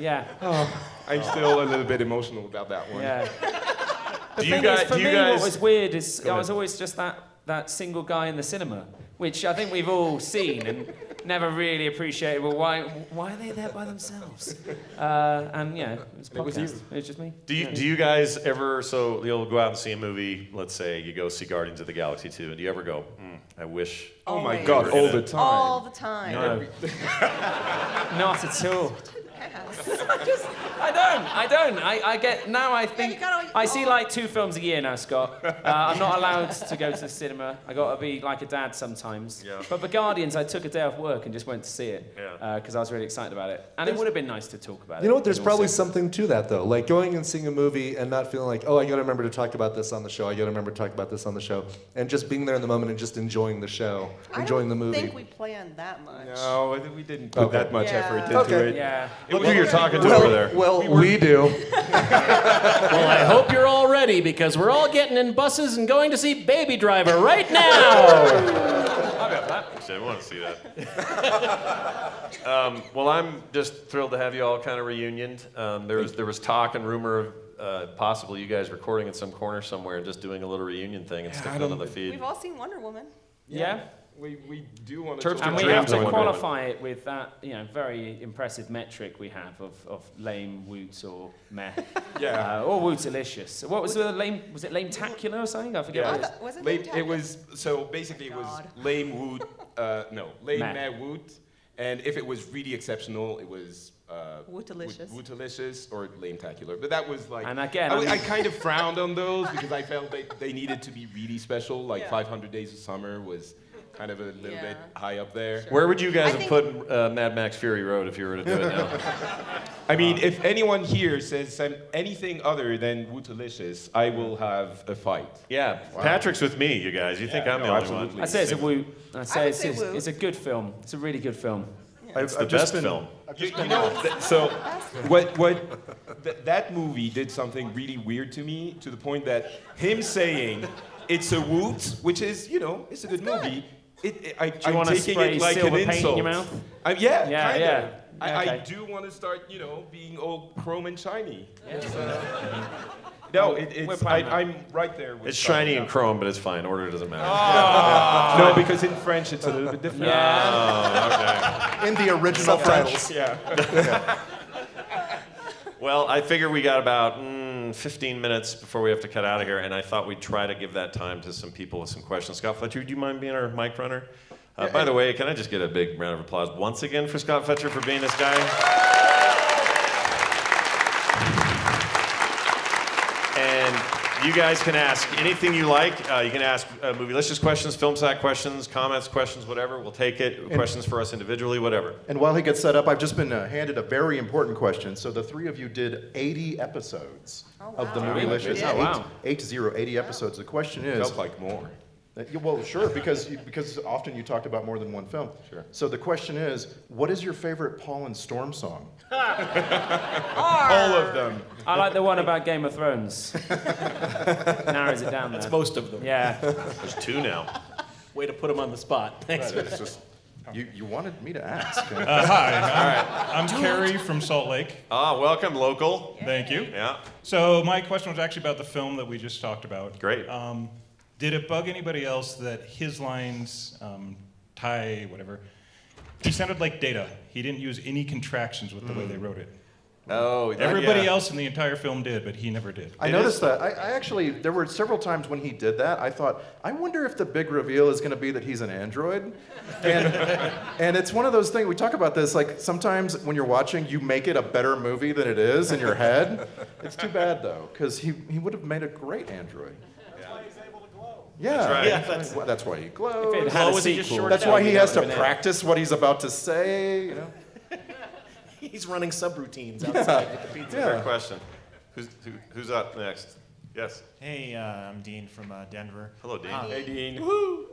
[SPEAKER 26] Yeah.
[SPEAKER 15] I'm still a little bit emotional about that one.
[SPEAKER 26] Yeah. The
[SPEAKER 15] Do you
[SPEAKER 26] thing
[SPEAKER 15] guys-
[SPEAKER 26] is, for
[SPEAKER 15] do you
[SPEAKER 26] me,
[SPEAKER 15] guys-
[SPEAKER 26] what was weird is
[SPEAKER 15] Go
[SPEAKER 26] I was
[SPEAKER 15] ahead.
[SPEAKER 26] always just that, that single guy in the cinema, which I think we've all seen and never really appreciated. Well, why, why are they there by themselves? Uh, and yeah, it was,
[SPEAKER 1] It was
[SPEAKER 26] podcast.
[SPEAKER 1] you.
[SPEAKER 26] It was just me.
[SPEAKER 1] Do you,
[SPEAKER 26] Yeah.
[SPEAKER 1] do you guys ever, so you'll go out and see a movie, let's say you go see Guardians of the Galaxy 2, and do you ever go, mm, I wish.
[SPEAKER 27] Oh my Always.
[SPEAKER 15] God, all
[SPEAKER 1] Yeah.
[SPEAKER 15] the time.
[SPEAKER 27] All the time.
[SPEAKER 1] No.
[SPEAKER 26] Not at all.
[SPEAKER 27] Yes.
[SPEAKER 26] I just, I don't, I don't. I, I get, now I think,
[SPEAKER 27] gotta-
[SPEAKER 26] I see like two films a year now, Scott. Uh, I'm not allowed to go to the cinema. I gotta be like a dad sometimes. But for Guardians, I took a day off work and just went to see it. Because I was really excited about it. And it would have been nice to talk about it.
[SPEAKER 7] You know what? There's
[SPEAKER 26] in all
[SPEAKER 7] probably
[SPEAKER 26] seriousness.
[SPEAKER 7] something to that though. Like going and seeing a movie and not feeling like, oh, I got to remember to talk about this on the show. I got to remember to talk about this on the show, and just being there in the moment and just enjoying the show, enjoying the
[SPEAKER 27] I
[SPEAKER 7] movie.
[SPEAKER 27] don't think we planned that much.
[SPEAKER 15] No, I think we didn't put
[SPEAKER 7] Okay.
[SPEAKER 15] that much
[SPEAKER 27] Yeah.
[SPEAKER 15] effort into
[SPEAKER 7] Okay.
[SPEAKER 15] it.
[SPEAKER 7] Yeah.
[SPEAKER 15] It
[SPEAKER 7] Look
[SPEAKER 15] was-
[SPEAKER 7] who you're talking to
[SPEAKER 15] Well-
[SPEAKER 7] over there. well, we do.
[SPEAKER 10] Well, I hope you're all ready because we're all getting in buses and going to see Baby Driver right now.
[SPEAKER 1] Actually, I want to see that. um, well, I'm just thrilled to have you all kind of reunioned. Um, there, was, there was talk and rumor of uh, possibly you guys recording in some corner somewhere and just doing a little reunion thing and sticking it on the feed.
[SPEAKER 27] We've all seen Wonder Woman.
[SPEAKER 26] Yeah.
[SPEAKER 15] We, we do want
[SPEAKER 1] Terps
[SPEAKER 15] to.
[SPEAKER 1] do
[SPEAKER 26] And we
[SPEAKER 1] Dreams
[SPEAKER 26] have
[SPEAKER 1] are
[SPEAKER 26] to
[SPEAKER 1] one
[SPEAKER 26] qualify it with that, you know, very impressive metric we have of, of lame woots or meh.
[SPEAKER 15] Yeah.
[SPEAKER 26] Uh, or wootalicious. What was the lame? Was it lame tacular or something? I forget.
[SPEAKER 15] Yeah.
[SPEAKER 26] What it is.
[SPEAKER 27] was it
[SPEAKER 15] lame,
[SPEAKER 27] lame
[SPEAKER 15] it was so basically it was lame woot. Uh, no, lame
[SPEAKER 26] Meh.
[SPEAKER 15] meh woot. And if it was really exceptional, it was uh,
[SPEAKER 27] Wootalicious.
[SPEAKER 15] woot- wootalicious or lame tacular. But that was like.
[SPEAKER 26] And again,
[SPEAKER 15] I,
[SPEAKER 26] I
[SPEAKER 15] was-
[SPEAKER 26] mean-
[SPEAKER 15] I kind of frowned on those because I felt they, they needed to be really special. Like
[SPEAKER 27] Yeah.
[SPEAKER 15] 500 Days of Summer was kind of a little bit
[SPEAKER 27] Yeah.
[SPEAKER 15] high up there.
[SPEAKER 1] Where would you guys
[SPEAKER 27] I
[SPEAKER 1] have put uh, Mad Max Fury Road if you were to do it now?
[SPEAKER 15] I mean, if anyone here says some- anything other than wootalicious, I will have a fight.
[SPEAKER 1] yeah, Patrick's with me, you guys. You think
[SPEAKER 15] Yeah,
[SPEAKER 1] I'm
[SPEAKER 15] no,
[SPEAKER 1] the only
[SPEAKER 15] absolutely.
[SPEAKER 1] one?
[SPEAKER 26] I say it's a woot. I say,
[SPEAKER 27] would
[SPEAKER 26] it's,
[SPEAKER 27] say
[SPEAKER 26] it's,
[SPEAKER 27] woot.
[SPEAKER 26] it's a good film. It's a really good film.
[SPEAKER 1] It's the best film.
[SPEAKER 15] You, you know, th- so what? What? Th- that movie did something really weird to me, to the point that him saying it's a woot, which is you know, it's a good movie. It, it- I,
[SPEAKER 26] you
[SPEAKER 15] I'm
[SPEAKER 26] wanna
[SPEAKER 15] taking
[SPEAKER 26] spray
[SPEAKER 15] it like an
[SPEAKER 26] silver paint in
[SPEAKER 15] insult.
[SPEAKER 26] your mouth?
[SPEAKER 15] I, yeah,
[SPEAKER 26] Yeah,
[SPEAKER 15] kinda.
[SPEAKER 26] yeah.
[SPEAKER 15] I, I
[SPEAKER 26] Okay.
[SPEAKER 15] do want to start, you know, being all chrome and shiny. It's, uh, no,
[SPEAKER 20] Um,
[SPEAKER 15] it, it's, I, I'm right there. With
[SPEAKER 1] It's shiny
[SPEAKER 15] Scott.
[SPEAKER 1] and chrome, but it's fine. Order doesn't matter.
[SPEAKER 15] No, because in French it's a little bit different.
[SPEAKER 1] Oh,
[SPEAKER 5] In the original French.
[SPEAKER 1] okay. Well, I figure we got about mm, 15 minutes before we have to cut out of here, and I thought we'd try to give that time to some people with some questions. Scott Fletcher, do you mind being our mic runner? Uh, by the way, can I just get a big round of applause once again for Scott Fletcher for being this guy? And you guys can ask anything you like. Uh, you can ask uh, Movielicious questions, film sack questions, comments, questions, whatever. We'll take it. questions for us individually, whatever.
[SPEAKER 5] And while he gets set up, I've just been uh, handed a very important question. So the three of you did 80 episodes of the
[SPEAKER 15] wow.
[SPEAKER 5] movie Licious.
[SPEAKER 15] Yeah. Oh, wow.
[SPEAKER 5] Eight, eight zero, 80 episodes. The question is.
[SPEAKER 15] Felt like more.
[SPEAKER 5] Uh, yeah, Well, sure, because you- because often you talked about more than one film. Sure. So the question is, what is your favorite Paul and Storm song?
[SPEAKER 15] All of them.
[SPEAKER 26] I like the one about Game of Thrones. Narrows it down.
[SPEAKER 10] That's
[SPEAKER 26] there.
[SPEAKER 10] most of them.
[SPEAKER 26] Yeah.
[SPEAKER 1] There's two now.
[SPEAKER 10] Way to put him on the spot. Thanks.
[SPEAKER 5] Right, it's just- you, you wanted me to ask.
[SPEAKER 22] Uh, Hi, I'm, I'm Kerry from Salt Lake.
[SPEAKER 1] Ah, welcome, local.
[SPEAKER 22] Thank you.
[SPEAKER 1] Yeah.
[SPEAKER 22] So my question was actually about the film that we just talked about.
[SPEAKER 1] Great.
[SPEAKER 22] Um, did it bug anybody else that his lines, um, Ty, whatever, he sounded like Data. He didn't use any contractions with the way they wrote it.
[SPEAKER 1] Oh, that-
[SPEAKER 23] Everybody
[SPEAKER 1] yeah.
[SPEAKER 23] else in the entire film did, but he never did.
[SPEAKER 5] I noticed that. I, I actually, there were several times when he did that. I thought, I wonder if the big reveal is going to be that he's an android. And, and it's one of those things, we talk about this, like sometimes when you're watching, you make it a better movie than it is in your head. It's too bad, though, because he, he would have made a great android. Yeah.
[SPEAKER 1] That's right. Yeah,
[SPEAKER 5] that's, why, that's why he glows.
[SPEAKER 1] If it had a Glow was he just sequel. shorted
[SPEAKER 5] That's why
[SPEAKER 1] out,
[SPEAKER 5] he
[SPEAKER 1] you
[SPEAKER 5] has
[SPEAKER 1] know,
[SPEAKER 5] to
[SPEAKER 1] Renee.
[SPEAKER 5] practice what he's about to say. You know?
[SPEAKER 10] He's running subroutines
[SPEAKER 5] Yeah.
[SPEAKER 10] outside with the
[SPEAKER 1] It's
[SPEAKER 10] pizza.
[SPEAKER 1] a fair question. Who's, who, who's up next? Yes.
[SPEAKER 16] Hey, uh, I'm Dean from uh, Denver.
[SPEAKER 1] Hello, Dean.
[SPEAKER 16] Um,
[SPEAKER 1] Hey, Dean.
[SPEAKER 16] Woo!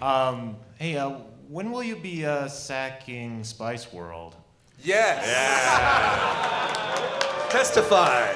[SPEAKER 16] Um, hey, uh, when will you be uh, sacking Spice World?
[SPEAKER 7] Yes.
[SPEAKER 1] Testify.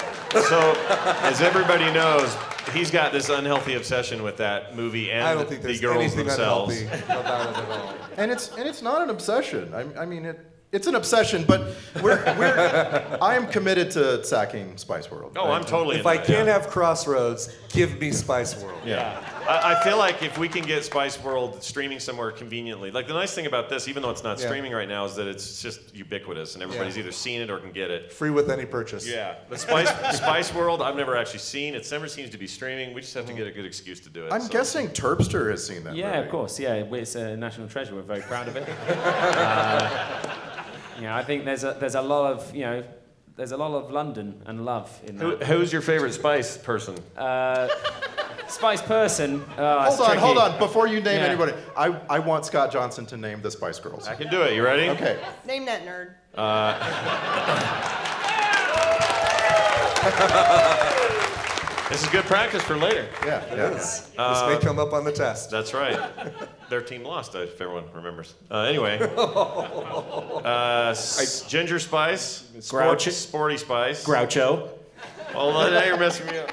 [SPEAKER 1] So, as everybody knows, he's got this unhealthy obsession with that movie and
[SPEAKER 7] I don't
[SPEAKER 1] the,
[SPEAKER 7] think
[SPEAKER 1] the
[SPEAKER 7] there's
[SPEAKER 1] girls
[SPEAKER 7] anything
[SPEAKER 1] themselves.
[SPEAKER 7] unhealthy about it at all.
[SPEAKER 5] And it's and it's not an obsession. I, I mean it. It's an obsession, but we're, we're, I am committed to sacking Spice World.
[SPEAKER 7] Oh, If I can't have Crossroads, give me Spice World.
[SPEAKER 1] Yeah. I, I feel like if we can get Spice World streaming somewhere conveniently, like the nice thing about this, even though it's not
[SPEAKER 7] Yeah.
[SPEAKER 1] streaming right now, is that it's just ubiquitous and everybody's
[SPEAKER 7] Yeah.
[SPEAKER 1] either seen it or can get it.
[SPEAKER 7] Free with any purchase.
[SPEAKER 1] Yeah, but Spice Spice World, I've never actually seen. It never seems to be streaming. We just have to
[SPEAKER 7] Mm-hmm.
[SPEAKER 1] get a good excuse to do it.
[SPEAKER 5] I'm
[SPEAKER 1] so.
[SPEAKER 5] guessing Terpster has seen that.
[SPEAKER 26] yeah,
[SPEAKER 5] movie.
[SPEAKER 26] of course. Yeah, We- it's a national treasure. We're very proud of it. uh, you know, I think there's a there's a lot of you know there's a lot of London and love in that.
[SPEAKER 1] Who, who's your favorite Spice person?
[SPEAKER 26] uh, spice person? Oh, it's
[SPEAKER 5] Hold on, hold
[SPEAKER 26] tricky.
[SPEAKER 5] on. Before you name
[SPEAKER 26] Yeah.
[SPEAKER 5] anybody, I, I want Scott Johnson to name the Spice Girls. I
[SPEAKER 1] can do it. You ready?
[SPEAKER 5] Okay.
[SPEAKER 27] Name that nerd.
[SPEAKER 1] this is good practice for later. Uh,
[SPEAKER 5] Yeah,
[SPEAKER 7] It yeah. is. This may come up on the test.
[SPEAKER 1] That's right. Their team lost, if everyone remembers. Uh, anyway, uh, s- Ginger Spice, sport,
[SPEAKER 10] Grouch-
[SPEAKER 1] Sporty Spice,
[SPEAKER 10] Groucho.
[SPEAKER 1] Oh, now you're messing me up.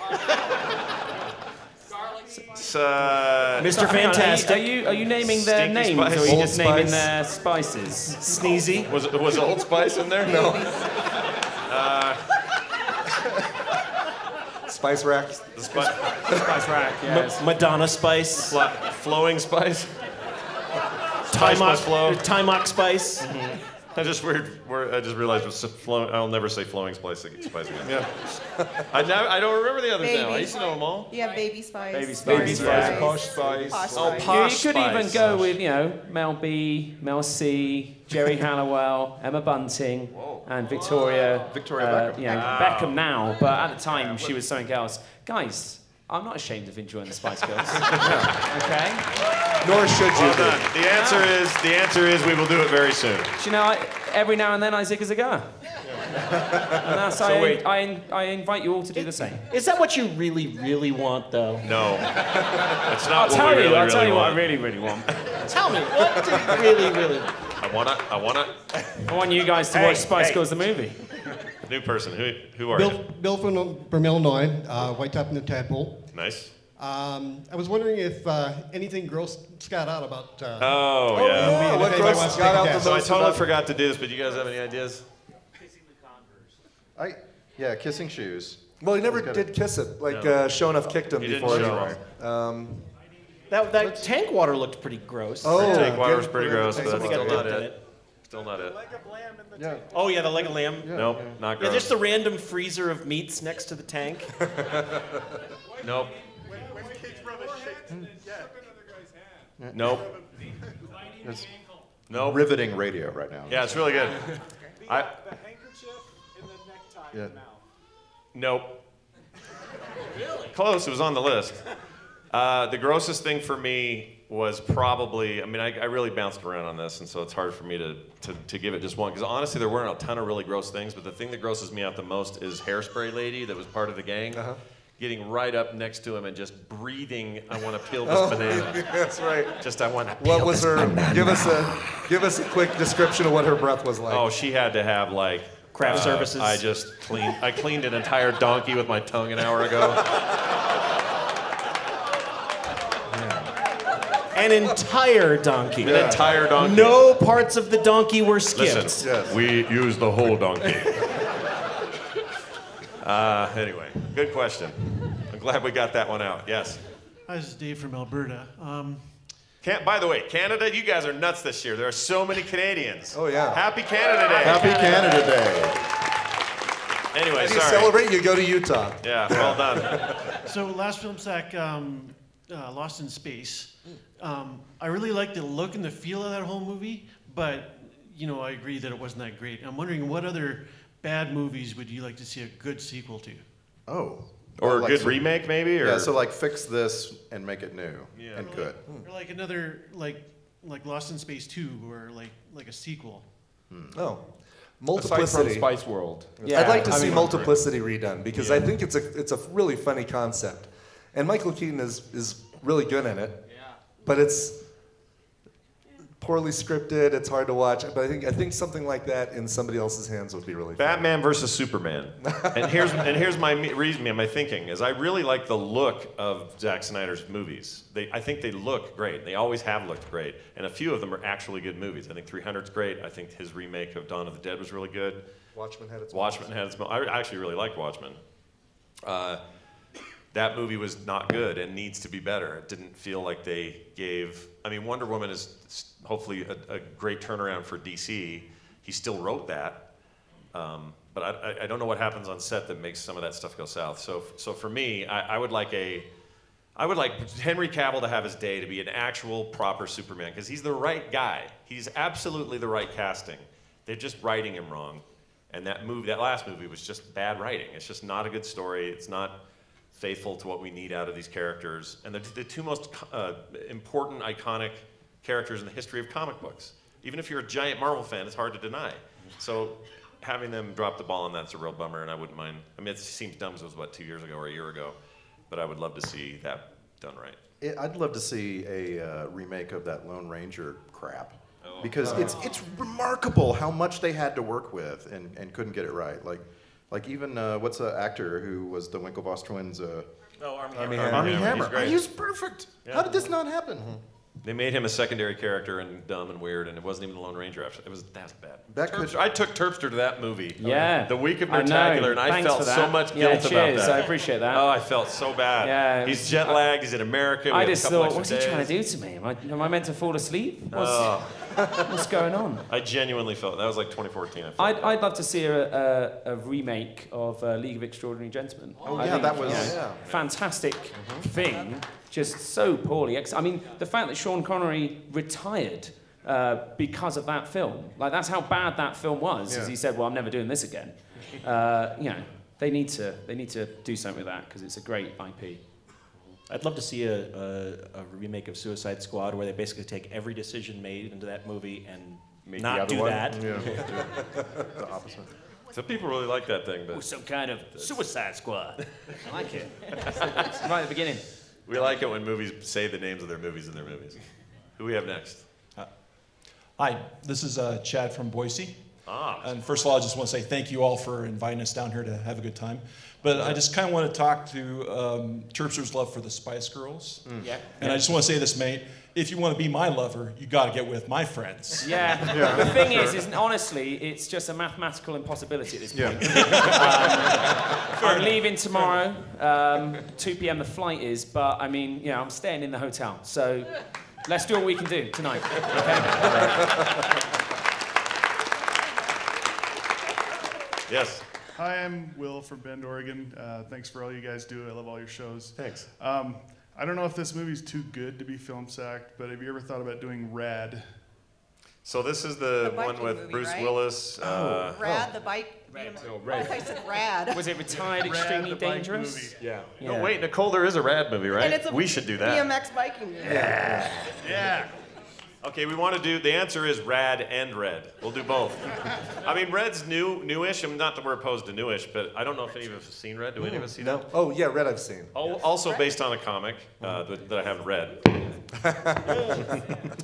[SPEAKER 1] S- uh,
[SPEAKER 26] Hang on, Are you, are you, are you naming their
[SPEAKER 1] Stinky
[SPEAKER 26] names
[SPEAKER 1] Spice.
[SPEAKER 26] or are you
[SPEAKER 1] Old
[SPEAKER 26] just naming
[SPEAKER 1] Spice.
[SPEAKER 26] their spices?
[SPEAKER 10] Sneezy.
[SPEAKER 1] Was was Old Spice in there? No. Uh,
[SPEAKER 7] Spice Rack.
[SPEAKER 1] The spi-
[SPEAKER 26] Spice Rack.
[SPEAKER 10] Ma- Madonna Spice.
[SPEAKER 1] flowing Spice. Spice
[SPEAKER 10] Timok,
[SPEAKER 1] must flow.
[SPEAKER 10] Timok Spice.
[SPEAKER 1] Mm-hmm. I just weird. word- I just realized it's flow, I'll never say flowing spice spice again. Yeah. I, now, I don't remember the others now. I used to know them all.
[SPEAKER 27] You have baby spice.
[SPEAKER 1] Baby Spice. Baby Spice, Posh Spice.
[SPEAKER 27] Posh
[SPEAKER 1] Oh,
[SPEAKER 27] Spice.
[SPEAKER 1] Posh
[SPEAKER 26] you could even
[SPEAKER 1] Spice.
[SPEAKER 26] go with, you know, Mel B, Mel C, Jerry Halliwell, Emma Bunting, and Victoria. Victoria
[SPEAKER 10] Beckham.
[SPEAKER 26] You know,
[SPEAKER 10] Wow.
[SPEAKER 26] Beckham now, but at the time she was something else. Guys, I'm not ashamed of enjoying the Spice Girls. okay?
[SPEAKER 7] Nor should you.
[SPEAKER 1] Well done. The answer is the answer is we will do it very soon.
[SPEAKER 26] Do you know, I, every now and then I zig a ziggar. and that's,
[SPEAKER 10] So
[SPEAKER 26] I,
[SPEAKER 10] wait.
[SPEAKER 26] I, I invite you all to do the same.
[SPEAKER 10] Is that what you really, really want, though?
[SPEAKER 1] No. It's
[SPEAKER 26] I'll
[SPEAKER 1] not what
[SPEAKER 26] tell
[SPEAKER 1] we
[SPEAKER 26] you,
[SPEAKER 1] really,
[SPEAKER 26] I'll
[SPEAKER 1] really
[SPEAKER 26] tell you
[SPEAKER 1] want.
[SPEAKER 26] what I really, really want.
[SPEAKER 10] Tell me, what do you really, really want?
[SPEAKER 1] I want to. I want to.
[SPEAKER 26] I want you guys to
[SPEAKER 1] Hey,
[SPEAKER 26] watch Spice
[SPEAKER 1] hey.
[SPEAKER 26] Girls the movie.
[SPEAKER 1] New person. Who who are you?
[SPEAKER 17] Bill, Bill from, from Illinois, uh, White Top in the Tadpole.
[SPEAKER 1] Nice.
[SPEAKER 17] Um, I was wondering if uh, anything gross got out about. Uh,
[SPEAKER 1] Oh, yeah.
[SPEAKER 17] movie and if anybody wants to take a guess.
[SPEAKER 1] So I totally forgot to do this, but you guys have any ideas?
[SPEAKER 5] I, yeah, kissing shoes.
[SPEAKER 7] Well, he never
[SPEAKER 5] He's got
[SPEAKER 7] did
[SPEAKER 5] it.
[SPEAKER 7] kiss it. Like
[SPEAKER 5] No.
[SPEAKER 7] uh, Shonuff kicked him
[SPEAKER 5] He didn't
[SPEAKER 7] before.
[SPEAKER 5] show
[SPEAKER 7] anyway. Um,
[SPEAKER 10] That, that tank water looked pretty gross.
[SPEAKER 7] Oh,
[SPEAKER 1] The tank water was
[SPEAKER 7] good.
[SPEAKER 1] pretty gross, but that's
[SPEAKER 10] Somebody got
[SPEAKER 1] still not
[SPEAKER 10] dipped in
[SPEAKER 1] it. Still not it.
[SPEAKER 17] Yeah.
[SPEAKER 10] Oh yeah, the leg of lamb.
[SPEAKER 1] Yeah. Nope, not
[SPEAKER 10] Yeah,
[SPEAKER 1] gross.
[SPEAKER 10] just the random freezer of meats next to the tank.
[SPEAKER 1] Nope.
[SPEAKER 5] Yeah.
[SPEAKER 1] Nope.
[SPEAKER 5] It's
[SPEAKER 1] No.
[SPEAKER 5] Riveting radio right now.
[SPEAKER 1] Yeah, it's really good. I
[SPEAKER 18] The handkerchief and the necktie
[SPEAKER 5] Yeah.
[SPEAKER 18] in the mouth.
[SPEAKER 1] nope. Close. It was on the list. Uh, the grossest thing for me was probably. I mean, I, I really bounced around on this, and so it's hard for me to to, to give it just one. Because honestly, there weren't a ton of really gross things, but the thing that grosses me out the most is hairspray lady that was part of the gang.
[SPEAKER 7] Uh-huh.
[SPEAKER 1] Getting right up next to him and just breathing, I want to peel this
[SPEAKER 7] Oh,
[SPEAKER 1] banana.
[SPEAKER 7] That's right.
[SPEAKER 1] Just I want to peel
[SPEAKER 7] What was
[SPEAKER 1] this
[SPEAKER 7] her? Give us a give us a quick description of what her breath was like.
[SPEAKER 1] Oh, she had to have like uh,
[SPEAKER 7] Craft services.
[SPEAKER 1] I just cleaned. I cleaned an entire donkey with my tongue an hour ago.
[SPEAKER 10] An entire donkey.
[SPEAKER 1] An entire donkey.
[SPEAKER 10] No parts of the donkey were skipped.
[SPEAKER 1] Listen, we use the whole donkey. uh, anyway, good question. I'm glad we got that one out. Yes.
[SPEAKER 19] Hi, this is Dave from Alberta. Um,
[SPEAKER 1] Can, by the way, Canada, you guys are nuts this year. There are so many Canadians.
[SPEAKER 7] Oh yeah.
[SPEAKER 1] Happy Canada Day.
[SPEAKER 5] Happy Canada Day.
[SPEAKER 1] Anyway,
[SPEAKER 7] If you
[SPEAKER 1] sorry.
[SPEAKER 7] celebrate, you go to Utah.
[SPEAKER 1] Yeah, well done.
[SPEAKER 19] So last film sack, um, uh, Lost in Space. Um, I really liked the look and the feel of that whole movie, but you know I agree that it wasn't that great. I'm wondering what other bad movies would you like to see a good sequel to?
[SPEAKER 5] Oh.
[SPEAKER 1] Or a
[SPEAKER 5] Like
[SPEAKER 1] good
[SPEAKER 5] some-
[SPEAKER 1] remake, maybe, or-
[SPEAKER 5] Yeah, so like fix this and make it new and
[SPEAKER 19] Or
[SPEAKER 5] good.
[SPEAKER 19] like- Or like another like like Lost in Space two, or like like a sequel.
[SPEAKER 7] Oh.
[SPEAKER 15] Aside
[SPEAKER 7] Multiplicity.
[SPEAKER 15] from Spice World.
[SPEAKER 7] Yeah, I'd like to
[SPEAKER 15] I
[SPEAKER 7] see
[SPEAKER 15] mean-
[SPEAKER 7] Multiplicity redone because I
[SPEAKER 15] Yeah.
[SPEAKER 7] think it's a it's a really funny concept, and Michael Keaton is is really good in it. Yeah. But it's poorly scripted. It's hard to watch. But I think I think something like that in somebody else's hands would be really. fun.
[SPEAKER 1] Batman versus Superman. And here's and here's my me- reason and my thinking is I really like the look of Zack Snyder's movies. They I think they look great. They always have looked great, and a few of them are actually good movies. I think 300's great. I think his remake of Dawn of the Dead was really good.
[SPEAKER 7] Watchmen had its
[SPEAKER 1] Watchmen had its. mo- I actually really like Watchmen. Uh, that movie was not good and needs to be better. It didn't feel like they gave. I mean, Wonder Woman is s- hopefully a, a great turnaround for DC. He still wrote that, um, but I, I- I don't know what happens on set that makes some of that stuff go south. So, so for me, I, I would like a. I would like Henry Cavill to have his day to be an actual proper Superman because he's the right guy. He's absolutely the right casting. They're just writing him wrong, and that movie, that last movie, was just bad writing. It's just not a good story. It's not faithful to what we need out of these characters. And the, the two most uh, important, iconic characters in the history of comic books. Even if you're a giant Marvel fan, it's hard to deny. So having them drop the ball on that's a real bummer, and I wouldn't mind. I mean, it seems dumb. 'cause It was what two years ago or a year ago, but I would love to see that done right.
[SPEAKER 5] It, I'd love to see a uh, remake of that Lone Ranger crap
[SPEAKER 1] Oh.
[SPEAKER 5] because
[SPEAKER 1] Uh.
[SPEAKER 5] it's it's remarkable how much they had to work with and, and couldn't get it right. Like like even uh, what's the actor who was the Winklevoss twins? Uh,
[SPEAKER 1] No, Oh, Army
[SPEAKER 5] Army
[SPEAKER 1] Hammer.
[SPEAKER 5] Hammer.
[SPEAKER 1] Armie Hammer, he's great.
[SPEAKER 5] He was perfect. How did this not happen?
[SPEAKER 1] They made him a secondary character and dumb and weird, and it wasn't even the Lone Ranger. After it was that's bad.
[SPEAKER 5] That
[SPEAKER 1] Terpster- I took Terpster to that movie.
[SPEAKER 26] Oh, Yeah.
[SPEAKER 1] The week of
[SPEAKER 26] I know.
[SPEAKER 1] Spectacular, and I
[SPEAKER 26] Thanks
[SPEAKER 1] felt
[SPEAKER 26] for that.
[SPEAKER 1] so much
[SPEAKER 26] Yeah,
[SPEAKER 1] guilt about
[SPEAKER 26] cheers.
[SPEAKER 1] that.
[SPEAKER 26] I appreciate that.
[SPEAKER 1] Oh, I felt so bad.
[SPEAKER 26] Yeah, it
[SPEAKER 1] he's
[SPEAKER 26] was-
[SPEAKER 1] jet lagged. He's in America. We
[SPEAKER 26] I
[SPEAKER 1] had a
[SPEAKER 26] just
[SPEAKER 1] couple
[SPEAKER 26] thought,
[SPEAKER 1] extra
[SPEAKER 26] what's he trying
[SPEAKER 1] days.
[SPEAKER 26] to do to me? Am I, am I meant to fall asleep? What's,
[SPEAKER 1] Oh.
[SPEAKER 26] what's going on?
[SPEAKER 1] I genuinely felt that was like 2014. I felt.
[SPEAKER 26] I'd, I'd love to see a, a, a remake of uh, League of Extraordinary Gentlemen.
[SPEAKER 5] Oh,
[SPEAKER 26] I
[SPEAKER 5] yeah,
[SPEAKER 26] think,
[SPEAKER 5] that was-
[SPEAKER 26] you
[SPEAKER 5] yeah. Mm-hmm.
[SPEAKER 26] fantastic thing. Just so poorly. Ex- I mean, the fact that Sean Connery retired uh, because of that film. Like that's how bad that film was. Is
[SPEAKER 14] Yeah.
[SPEAKER 26] he said, "Well, I'm never doing this again." Uh, you know, they need to they need to do something with that because it's a great IP.
[SPEAKER 4] I'd love to see a, a, a remake of Suicide Squad where they basically take every decision made into that movie and
[SPEAKER 1] Make the
[SPEAKER 4] not
[SPEAKER 1] other
[SPEAKER 4] do
[SPEAKER 1] one.
[SPEAKER 4] that.
[SPEAKER 1] Yeah. The opposite. Some people really like that thing, but
[SPEAKER 4] some kind of Suicide Squad.
[SPEAKER 26] I like it. right at the beginning.
[SPEAKER 1] we like it when movies say the names of their movies in their movies. Who we have next?
[SPEAKER 20] Hi, this is uh, Chad from Boise.
[SPEAKER 1] Ah.
[SPEAKER 20] And first of all, I just want to say thank you all for inviting us down here to have a good time. But I just kind of want to talk to um, Terpster's love for the Spice Girls.
[SPEAKER 1] Hmm. Mm.
[SPEAKER 26] Yeah.
[SPEAKER 20] And I just want to say this, mate. If you want to be my lover, you got to get with my friends.
[SPEAKER 26] Yeah. The thing is, is honestly, it's just a mathematical impossibility at this point. Um, I'm leaving tomorrow. Um, 2 p.m. the flight is, but I mean, you know, I'm staying in the hotel. So let's do what we can do tonight. Okay?
[SPEAKER 1] Yes.
[SPEAKER 14] Hi, I'm Will from Bend, Oregon. Uh, thanks for all you guys do. I love all your shows.
[SPEAKER 1] Thanks.
[SPEAKER 14] Um, I don't know if this movie's too good to be film sacked, but have you ever thought about doing Rad?
[SPEAKER 1] So this is the,
[SPEAKER 14] The
[SPEAKER 1] one
[SPEAKER 14] Viking
[SPEAKER 1] with
[SPEAKER 14] movie,
[SPEAKER 1] Bruce
[SPEAKER 14] right?
[SPEAKER 1] Willis.
[SPEAKER 14] Oh.
[SPEAKER 1] uh,
[SPEAKER 14] Rad,
[SPEAKER 27] the bike.
[SPEAKER 14] Rad.
[SPEAKER 27] Oh, I thought you said rad.
[SPEAKER 26] Was it retired
[SPEAKER 14] Rad,
[SPEAKER 26] extremely
[SPEAKER 14] the bike
[SPEAKER 20] uh,
[SPEAKER 26] dangerous?
[SPEAKER 14] movie. Yeah.
[SPEAKER 1] No, wait, Nicole, there is a rad movie, right?
[SPEAKER 27] And it's a
[SPEAKER 1] we should do that.
[SPEAKER 27] BMX biking. movie.
[SPEAKER 1] Yeah. Yeah. Okay, we want to do. The answer is rad and red. We'll do both. I mean, red's new, newish. I'm not that we're opposed to newish, but I don't know if any of us have seen red. Do any of us see
[SPEAKER 7] no.
[SPEAKER 1] that?
[SPEAKER 7] Oh yeah, Red I've seen.
[SPEAKER 1] Al- Also based on a comic uh, that, that I haven't read.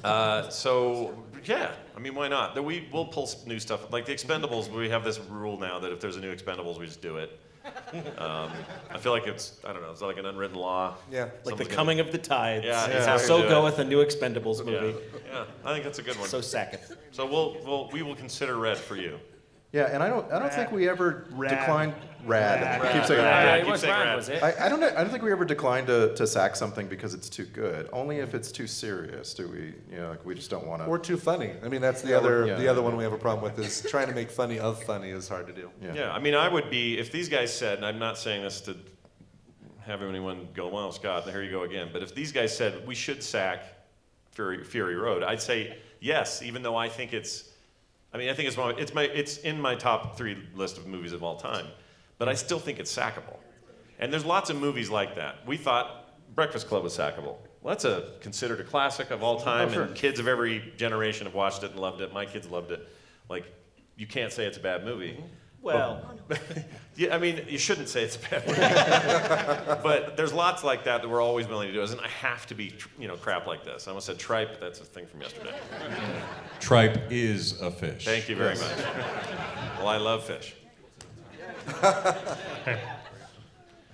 [SPEAKER 1] uh, so yeah, I mean, why not? Then We will pull s- new stuff like the Expendables. We have this rule now that if there's a new Expendables, we just do it. Um, I feel like it's I don't know. It's like an unwritten law.
[SPEAKER 4] Like
[SPEAKER 1] Someone's
[SPEAKER 4] the
[SPEAKER 1] gonna-
[SPEAKER 4] coming of the tides.
[SPEAKER 1] Yeah,
[SPEAKER 4] So-
[SPEAKER 1] exactly.
[SPEAKER 4] So
[SPEAKER 1] Do it.
[SPEAKER 4] goeth a new Expendables movie.
[SPEAKER 1] Yeah, I think that's a good one.
[SPEAKER 4] So second.
[SPEAKER 1] So we'll, we'll we will consider red for you.
[SPEAKER 5] Yeah, and I don't, I don't think we ever
[SPEAKER 14] Rad.
[SPEAKER 5] declined rad.
[SPEAKER 14] Rad.
[SPEAKER 5] I keep saying
[SPEAKER 14] Rad.
[SPEAKER 5] rad.
[SPEAKER 14] Yeah, it Keep was saying rad, rad. was it?
[SPEAKER 5] I, I don't, know- I don't think we ever declined to, to sack something because it's too good. Only if it's too serious do we, you know, like we just don't want to.
[SPEAKER 7] Or too funny. I mean, that's the
[SPEAKER 5] Yeah,
[SPEAKER 7] other
[SPEAKER 5] yeah.
[SPEAKER 7] the other one we have a problem with is trying to make funny of funny is hard to do.
[SPEAKER 1] Yeah. I mean, I would be if these guys said, and I'm not saying this to have anyone go, "Well, Scott, here you go again." But if these guys said we should sack Fury, Fury Road, I'd say yes, even though I think it's, I mean, I think it's one, of- it's my, it's in my top three list of movies of all time, but I still think it's sackable. And there's lots of movies like that. We thought Breakfast Club was sackable. Well, that's a considered a classic of all time,
[SPEAKER 5] Oh, sure.
[SPEAKER 1] and kids of every generation have watched it and loved it. My kids loved it. Like, you can't say it's a bad movie.
[SPEAKER 5] Mm-hmm.
[SPEAKER 4] Well-
[SPEAKER 1] Yeah, I mean, you shouldn't say it's bad. but there's lots like that that we're always willing to do. It doesn't have to be, you know, crap like this. I almost said tripe, but that's a thing from yesterday.
[SPEAKER 23] Tripe is a fish.
[SPEAKER 1] Thank you very
[SPEAKER 23] Yes.
[SPEAKER 1] much. well, I love fish.
[SPEAKER 25] Hey,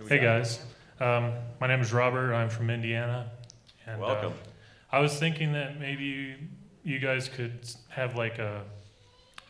[SPEAKER 25] hey guys. Um, my name is Robert. I'm from Indiana. And, uh,
[SPEAKER 1] Welcome.
[SPEAKER 25] I was thinking that maybe you, you guys could have like a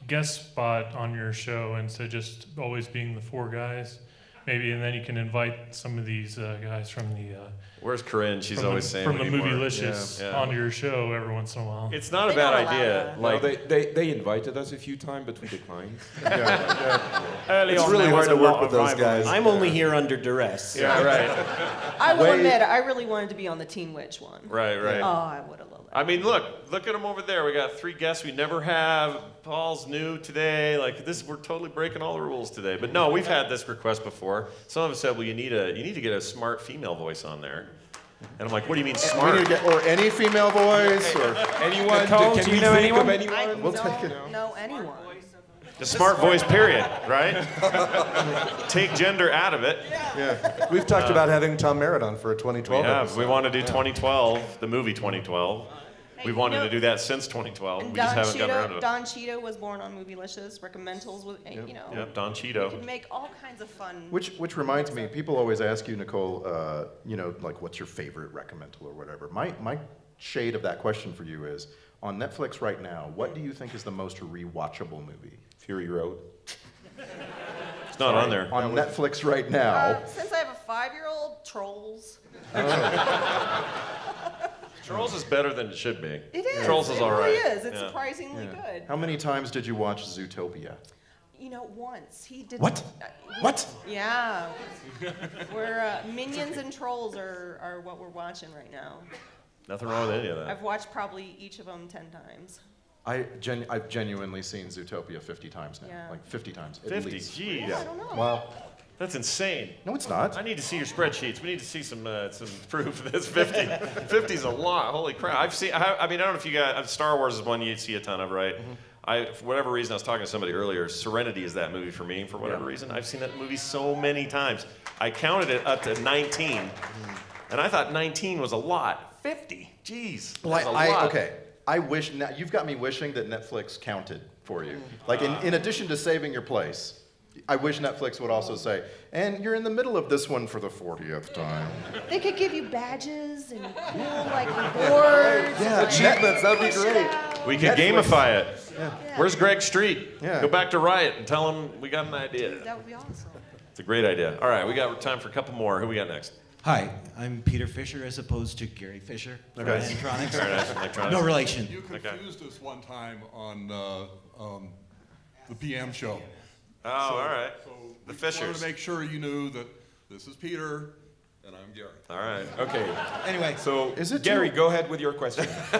[SPEAKER 25] guest spot on your show instead of just always being the four guys. Maybe, and then you can invite some of these uh, guys from the. Uh,
[SPEAKER 1] Where's Corinne? She's
[SPEAKER 25] from the-
[SPEAKER 1] always saying
[SPEAKER 25] From
[SPEAKER 1] we
[SPEAKER 25] the
[SPEAKER 1] need
[SPEAKER 25] movie
[SPEAKER 1] more.
[SPEAKER 25] Licious
[SPEAKER 1] Yeah, yeah.
[SPEAKER 25] onto your show every once in a while.
[SPEAKER 1] It's not a They bad don't allow idea. that.
[SPEAKER 15] Like
[SPEAKER 1] Like-
[SPEAKER 15] they, they, they invited us a few times, but we declined.
[SPEAKER 10] Early
[SPEAKER 7] It's on, really there hard was to a work lot with of those rivalry. guys.
[SPEAKER 4] I'm only here under duress.
[SPEAKER 1] Yeah, right.
[SPEAKER 27] I will
[SPEAKER 1] Way-
[SPEAKER 27] admit, I really wanted to be on the Teen Witch one.
[SPEAKER 1] Right, right.
[SPEAKER 27] Oh, I would have loved
[SPEAKER 1] I mean, look, look at them over there. We got three guests we never have. Paul's new today. Like this, we're totally breaking all the rules today. But no, we've had this request before. Some of us said, "Well, you need a, you need to get a smart female voice on there." And I'm like, "What do you mean
[SPEAKER 5] We
[SPEAKER 1] smart?"
[SPEAKER 5] need to get, or any female voice, or
[SPEAKER 15] anyone. Nicole,
[SPEAKER 1] do you know anyone?
[SPEAKER 27] I
[SPEAKER 5] We'll
[SPEAKER 27] don't
[SPEAKER 5] take it.
[SPEAKER 27] know anyone.
[SPEAKER 1] The smart voice, period. Right? Take gender out of it.
[SPEAKER 7] Yeah. We've talked
[SPEAKER 1] Uh,
[SPEAKER 7] about having Tom Merritt on for a
[SPEAKER 1] We
[SPEAKER 7] 2012.
[SPEAKER 1] have.
[SPEAKER 7] episode.
[SPEAKER 1] We want to do 2012, the movie 2012. We wanted
[SPEAKER 27] you know-
[SPEAKER 1] to do that since 2012.
[SPEAKER 27] And
[SPEAKER 1] We just
[SPEAKER 27] Don
[SPEAKER 1] haven't gotten around to
[SPEAKER 27] Cheeto,
[SPEAKER 1] it.
[SPEAKER 27] Don Cheeto was born on Movielicious. Recommendals with, you know.
[SPEAKER 5] yep,
[SPEAKER 1] Don
[SPEAKER 27] You
[SPEAKER 1] Cheeto.
[SPEAKER 27] could make all kinds of fun.
[SPEAKER 5] Which, which reminds me, people always ask you, Nicole, uh, you know, like, what's your favorite recommendal or whatever? My, my shade of that question for you is on Netflix right now, what do you think is the most rewatchable movie?
[SPEAKER 15] Fury Road.
[SPEAKER 1] It's not on there.
[SPEAKER 5] On
[SPEAKER 1] That
[SPEAKER 5] Netflix right
[SPEAKER 1] Oh.
[SPEAKER 5] now.
[SPEAKER 27] Uh, since I have a five-year-old, Trolls.
[SPEAKER 1] Trolls is better than it should be.
[SPEAKER 27] It is.
[SPEAKER 1] Trolls is
[SPEAKER 27] it
[SPEAKER 1] all right.
[SPEAKER 27] really is. It's
[SPEAKER 1] Yeah.
[SPEAKER 27] surprisingly good.
[SPEAKER 5] How many times did you watch Zootopia?
[SPEAKER 27] You know, once he did.
[SPEAKER 5] What?
[SPEAKER 27] uh,
[SPEAKER 5] What?
[SPEAKER 27] Yeah. we're uh, minions and trolls are, are what we're watching right now.
[SPEAKER 1] Nothing wrong with any of that.
[SPEAKER 27] I've watched probably each of them ten times.
[SPEAKER 5] I gen- I've genuinely seen Zootopia 50 times now.
[SPEAKER 27] Yeah.
[SPEAKER 5] Like 50 times at
[SPEAKER 1] 50,
[SPEAKER 5] least.
[SPEAKER 1] jeez.
[SPEAKER 27] Yeah, I don't know.
[SPEAKER 5] Wow.
[SPEAKER 1] That's insane.
[SPEAKER 5] No, it's not.
[SPEAKER 1] I need to see your spreadsheets. We need to see some uh, some proof of this. 50. 50 is a lot. Holy crap. I've seen, I, I mean, I don't know if you got, uh, Star Wars is one you see a ton of, right?
[SPEAKER 5] Mm-hmm.
[SPEAKER 1] I, for whatever reason, I was talking to somebody earlier. Serenity is that movie for me, for whatever
[SPEAKER 5] Yeah.
[SPEAKER 1] reason. I've seen that movie so many times. I counted it up to 19, and I thought 19 was a lot. 50, jeez.
[SPEAKER 5] Well, I,
[SPEAKER 1] that's a
[SPEAKER 5] I-
[SPEAKER 1] lot.
[SPEAKER 5] okay. I wish now you've got me wishing that Netflix counted for you. Like in, in addition to saving your place, I wish Netflix would also say, and you're in the middle of this one for the 40th time.
[SPEAKER 27] They could give you badges and cool like rewards.
[SPEAKER 5] Yeah,
[SPEAKER 27] like-
[SPEAKER 5] achievements, that'd be
[SPEAKER 27] great.
[SPEAKER 1] We could
[SPEAKER 5] Netflix.
[SPEAKER 1] gamify it. Where's Greg Street?
[SPEAKER 5] Yeah.
[SPEAKER 1] Go back to Riot and tell him we got an idea.
[SPEAKER 27] That would be awesome.
[SPEAKER 1] It's a great idea. All right, we got time for a couple more. Who we got next?
[SPEAKER 24] Hi, I'm Peter Fisher as opposed to Gary Fisher from
[SPEAKER 1] Okay.
[SPEAKER 24] Electronics.
[SPEAKER 1] Fair enough, Electronics.
[SPEAKER 24] No relation.
[SPEAKER 21] You confused us one time on uh, um, the PM show.
[SPEAKER 1] Oh, all right. The
[SPEAKER 21] I wanted
[SPEAKER 1] Fishers.
[SPEAKER 21] to make sure you knew that this is Peter and I'm Gary.
[SPEAKER 1] All right.
[SPEAKER 15] Okay.
[SPEAKER 24] Anyway.
[SPEAKER 15] So
[SPEAKER 24] Is it
[SPEAKER 15] Gary,
[SPEAKER 24] too-
[SPEAKER 15] go ahead with your question.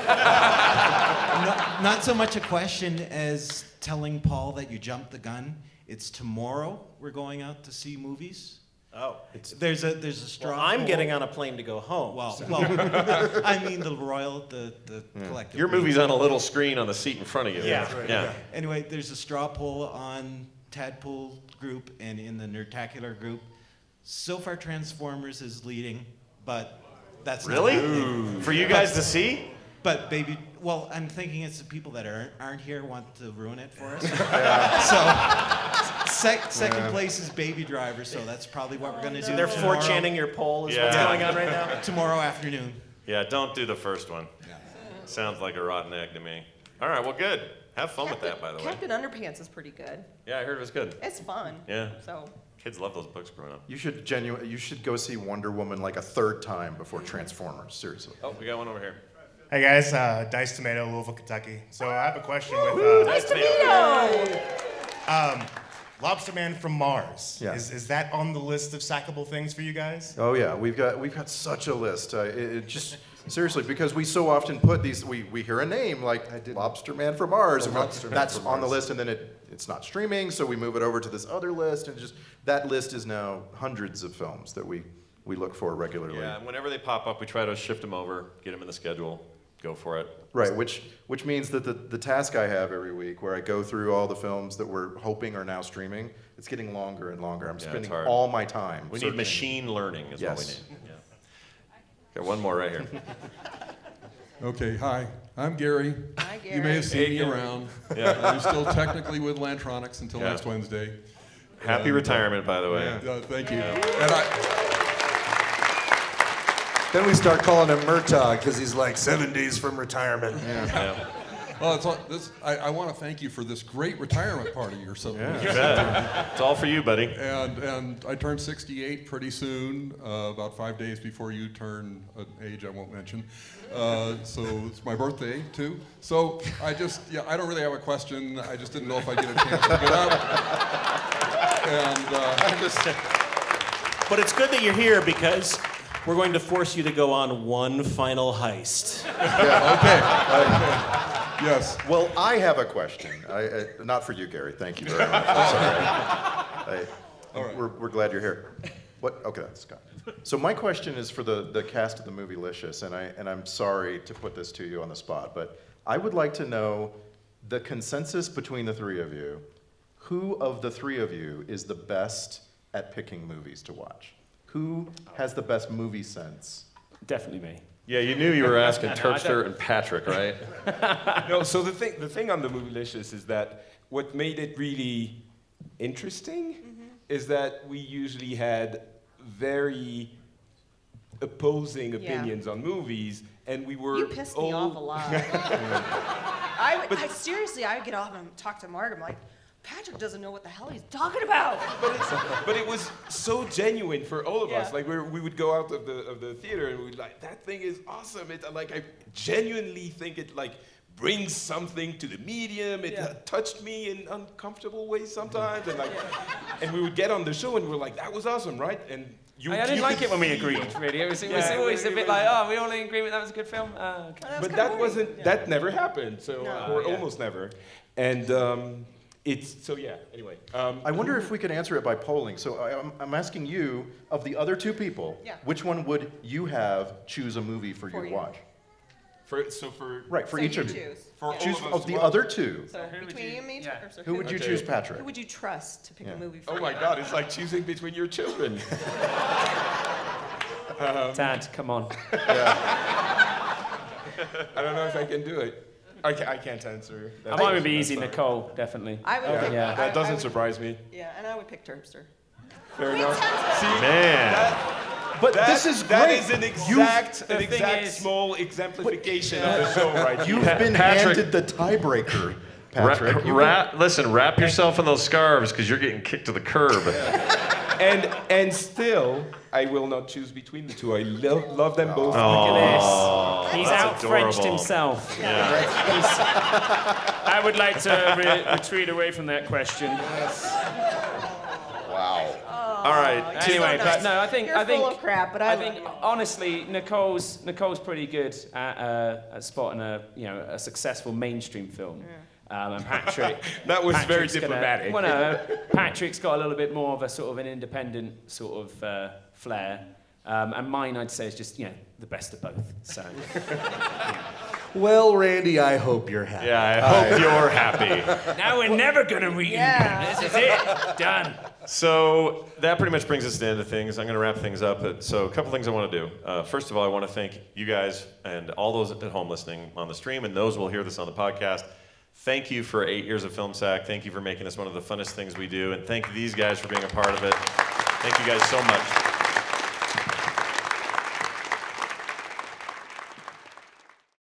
[SPEAKER 24] not, not so much a question as telling Paul that you jumped the gun. It's tomorrow we're going out to see movies.
[SPEAKER 4] Oh,
[SPEAKER 24] It's, there's a there's a straw.
[SPEAKER 4] Well, I'm getting on a plane to go home.
[SPEAKER 24] Well,
[SPEAKER 4] so-
[SPEAKER 24] well I mean the royal the the collective.
[SPEAKER 1] Hmm. Your movie's on a little screen on the seat in front of you.
[SPEAKER 24] Yeah.
[SPEAKER 1] Yeah.
[SPEAKER 24] Anyway, there's a straw poll on Tadpole group and in the Nerdtacular group. So far, Transformers is leading, but that's not
[SPEAKER 1] Really?
[SPEAKER 24] happening.
[SPEAKER 1] Ooh. For you guys
[SPEAKER 24] But-
[SPEAKER 1] to see?
[SPEAKER 24] But baby, well, I'm thinking it's the people that aren't, aren't here want to ruin it for us. So, sec- second Yeah. place is Baby Driver, so that's probably what we're gonna do.
[SPEAKER 4] They're
[SPEAKER 24] tomorrow.
[SPEAKER 4] 4channing your poll is
[SPEAKER 1] what's Yeah. going on
[SPEAKER 4] right now?
[SPEAKER 24] Tomorrow afternoon.
[SPEAKER 1] Yeah, don't do the first one. Sounds like a rotten egg to me. All right, well, good. Have fun with that, by the way.
[SPEAKER 27] Captain Underpants is pretty good.
[SPEAKER 1] Yeah, I heard it was good.
[SPEAKER 27] It's fun.
[SPEAKER 1] Yeah.
[SPEAKER 27] So
[SPEAKER 1] Kids love those books growing up.
[SPEAKER 5] You should genu- You should go see Wonder Woman like a third time before Transformers. Seriously.
[SPEAKER 1] Oh, we got one over here.
[SPEAKER 11] Hey guys, uh, Dice Tomato, Louisville, Kentucky. So I have a question with uh,
[SPEAKER 1] Dice Tomato.
[SPEAKER 11] Um, Lobster Man from Mars. Is, is that on the list of sackable things for you guys?
[SPEAKER 5] Oh yeah, we've got we've got such a list. Uh, it, it just seriously because we so often put these. We, we hear a name like Lobster Man from Mars,
[SPEAKER 7] Oh,
[SPEAKER 5] and we're like,
[SPEAKER 7] Lobster Man
[SPEAKER 5] that's
[SPEAKER 7] from
[SPEAKER 5] on the
[SPEAKER 7] Mars.
[SPEAKER 5] list, and then it it's not streaming, so we move it over to this other list, and just that list is now hundreds of films that we we look for regularly.
[SPEAKER 1] Yeah, and whenever they pop up, we try to shift them over, get them in the schedule, go for it.
[SPEAKER 5] Right, which which means that the, the task I have every week, where I go through all the films that we're hoping are now streaming, it's getting longer and longer. I'm
[SPEAKER 1] it's
[SPEAKER 5] spending
[SPEAKER 1] hard.
[SPEAKER 5] all my time.
[SPEAKER 1] We need
[SPEAKER 5] searching.
[SPEAKER 1] machine learning is what we
[SPEAKER 5] Yes.
[SPEAKER 1] need. Got one more right here.
[SPEAKER 21] Okay, hi. I'm Gary.
[SPEAKER 27] Hi,
[SPEAKER 21] You may
[SPEAKER 27] Gary.
[SPEAKER 21] have seen
[SPEAKER 1] Hey,
[SPEAKER 21] me
[SPEAKER 1] Gary.
[SPEAKER 21] around.
[SPEAKER 1] Yeah.
[SPEAKER 21] I'm still technically with Lantronics until
[SPEAKER 1] Yeah.
[SPEAKER 21] next Wednesday.
[SPEAKER 1] Happy
[SPEAKER 21] And, uh,
[SPEAKER 1] retirement, by the way.
[SPEAKER 21] yeah, uh, thank you.
[SPEAKER 1] Yeah.
[SPEAKER 21] And I,
[SPEAKER 7] Then we start calling him Murtaugh because he's like seven days from retirement.
[SPEAKER 21] well, it's all, this, I, I want to thank you for this great retirement party or something.
[SPEAKER 1] Yeah. You bet. It's all for you, buddy.
[SPEAKER 21] And, and I turned 68 pretty soon, uh, about five days before you turn an age I won't mention. Uh, so it's my birthday, too. So I just, yeah, I don't really have a question. I just didn't know if I'd get a chance to get up. And uh,
[SPEAKER 4] But it's good that you're here because we're going to force you to go on one final heist.
[SPEAKER 21] yes.
[SPEAKER 5] Well, I have a question. I, I, not for you, Gary. Thank you very much. I'm sorry. I- we're, we're glad you're here. What? Okay, that's gone. So my question is for the, the cast of the movie Licious, and I and I'm sorry to put this to you on the spot, but I would like to know the consensus between the three of you. Who of the three of you is the best at picking movies to watch? Who has the best movie sense?
[SPEAKER 26] Definitely me.
[SPEAKER 1] Yeah, you knew you were asking
[SPEAKER 15] No, I
[SPEAKER 1] Terpster
[SPEAKER 15] don't-
[SPEAKER 1] and Patrick, right?
[SPEAKER 15] no, so the thing, the thing on the movie Licious is that what made it really interesting
[SPEAKER 27] Mm-hmm.
[SPEAKER 15] is that we usually had very opposing
[SPEAKER 27] Yeah.
[SPEAKER 15] opinions on movies, and we were
[SPEAKER 27] you pissed me
[SPEAKER 15] all-
[SPEAKER 27] off a lot. I, would- I seriously, I would get off and talk to Mark. I'm like, Patrick doesn't know what the hell he's talking about.
[SPEAKER 15] but it was so genuine for all of us.
[SPEAKER 27] Yeah.
[SPEAKER 15] Like we we would go out of the of the theater and we'd like that thing is awesome. It like I genuinely think it like brings something to the medium. It uh, touched me in uncomfortable ways
[SPEAKER 26] Mm-hmm.
[SPEAKER 15] sometimes, and like and we would get on the show and we're like that was awesome, right? And you
[SPEAKER 26] I, I didn't
[SPEAKER 15] you
[SPEAKER 26] like
[SPEAKER 15] could
[SPEAKER 26] it when we
[SPEAKER 15] feel-
[SPEAKER 26] agreed, really. It was, it was
[SPEAKER 15] Yeah,
[SPEAKER 26] always
[SPEAKER 15] we-
[SPEAKER 26] a
[SPEAKER 15] we-
[SPEAKER 26] bit like, oh, we all in agreement, that was a good film? Ah, okay.
[SPEAKER 15] but that wasn't that never happened. So uh,
[SPEAKER 26] No.
[SPEAKER 15] or
[SPEAKER 26] Yeah.
[SPEAKER 15] almost never, and. Um, it's so yeah. Anyway, um,
[SPEAKER 5] I wonder if we can answer it by polling. So I, I'm, I'm asking you, of the other two people,
[SPEAKER 15] Yeah.
[SPEAKER 5] which one would you have choose a movie for, you to watch?
[SPEAKER 15] For, so for
[SPEAKER 5] Right, for So each you of you.
[SPEAKER 27] choose.
[SPEAKER 15] For
[SPEAKER 27] Yeah.
[SPEAKER 15] all
[SPEAKER 5] Choose
[SPEAKER 15] of, us
[SPEAKER 5] of
[SPEAKER 15] to
[SPEAKER 5] the
[SPEAKER 15] watch.
[SPEAKER 5] other two.
[SPEAKER 27] So between you and me, Tucker, so
[SPEAKER 5] Who would you choose, Patrick?
[SPEAKER 27] Who would you trust to pick
[SPEAKER 5] Yeah.
[SPEAKER 27] a movie for?
[SPEAKER 15] Oh
[SPEAKER 27] you?
[SPEAKER 15] my God, it's like choosing between your children. um,
[SPEAKER 26] Dad, come on.
[SPEAKER 15] I don't know if I can do it. I, ca- I can't answer.
[SPEAKER 26] I might be easy, Nicole, definitely.
[SPEAKER 27] I would pick- I-
[SPEAKER 15] That
[SPEAKER 27] I
[SPEAKER 15] doesn't
[SPEAKER 27] would-
[SPEAKER 15] surprise me.
[SPEAKER 27] Yeah, and I would pick Terpster.
[SPEAKER 15] Fair enough. See,
[SPEAKER 1] Man.
[SPEAKER 15] that-
[SPEAKER 5] But
[SPEAKER 15] that-
[SPEAKER 5] this is
[SPEAKER 15] That
[SPEAKER 5] great.
[SPEAKER 15] is an
[SPEAKER 5] You've-
[SPEAKER 15] exact,
[SPEAKER 5] The
[SPEAKER 15] an
[SPEAKER 5] thing
[SPEAKER 15] exact
[SPEAKER 5] is-
[SPEAKER 15] small exemplification of the show right
[SPEAKER 5] You've
[SPEAKER 15] here.
[SPEAKER 5] been
[SPEAKER 1] Patrick-
[SPEAKER 5] handed the tiebreaker, Patrick.
[SPEAKER 1] Ra-
[SPEAKER 5] You
[SPEAKER 1] ra- listen, wrap yourself in those scarves because you're getting kicked to the curb.
[SPEAKER 15] and and still, I will not choose between the two. I love love them both.
[SPEAKER 1] Look at
[SPEAKER 26] this. He's out Frenched himself. He's- I would like to re- retreat away from that question.
[SPEAKER 5] Wow.
[SPEAKER 1] All right. two-
[SPEAKER 26] Anyway, but no, I think
[SPEAKER 27] You're
[SPEAKER 26] I think
[SPEAKER 27] full of crap, but I love
[SPEAKER 26] think honestly, Nicole's Nicole's pretty good at, uh, at spotting a you know a successful mainstream film. Um, and Patrick,
[SPEAKER 15] That was very
[SPEAKER 26] Patrick's gonna-
[SPEAKER 15] diplomatic.
[SPEAKER 26] well, no, Patrick's got a little bit more of a sort of an independent sort of uh, flair, um, and mine I'd say is just you know the best of both. So
[SPEAKER 7] Well, Randy, I hope you're happy.
[SPEAKER 1] Yeah, I hope you're happy.
[SPEAKER 26] now we're never gonna reunite. This is it. Done.
[SPEAKER 1] So that pretty much brings us to the end of things. I'm going to wrap things up. but- So a couple things I want to do. Uh, first of all, I want to thank you guys and all those at home listening on the stream, and those will hear this on the podcast. Thank you for eight years of Film Sack. Thank you for making this one of the funnest things we do, and thank these guys for being a part of it. Thank you guys so much.